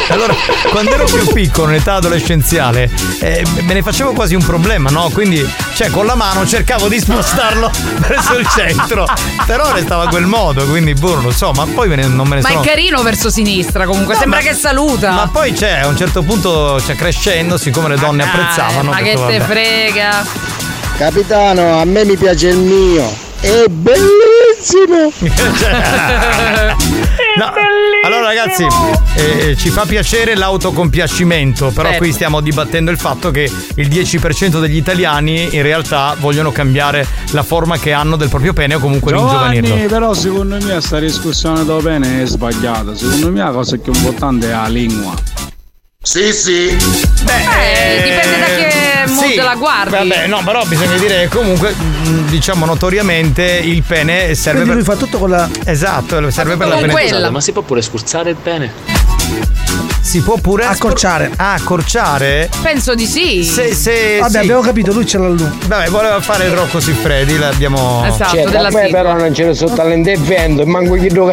[SPEAKER 3] allora, quando ero più piccolo, in età adolescenziale, eh, me ne facevo quasi un problema, no? Quindi, cioè, con la mano cercavo di spostarlo verso il centro, però restava quel modo, quindi, boh, non lo so, ma poi me ne- non me ne
[SPEAKER 16] Ma
[SPEAKER 3] sono...
[SPEAKER 16] è carino verso sinistra comunque,
[SPEAKER 3] No,
[SPEAKER 16] sembra
[SPEAKER 3] ma-
[SPEAKER 16] che saluta.
[SPEAKER 3] Ma poi c'è, a un certo punto, cioè, crescendo, siccome le donne apprezzavano...
[SPEAKER 16] Ah, Ma
[SPEAKER 3] ho
[SPEAKER 16] che
[SPEAKER 3] detto,
[SPEAKER 16] te
[SPEAKER 3] vabbè.
[SPEAKER 16] frega.
[SPEAKER 4] Capitano, a me mi piace il mio. È bellissimo!
[SPEAKER 3] Cioè, No, Allora ragazzi, eh, eh, ci fa piacere l'autocompiacimento, però
[SPEAKER 36] Certo.
[SPEAKER 3] qui stiamo dibattendo il fatto che il 10% degli italiani in realtà vogliono cambiare la forma che hanno del proprio pene o comunque
[SPEAKER 28] Giovanni,
[SPEAKER 3] ringiovanirlo.
[SPEAKER 28] però secondo me sta discussione del bene è sbagliata. Secondo me la cosa più importante è la lingua.
[SPEAKER 36] Sì, sì.
[SPEAKER 16] Beh, Eh, dipende da che mood
[SPEAKER 3] sì,
[SPEAKER 16] eh, la guardi.
[SPEAKER 3] Vabbè, no, però bisogna dire che comunque, mh, diciamo notoriamente, il pene serve
[SPEAKER 17] Quindi
[SPEAKER 3] per...
[SPEAKER 17] lui fa tutto con la.
[SPEAKER 3] Esatto, serve per la penetrazione.
[SPEAKER 4] Ma si può pure scurzare il pene?
[SPEAKER 3] Si può pure... Accorciare. Ah, accorciare?
[SPEAKER 16] Penso di sì.
[SPEAKER 3] Se, se,
[SPEAKER 17] Vabbè,
[SPEAKER 3] sì.
[SPEAKER 17] abbiamo capito, lui ce l'ha lui.
[SPEAKER 3] Vabbè, voleva fare il Rocco Siffredi, l'abbiamo...
[SPEAKER 16] Esatto.
[SPEAKER 4] cioè, da me però non ce ne sono talenti e vento, manco chi lo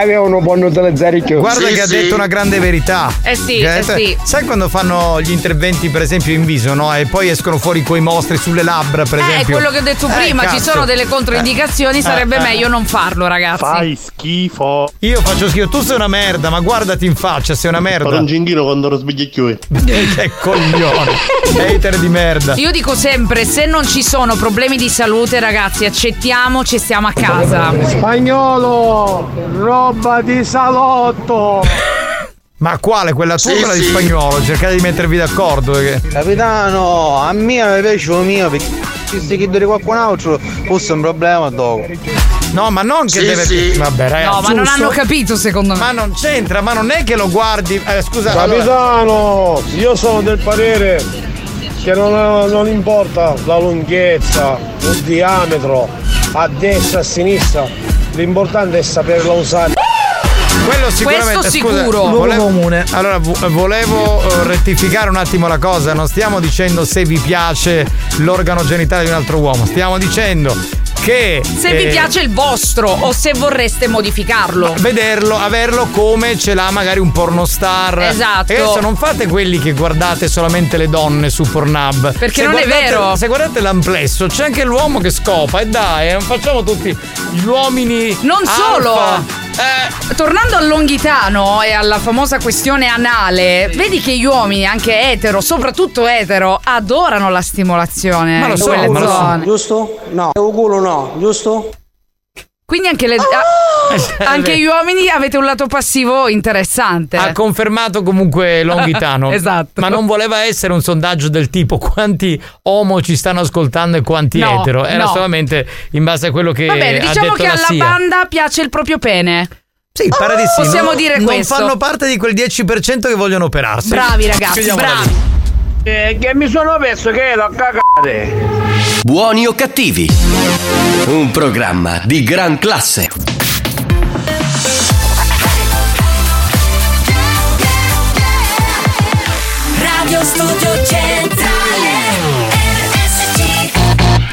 [SPEAKER 4] avevano può utilizzare più.
[SPEAKER 3] Guarda che ha detto una grande verità.
[SPEAKER 4] Eh sì,
[SPEAKER 3] Che ha
[SPEAKER 4] eh
[SPEAKER 3] detto-
[SPEAKER 4] sì.
[SPEAKER 3] Sai quando fanno gli interventi, per esempio, in viso, no? E poi escono fuori quei mostri sulle labbra, per
[SPEAKER 16] Eh, è
[SPEAKER 3] esempio.
[SPEAKER 16] quello che ho detto
[SPEAKER 3] Eh,
[SPEAKER 16] prima, ci
[SPEAKER 3] cazzo.
[SPEAKER 16] sono delle controindicazioni,
[SPEAKER 3] Eh,
[SPEAKER 16] sarebbe
[SPEAKER 3] eh,
[SPEAKER 16] meglio non farlo, ragazzi.
[SPEAKER 3] schifo. Io faccio schifo, tu sei una merda, ma guardati in faccia, sei una merda.
[SPEAKER 36] Farò un
[SPEAKER 3] ginghino quando lo sbigli chiude. che coglione. Hater di merda.
[SPEAKER 16] Io dico sempre, se non ci sono problemi di salute, ragazzi, accettiamo, ci stiamo a casa.
[SPEAKER 27] Spagnolo, roba di salotto.
[SPEAKER 3] Ma quale? Quella tua o quella di spagnolo? Cercate di mettervi d'accordo. eh, Perché...
[SPEAKER 4] Capitano, a me mi piace il mio, perché se si chiedere qualcun altro, questo è un problema dopo.
[SPEAKER 3] No, ma non che deve. Vabbè, ragazzi.
[SPEAKER 16] No, ma non hanno capito secondo me.
[SPEAKER 3] Ma non c'entra, ma non è che lo guardi. Eh, scusa. allora-
[SPEAKER 27] Capitano, io sono del parere che non, non importa la lunghezza, il diametro, a destra, a sinistra, l'importante è saperla usare.
[SPEAKER 3] Quello sicuramente
[SPEAKER 27] Questo
[SPEAKER 3] scusa,
[SPEAKER 27] sicuro. Luogo
[SPEAKER 3] comune. Allora, vo- volevo eh, rettificare un attimo la cosa. Non stiamo dicendo se vi piace l'organo genitale di un altro uomo. Stiamo dicendo che.
[SPEAKER 16] Se vi
[SPEAKER 3] eh,
[SPEAKER 16] piace il vostro o se vorreste modificarlo.
[SPEAKER 3] Vederlo, averlo come ce l'ha magari un pornostar.
[SPEAKER 16] Esatto.
[SPEAKER 3] E adesso non fate quelli che guardate solamente le donne su Pornhub.
[SPEAKER 16] Perché non è
[SPEAKER 3] guardate-
[SPEAKER 16] vero.
[SPEAKER 3] Se guardate l'amplesso, c'è anche l'uomo che scopa. E dai, non facciamo tutti gli uomini.
[SPEAKER 16] Non solo!
[SPEAKER 3] alfa.
[SPEAKER 16] Tornando al Longhitano e alla famosa questione anale, vedi che gli uomini, anche etero, soprattutto etero, adorano la stimolazione Eh, in quelle zone.
[SPEAKER 4] Giusto? No. Un culo no, giusto?
[SPEAKER 16] Quindi anche, le-
[SPEAKER 3] Eh,
[SPEAKER 16] a- anche
[SPEAKER 3] vedi.
[SPEAKER 16] gli uomini avete un lato passivo interessante.
[SPEAKER 3] Ha confermato comunque Longhitano.
[SPEAKER 16] Eh. Esatto.
[SPEAKER 3] Ma non voleva essere un sondaggio del tipo quanti homo ci stanno ascoltando e quanti
[SPEAKER 16] No,
[SPEAKER 3] etero. Era
[SPEAKER 16] no.
[SPEAKER 3] solamente in base a quello che
[SPEAKER 16] Va bene,
[SPEAKER 3] ha
[SPEAKER 16] diciamo
[SPEAKER 3] detto
[SPEAKER 16] che
[SPEAKER 3] la
[SPEAKER 16] alla
[SPEAKER 3] SIA.
[SPEAKER 16] banda piace il proprio pene.
[SPEAKER 3] Sì, pare di sì.
[SPEAKER 16] Possiamo
[SPEAKER 3] Non-
[SPEAKER 16] dire
[SPEAKER 3] non
[SPEAKER 16] questo.
[SPEAKER 3] fanno parte di quel 10% che vogliono operarsi.
[SPEAKER 16] Bravi, ragazzi,
[SPEAKER 3] Chiudiamola
[SPEAKER 16] bravi.
[SPEAKER 3] lì.
[SPEAKER 27] Eh, che mi sono perso che la cagare.
[SPEAKER 1] Buoni o cattivi, un programma di gran classe.
[SPEAKER 12] Radio Studio Centrale RSC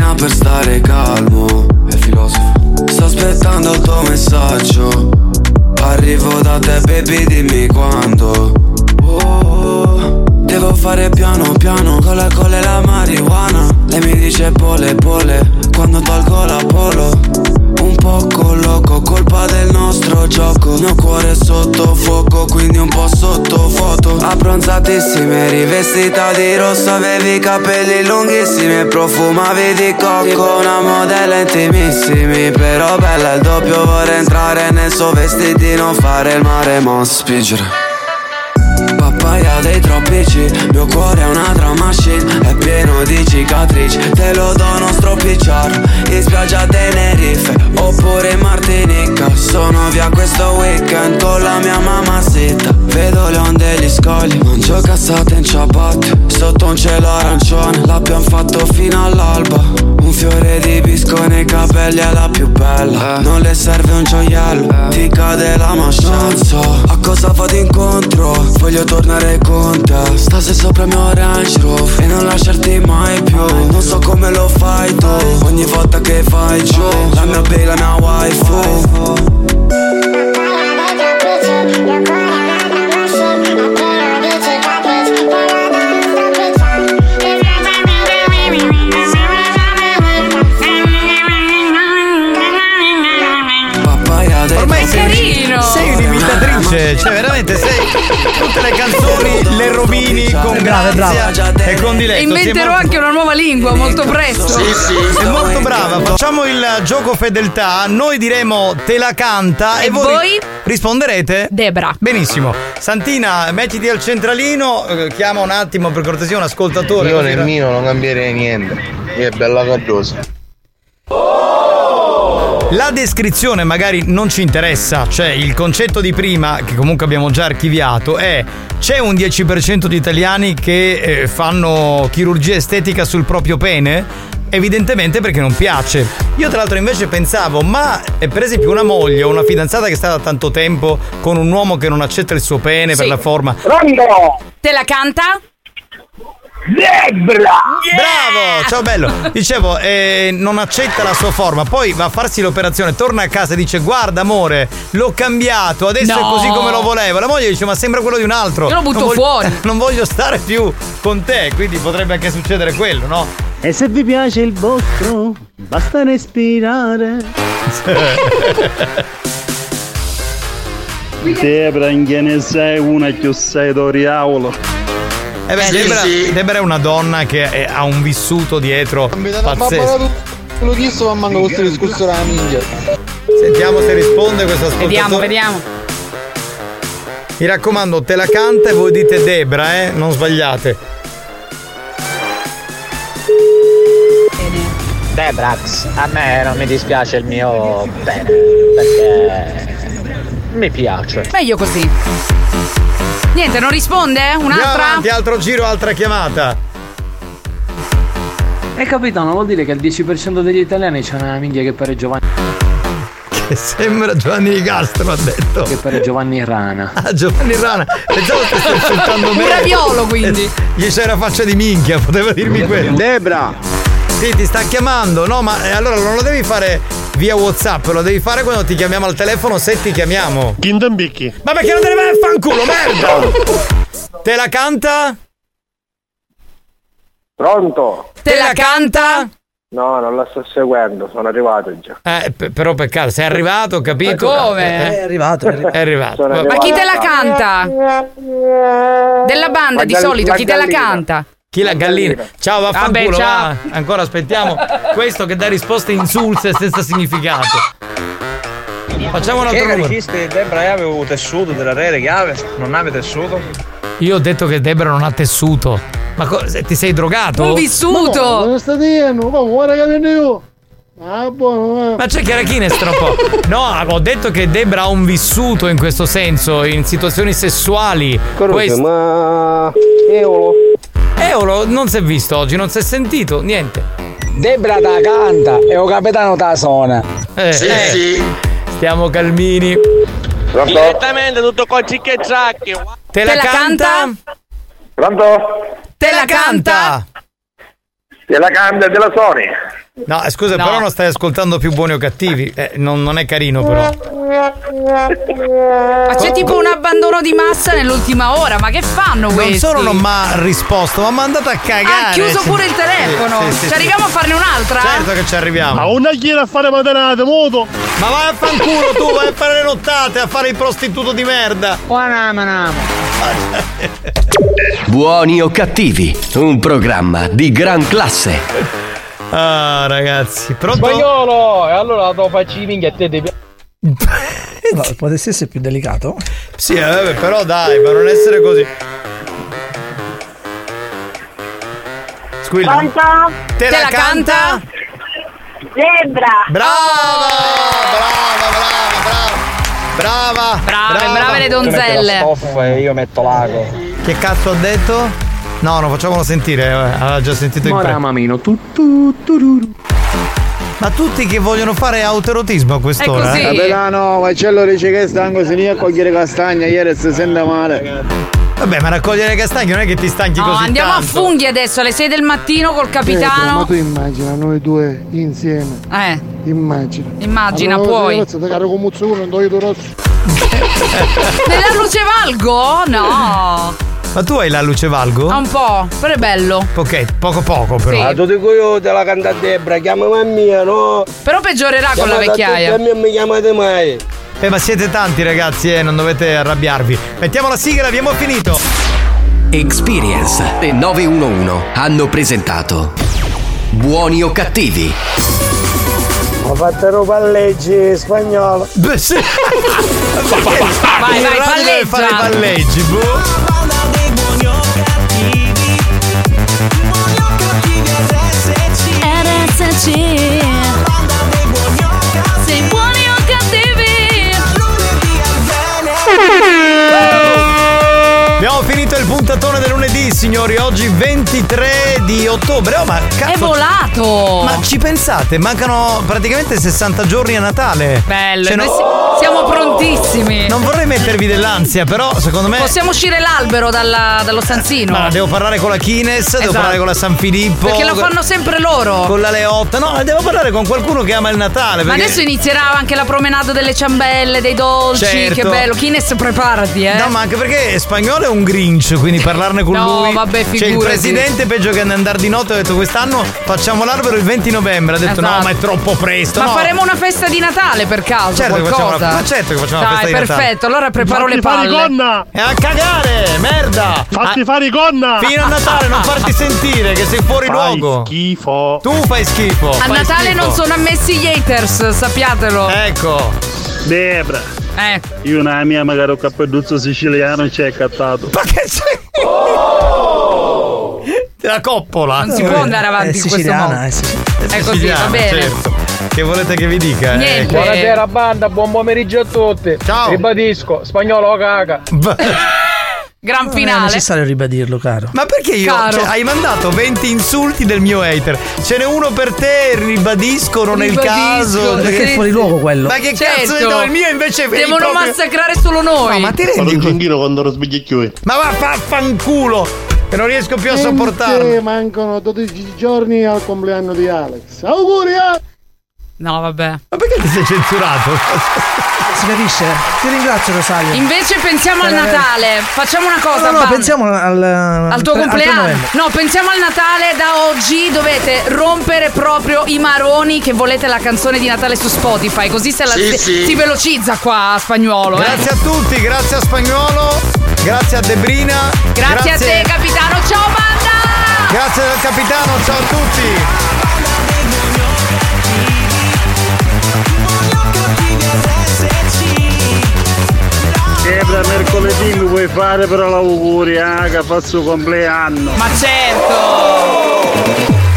[SPEAKER 35] ma per stare calmo È filosofo Sto aspettando il tuo messaggio Arrivo da te baby dimmi quando Oh, oh, Devo fare piano piano Con la cola e la marijuana Lei mi dice pole pole Quando tolgo la polo Un poco loco Colpa del nostro gioco Il mio cuore è sotto fuoco Quindi un po' sotto foto Abbronzatissime Rivestita di rosso Avevi i capelli lunghissimi E profumavi di cocco Una modella intimissimi Però bella il doppio Vorrei entrare nel suo vestitino Fare il mare mo spingere pappaia dei tropici Mio cuore è una drum machine È pieno di cicatrici Te lo dono stropicciar In spiaggia a Tenerife Oppure in Martinica Sono via questo weekend Con la mia mamma sita Vedo le onde e gli scogli Mangio cazzate in ciabatte Sotto un cielo arancione L'abbiamo fatto fino all'alba un fiore di bisco nei capelli è la più bella Non le serve un gioiello Ti cade la maschanza A cosa vado incontro? Voglio tornare con te Stasera sopra il mio Range Roof E non lasciarti mai più Non so come lo fai tu Ogni volta che fai giù La mia bella, la mia waifu Pappaia dei
[SPEAKER 3] Ormai sei,
[SPEAKER 16] carino.
[SPEAKER 3] sei un'imitatrice, cioè veramente sei tutte le canzoni le rovini con
[SPEAKER 16] Brava,
[SPEAKER 3] grazia e con diletto.
[SPEAKER 16] E
[SPEAKER 3] Sì,
[SPEAKER 16] inventerò
[SPEAKER 3] ma-
[SPEAKER 16] anche una nuova lingua molto presto.
[SPEAKER 3] È molto brava. Facciamo il gioco fedeltà. Noi diremo te la canta e,
[SPEAKER 16] E voi?
[SPEAKER 3] risponderete Debra. Benissimo. Santina, mettiti al centralino, eh, chiama un attimo per cortesia un ascoltatore.
[SPEAKER 36] Io
[SPEAKER 3] così
[SPEAKER 36] nel
[SPEAKER 3] ra-
[SPEAKER 36] mio non cambierei niente. Io è bella cardosa.
[SPEAKER 3] La descrizione magari non ci interessa, cioè il concetto di prima, che comunque abbiamo già archiviato, è c'è un 10% di italiani che eh, fanno chirurgia estetica sul proprio pene? Evidentemente perché non piace. Io tra l'altro invece pensavo, ma eh, per esempio una moglie o una fidanzata che sta da tanto tempo con un uomo che non accetta il suo pene per la forma...
[SPEAKER 16] Te la canta?
[SPEAKER 3] Bravo, ciao bello. Dicevo, eh, non accetta la sua forma, poi va a farsi l'operazione, torna a casa e dice guarda amore, l'ho cambiato, adesso
[SPEAKER 16] No.
[SPEAKER 3] è così come lo volevo. La moglie dice ma sembra quello di un altro.
[SPEAKER 16] Io lo butto
[SPEAKER 3] Non voglio-
[SPEAKER 16] fuori."
[SPEAKER 3] Non voglio stare più con te, quindi potrebbe anche succedere quello, no?
[SPEAKER 19] E se vi piace il vostro, basta respirare.
[SPEAKER 9] Debra, in che ne sei una che sei d'oriaulo.
[SPEAKER 3] Eh beh,
[SPEAKER 9] Sì,
[SPEAKER 3] Debra,
[SPEAKER 9] sì.
[SPEAKER 3] Debra è una donna che eh, ha un vissuto dietro pazzesco.
[SPEAKER 4] Lo chiesto ma manco questo discorso della minchia.
[SPEAKER 3] Sentiamo se risponde questo ascoltatore.
[SPEAKER 16] Vediamo, vediamo.
[SPEAKER 3] Mi raccomando, te la canta e voi dite Debra, eh? Non sbagliate.
[SPEAKER 29] Debrax, a me non mi dispiace il mio bene, perché mi piace.
[SPEAKER 16] Meglio così. Niente, non risponde? Eh?
[SPEAKER 3] Andiamo
[SPEAKER 16] Un'altra?
[SPEAKER 3] avanti, altro giro, altra chiamata.
[SPEAKER 2] E Eh, capitano, vuol dire che il 10% degli italiani c'è una minchia che pare Giovanni.
[SPEAKER 3] Che sembra Giovanni Di Castro, ha detto. Che
[SPEAKER 2] pare Giovanni Rana.
[SPEAKER 3] Ah, Giovanni Rana. Pensavo stessi insultando me. Eh,
[SPEAKER 2] Un raviolo, quindi.
[SPEAKER 3] Gli c'è una faccia di minchia, poteva dirmi quello. Debra. Sì, ti sta chiamando. No, ma eh, allora non lo devi fare via WhatsApp, lo devi fare quando ti chiamiamo al telefono, se ti chiamiamo.
[SPEAKER 9] Kindambicchi.
[SPEAKER 3] Ma perché non te ne vai a fanculo, merda! Te la canta?
[SPEAKER 27] Pronto?
[SPEAKER 16] Te la canta?
[SPEAKER 27] No, non la sto seguendo, sono arrivato già.
[SPEAKER 3] Eh, pe- però peccato, sei arrivato, ho capito.
[SPEAKER 27] Ma come?
[SPEAKER 3] Eh, eh.
[SPEAKER 27] È arrivato,
[SPEAKER 3] è arrivato.
[SPEAKER 27] Sono
[SPEAKER 16] Ma chi te la canta? Della banda
[SPEAKER 3] Ma
[SPEAKER 16] di
[SPEAKER 3] Gall-
[SPEAKER 16] solito,
[SPEAKER 3] ma
[SPEAKER 16] chi te la
[SPEAKER 3] Gallina.
[SPEAKER 16] canta?
[SPEAKER 3] Chi la gallina? Ciao, vaffanculo,
[SPEAKER 16] Vabbè, ciao.
[SPEAKER 3] va. Ancora aspettiamo questo che dà risposte insulse senza significato. Facciamo un altro numero.
[SPEAKER 4] richieste Debra avevo tessuto della rete chiave, non aveva tessuto?
[SPEAKER 3] Io ho detto che Debra non ha tessuto. Ma co- se- ti sei drogato?
[SPEAKER 2] vissuto!
[SPEAKER 19] Ma sta dicendo? Ma guarda che ne dico! Ah, buono, eh.
[SPEAKER 3] Ma c'è Chiarachines tra un po'. No, ho detto che Debra ha un vissuto in questo senso, in situazioni sessuali. Questo-
[SPEAKER 27] ma Eolo.
[SPEAKER 3] Eolo non si è visto oggi, non si è sentito, niente.
[SPEAKER 2] Debra da canta e o capitano da zona.
[SPEAKER 3] Eh, eh, Stiamo calmini.
[SPEAKER 2] Direttamente tutto con cicchetracchi.
[SPEAKER 3] Te la canta?
[SPEAKER 27] Pronto?
[SPEAKER 2] Te la canta?
[SPEAKER 10] della Canda e della Sony.
[SPEAKER 3] No, eh, scusa, però non stai ascoltando più buoni o cattivi. Eh, non, non è carino, però.
[SPEAKER 16] Ma c'è tipo un abbandono di massa nell'ultima ora, ma che fanno
[SPEAKER 3] Non
[SPEAKER 16] questi?
[SPEAKER 3] solo non mi ha risposto, ma mi ha mandato a cagare.
[SPEAKER 16] Ha chiuso
[SPEAKER 3] Sì,
[SPEAKER 16] pure il telefono.
[SPEAKER 3] sì, sì,
[SPEAKER 16] Ci
[SPEAKER 3] sì.
[SPEAKER 16] arriviamo a farne un'altra?
[SPEAKER 3] Certo che ci arriviamo.
[SPEAKER 9] Ma una ghiera a fare madanate, muto!
[SPEAKER 3] Ma vai a fanculo tu, vai a fare le nottate, a fare il prostituto di merda.
[SPEAKER 1] Buoni o cattivi, un programma di gran classe.
[SPEAKER 3] Ah, ragazzi, pronto?
[SPEAKER 13] Spagnolo! E allora la tua facci minchia a te devi.
[SPEAKER 17] No, Eh, potesse essere più delicato.
[SPEAKER 3] Sì, eh, vabbè, però dai, per non essere così. Squilla. Te la canta?
[SPEAKER 26] Zebra!
[SPEAKER 3] Brava!
[SPEAKER 16] Brave, brave le donzelle.
[SPEAKER 4] e io metto l'ago.
[SPEAKER 3] Che cazzo ho detto? No, non facciamolo sentire, eh, aveva già sentito in
[SPEAKER 2] Mora,
[SPEAKER 3] pre.
[SPEAKER 2] mamino, tu
[SPEAKER 3] Ma tutti che vogliono fare autoerotismo a quest'ora? eh?
[SPEAKER 4] Capitano, Marcello dice che stanco se lì a cogliere castagna, ieri si sente male.
[SPEAKER 3] Vabbè, ma raccogliere castagne non è che ti stanchi
[SPEAKER 16] No,
[SPEAKER 3] così
[SPEAKER 16] andiamo
[SPEAKER 3] tanto.
[SPEAKER 16] a funghi adesso alle 6 del mattino col
[SPEAKER 18] ma
[SPEAKER 16] capitano.
[SPEAKER 18] tu immagina noi due insieme.
[SPEAKER 16] Eh.
[SPEAKER 18] Immagina.
[SPEAKER 16] Immagina,
[SPEAKER 18] allora,
[SPEAKER 16] puoi.
[SPEAKER 18] Rosso, te caro con Muzzuno, non do rosso.
[SPEAKER 16] Nella luce valgo? No.
[SPEAKER 3] Ma tu hai la luce valgo?
[SPEAKER 16] Ha un po', però è bello.
[SPEAKER 3] Ok, poco poco però.
[SPEAKER 16] Sì. Ah,
[SPEAKER 4] Tu dico io te la canta Debra, chiamami mia, no?
[SPEAKER 16] Però peggiorerà con
[SPEAKER 4] Chiamate
[SPEAKER 16] la
[SPEAKER 4] a
[SPEAKER 16] vecchiaia.
[SPEAKER 4] tutti e Non mi chiamate mai.
[SPEAKER 3] Eh, ma siete tanti ragazzi, eh, non dovete arrabbiarvi. Mettiamo la sigla, abbiamo finito.
[SPEAKER 1] Experience e 911 hanno presentato Buoni o cattivi.
[SPEAKER 27] Ho fatto roba a leggi spagnolo.
[SPEAKER 3] Beh, sì.
[SPEAKER 26] Vai, vai,
[SPEAKER 3] deve fare i
[SPEAKER 26] palleggia.
[SPEAKER 3] palleggi, boh.
[SPEAKER 47] RSC Sei buoni o cattivi
[SPEAKER 3] Abbiamo finito il puntatone del lunedì, signori. Oggi 23 di ottobre. Oh, ma cazzo.
[SPEAKER 16] È volato!
[SPEAKER 3] Ma ci pensate? Mancano praticamente 60 giorni a Natale.
[SPEAKER 16] Bello,
[SPEAKER 3] Cioè,
[SPEAKER 16] noi
[SPEAKER 3] no-
[SPEAKER 16] si- siamo prontissimi.
[SPEAKER 3] Non vorrei mettervi dell'ansia, però secondo me.
[SPEAKER 16] Possiamo uscire l'albero dalla- dallo stanzino.
[SPEAKER 3] Ah, devo parlare con la Kines, devo
[SPEAKER 16] Esatto.
[SPEAKER 3] parlare con la San Filippo.
[SPEAKER 16] Perché lo fanno sempre loro.
[SPEAKER 3] Con la Leotta. No, devo parlare con qualcuno che ama il Natale.
[SPEAKER 16] Ma
[SPEAKER 3] perché-
[SPEAKER 16] adesso inizierà anche la promenada delle ciambelle, dei dolci.
[SPEAKER 3] Certo.
[SPEAKER 16] Che bello. Kines, preparati, eh.
[SPEAKER 3] No, ma anche perché spagnolo è un grinch, quindi parlarne con
[SPEAKER 16] No,
[SPEAKER 3] lui.
[SPEAKER 16] vabbè,
[SPEAKER 3] Cioè, il
[SPEAKER 16] figurati.
[SPEAKER 3] presidente peggio che andare di notte ha detto quest'anno facciamo l'albero il 20 novembre. Ha detto no,
[SPEAKER 16] Esatto.
[SPEAKER 3] ma è troppo presto.
[SPEAKER 16] Ma
[SPEAKER 3] no.
[SPEAKER 16] faremo una festa di Natale per caso,
[SPEAKER 3] Certo che facciamo
[SPEAKER 16] qualcosa.
[SPEAKER 3] la- ma certo che facciamo la
[SPEAKER 16] Dai,
[SPEAKER 3] festa di
[SPEAKER 16] perfetto.
[SPEAKER 3] Natale.
[SPEAKER 16] Allora preparo
[SPEAKER 3] Fatti
[SPEAKER 16] le
[SPEAKER 3] fare i
[SPEAKER 16] palle.
[SPEAKER 3] gonna! E a cagare, merda! Ah.
[SPEAKER 9] Fatti fare i gonna!
[SPEAKER 3] Fino a Natale non farti sentire che sei fuori
[SPEAKER 9] Fai
[SPEAKER 3] luogo.
[SPEAKER 9] schifo.
[SPEAKER 3] Tu fai schifo.
[SPEAKER 16] A
[SPEAKER 3] fai
[SPEAKER 16] Natale
[SPEAKER 3] schifo.
[SPEAKER 16] non sono ammessi gli haters, sappiatelo.
[SPEAKER 3] Ecco.
[SPEAKER 9] Debra.
[SPEAKER 16] Eh.
[SPEAKER 9] Io una mia magari ho cappelluzzo siciliano ci è cattato.
[SPEAKER 3] Ma che c'è?
[SPEAKER 16] Oh!
[SPEAKER 3] La coppola.
[SPEAKER 16] Non si può andare avanti in questo modo.
[SPEAKER 17] eh, sì.
[SPEAKER 16] È così,
[SPEAKER 3] Siciliana,
[SPEAKER 16] va bene.
[SPEAKER 3] certo. Che volete che vi dica? eh?
[SPEAKER 16] Niente.
[SPEAKER 13] Buonasera banda, buon pomeriggio a tutti.
[SPEAKER 3] Ciao.
[SPEAKER 13] Ribadisco, spagnolo caga.
[SPEAKER 16] Gran
[SPEAKER 17] Non è
[SPEAKER 16] finale.
[SPEAKER 17] necessario ribadirlo, caro.
[SPEAKER 3] Ma perché io?
[SPEAKER 17] Caro.
[SPEAKER 3] cioè, hai mandato 20 insulti del mio hater. Ce n'è uno per te, ribadisco, non è il
[SPEAKER 17] Ribadisco,
[SPEAKER 3] caso.
[SPEAKER 17] perché è fuori luogo quello.
[SPEAKER 3] Ma che
[SPEAKER 16] Certo.
[SPEAKER 3] cazzo no, il mio invece è
[SPEAKER 16] Devono
[SPEAKER 3] proprio-
[SPEAKER 16] massacrare solo noi.
[SPEAKER 3] No, ma ti rendi conto?
[SPEAKER 9] giro quando lo sbigliacchioi.
[SPEAKER 3] Ma va vaffanculo! Che non riesco più a
[SPEAKER 18] Niente,
[SPEAKER 3] sopportarlo.
[SPEAKER 18] Mancano 12 giorni al compleanno di Alex. Auguri! Alex!
[SPEAKER 16] No, vabbè.
[SPEAKER 3] Ma perché ti sei censurato?
[SPEAKER 17] Si capisce? Ti ringrazio, Rosario.
[SPEAKER 16] Invece pensiamo al
[SPEAKER 17] Eh.
[SPEAKER 16] Natale. Facciamo una cosa,
[SPEAKER 17] No, no,
[SPEAKER 16] Bam.
[SPEAKER 17] pensiamo al,
[SPEAKER 16] al tuo compleanno. No, pensiamo al Natale. Da oggi dovete rompere proprio i maroni che volete la canzone di Natale su Spotify. Così se la
[SPEAKER 3] Sì,
[SPEAKER 16] si,
[SPEAKER 3] sì.
[SPEAKER 16] si velocizza qua a spagnolo. eh.
[SPEAKER 3] Grazie a tutti, grazie a Spagnolo, grazie a Debrina.
[SPEAKER 16] Grazie a te, capitano. Ciao, banda.
[SPEAKER 3] Grazie al capitano, ciao a tutti.
[SPEAKER 9] Debra mercoledì mi vuoi fare però l'auguri, eh, che fa il suo compleanno.
[SPEAKER 16] Ma certo.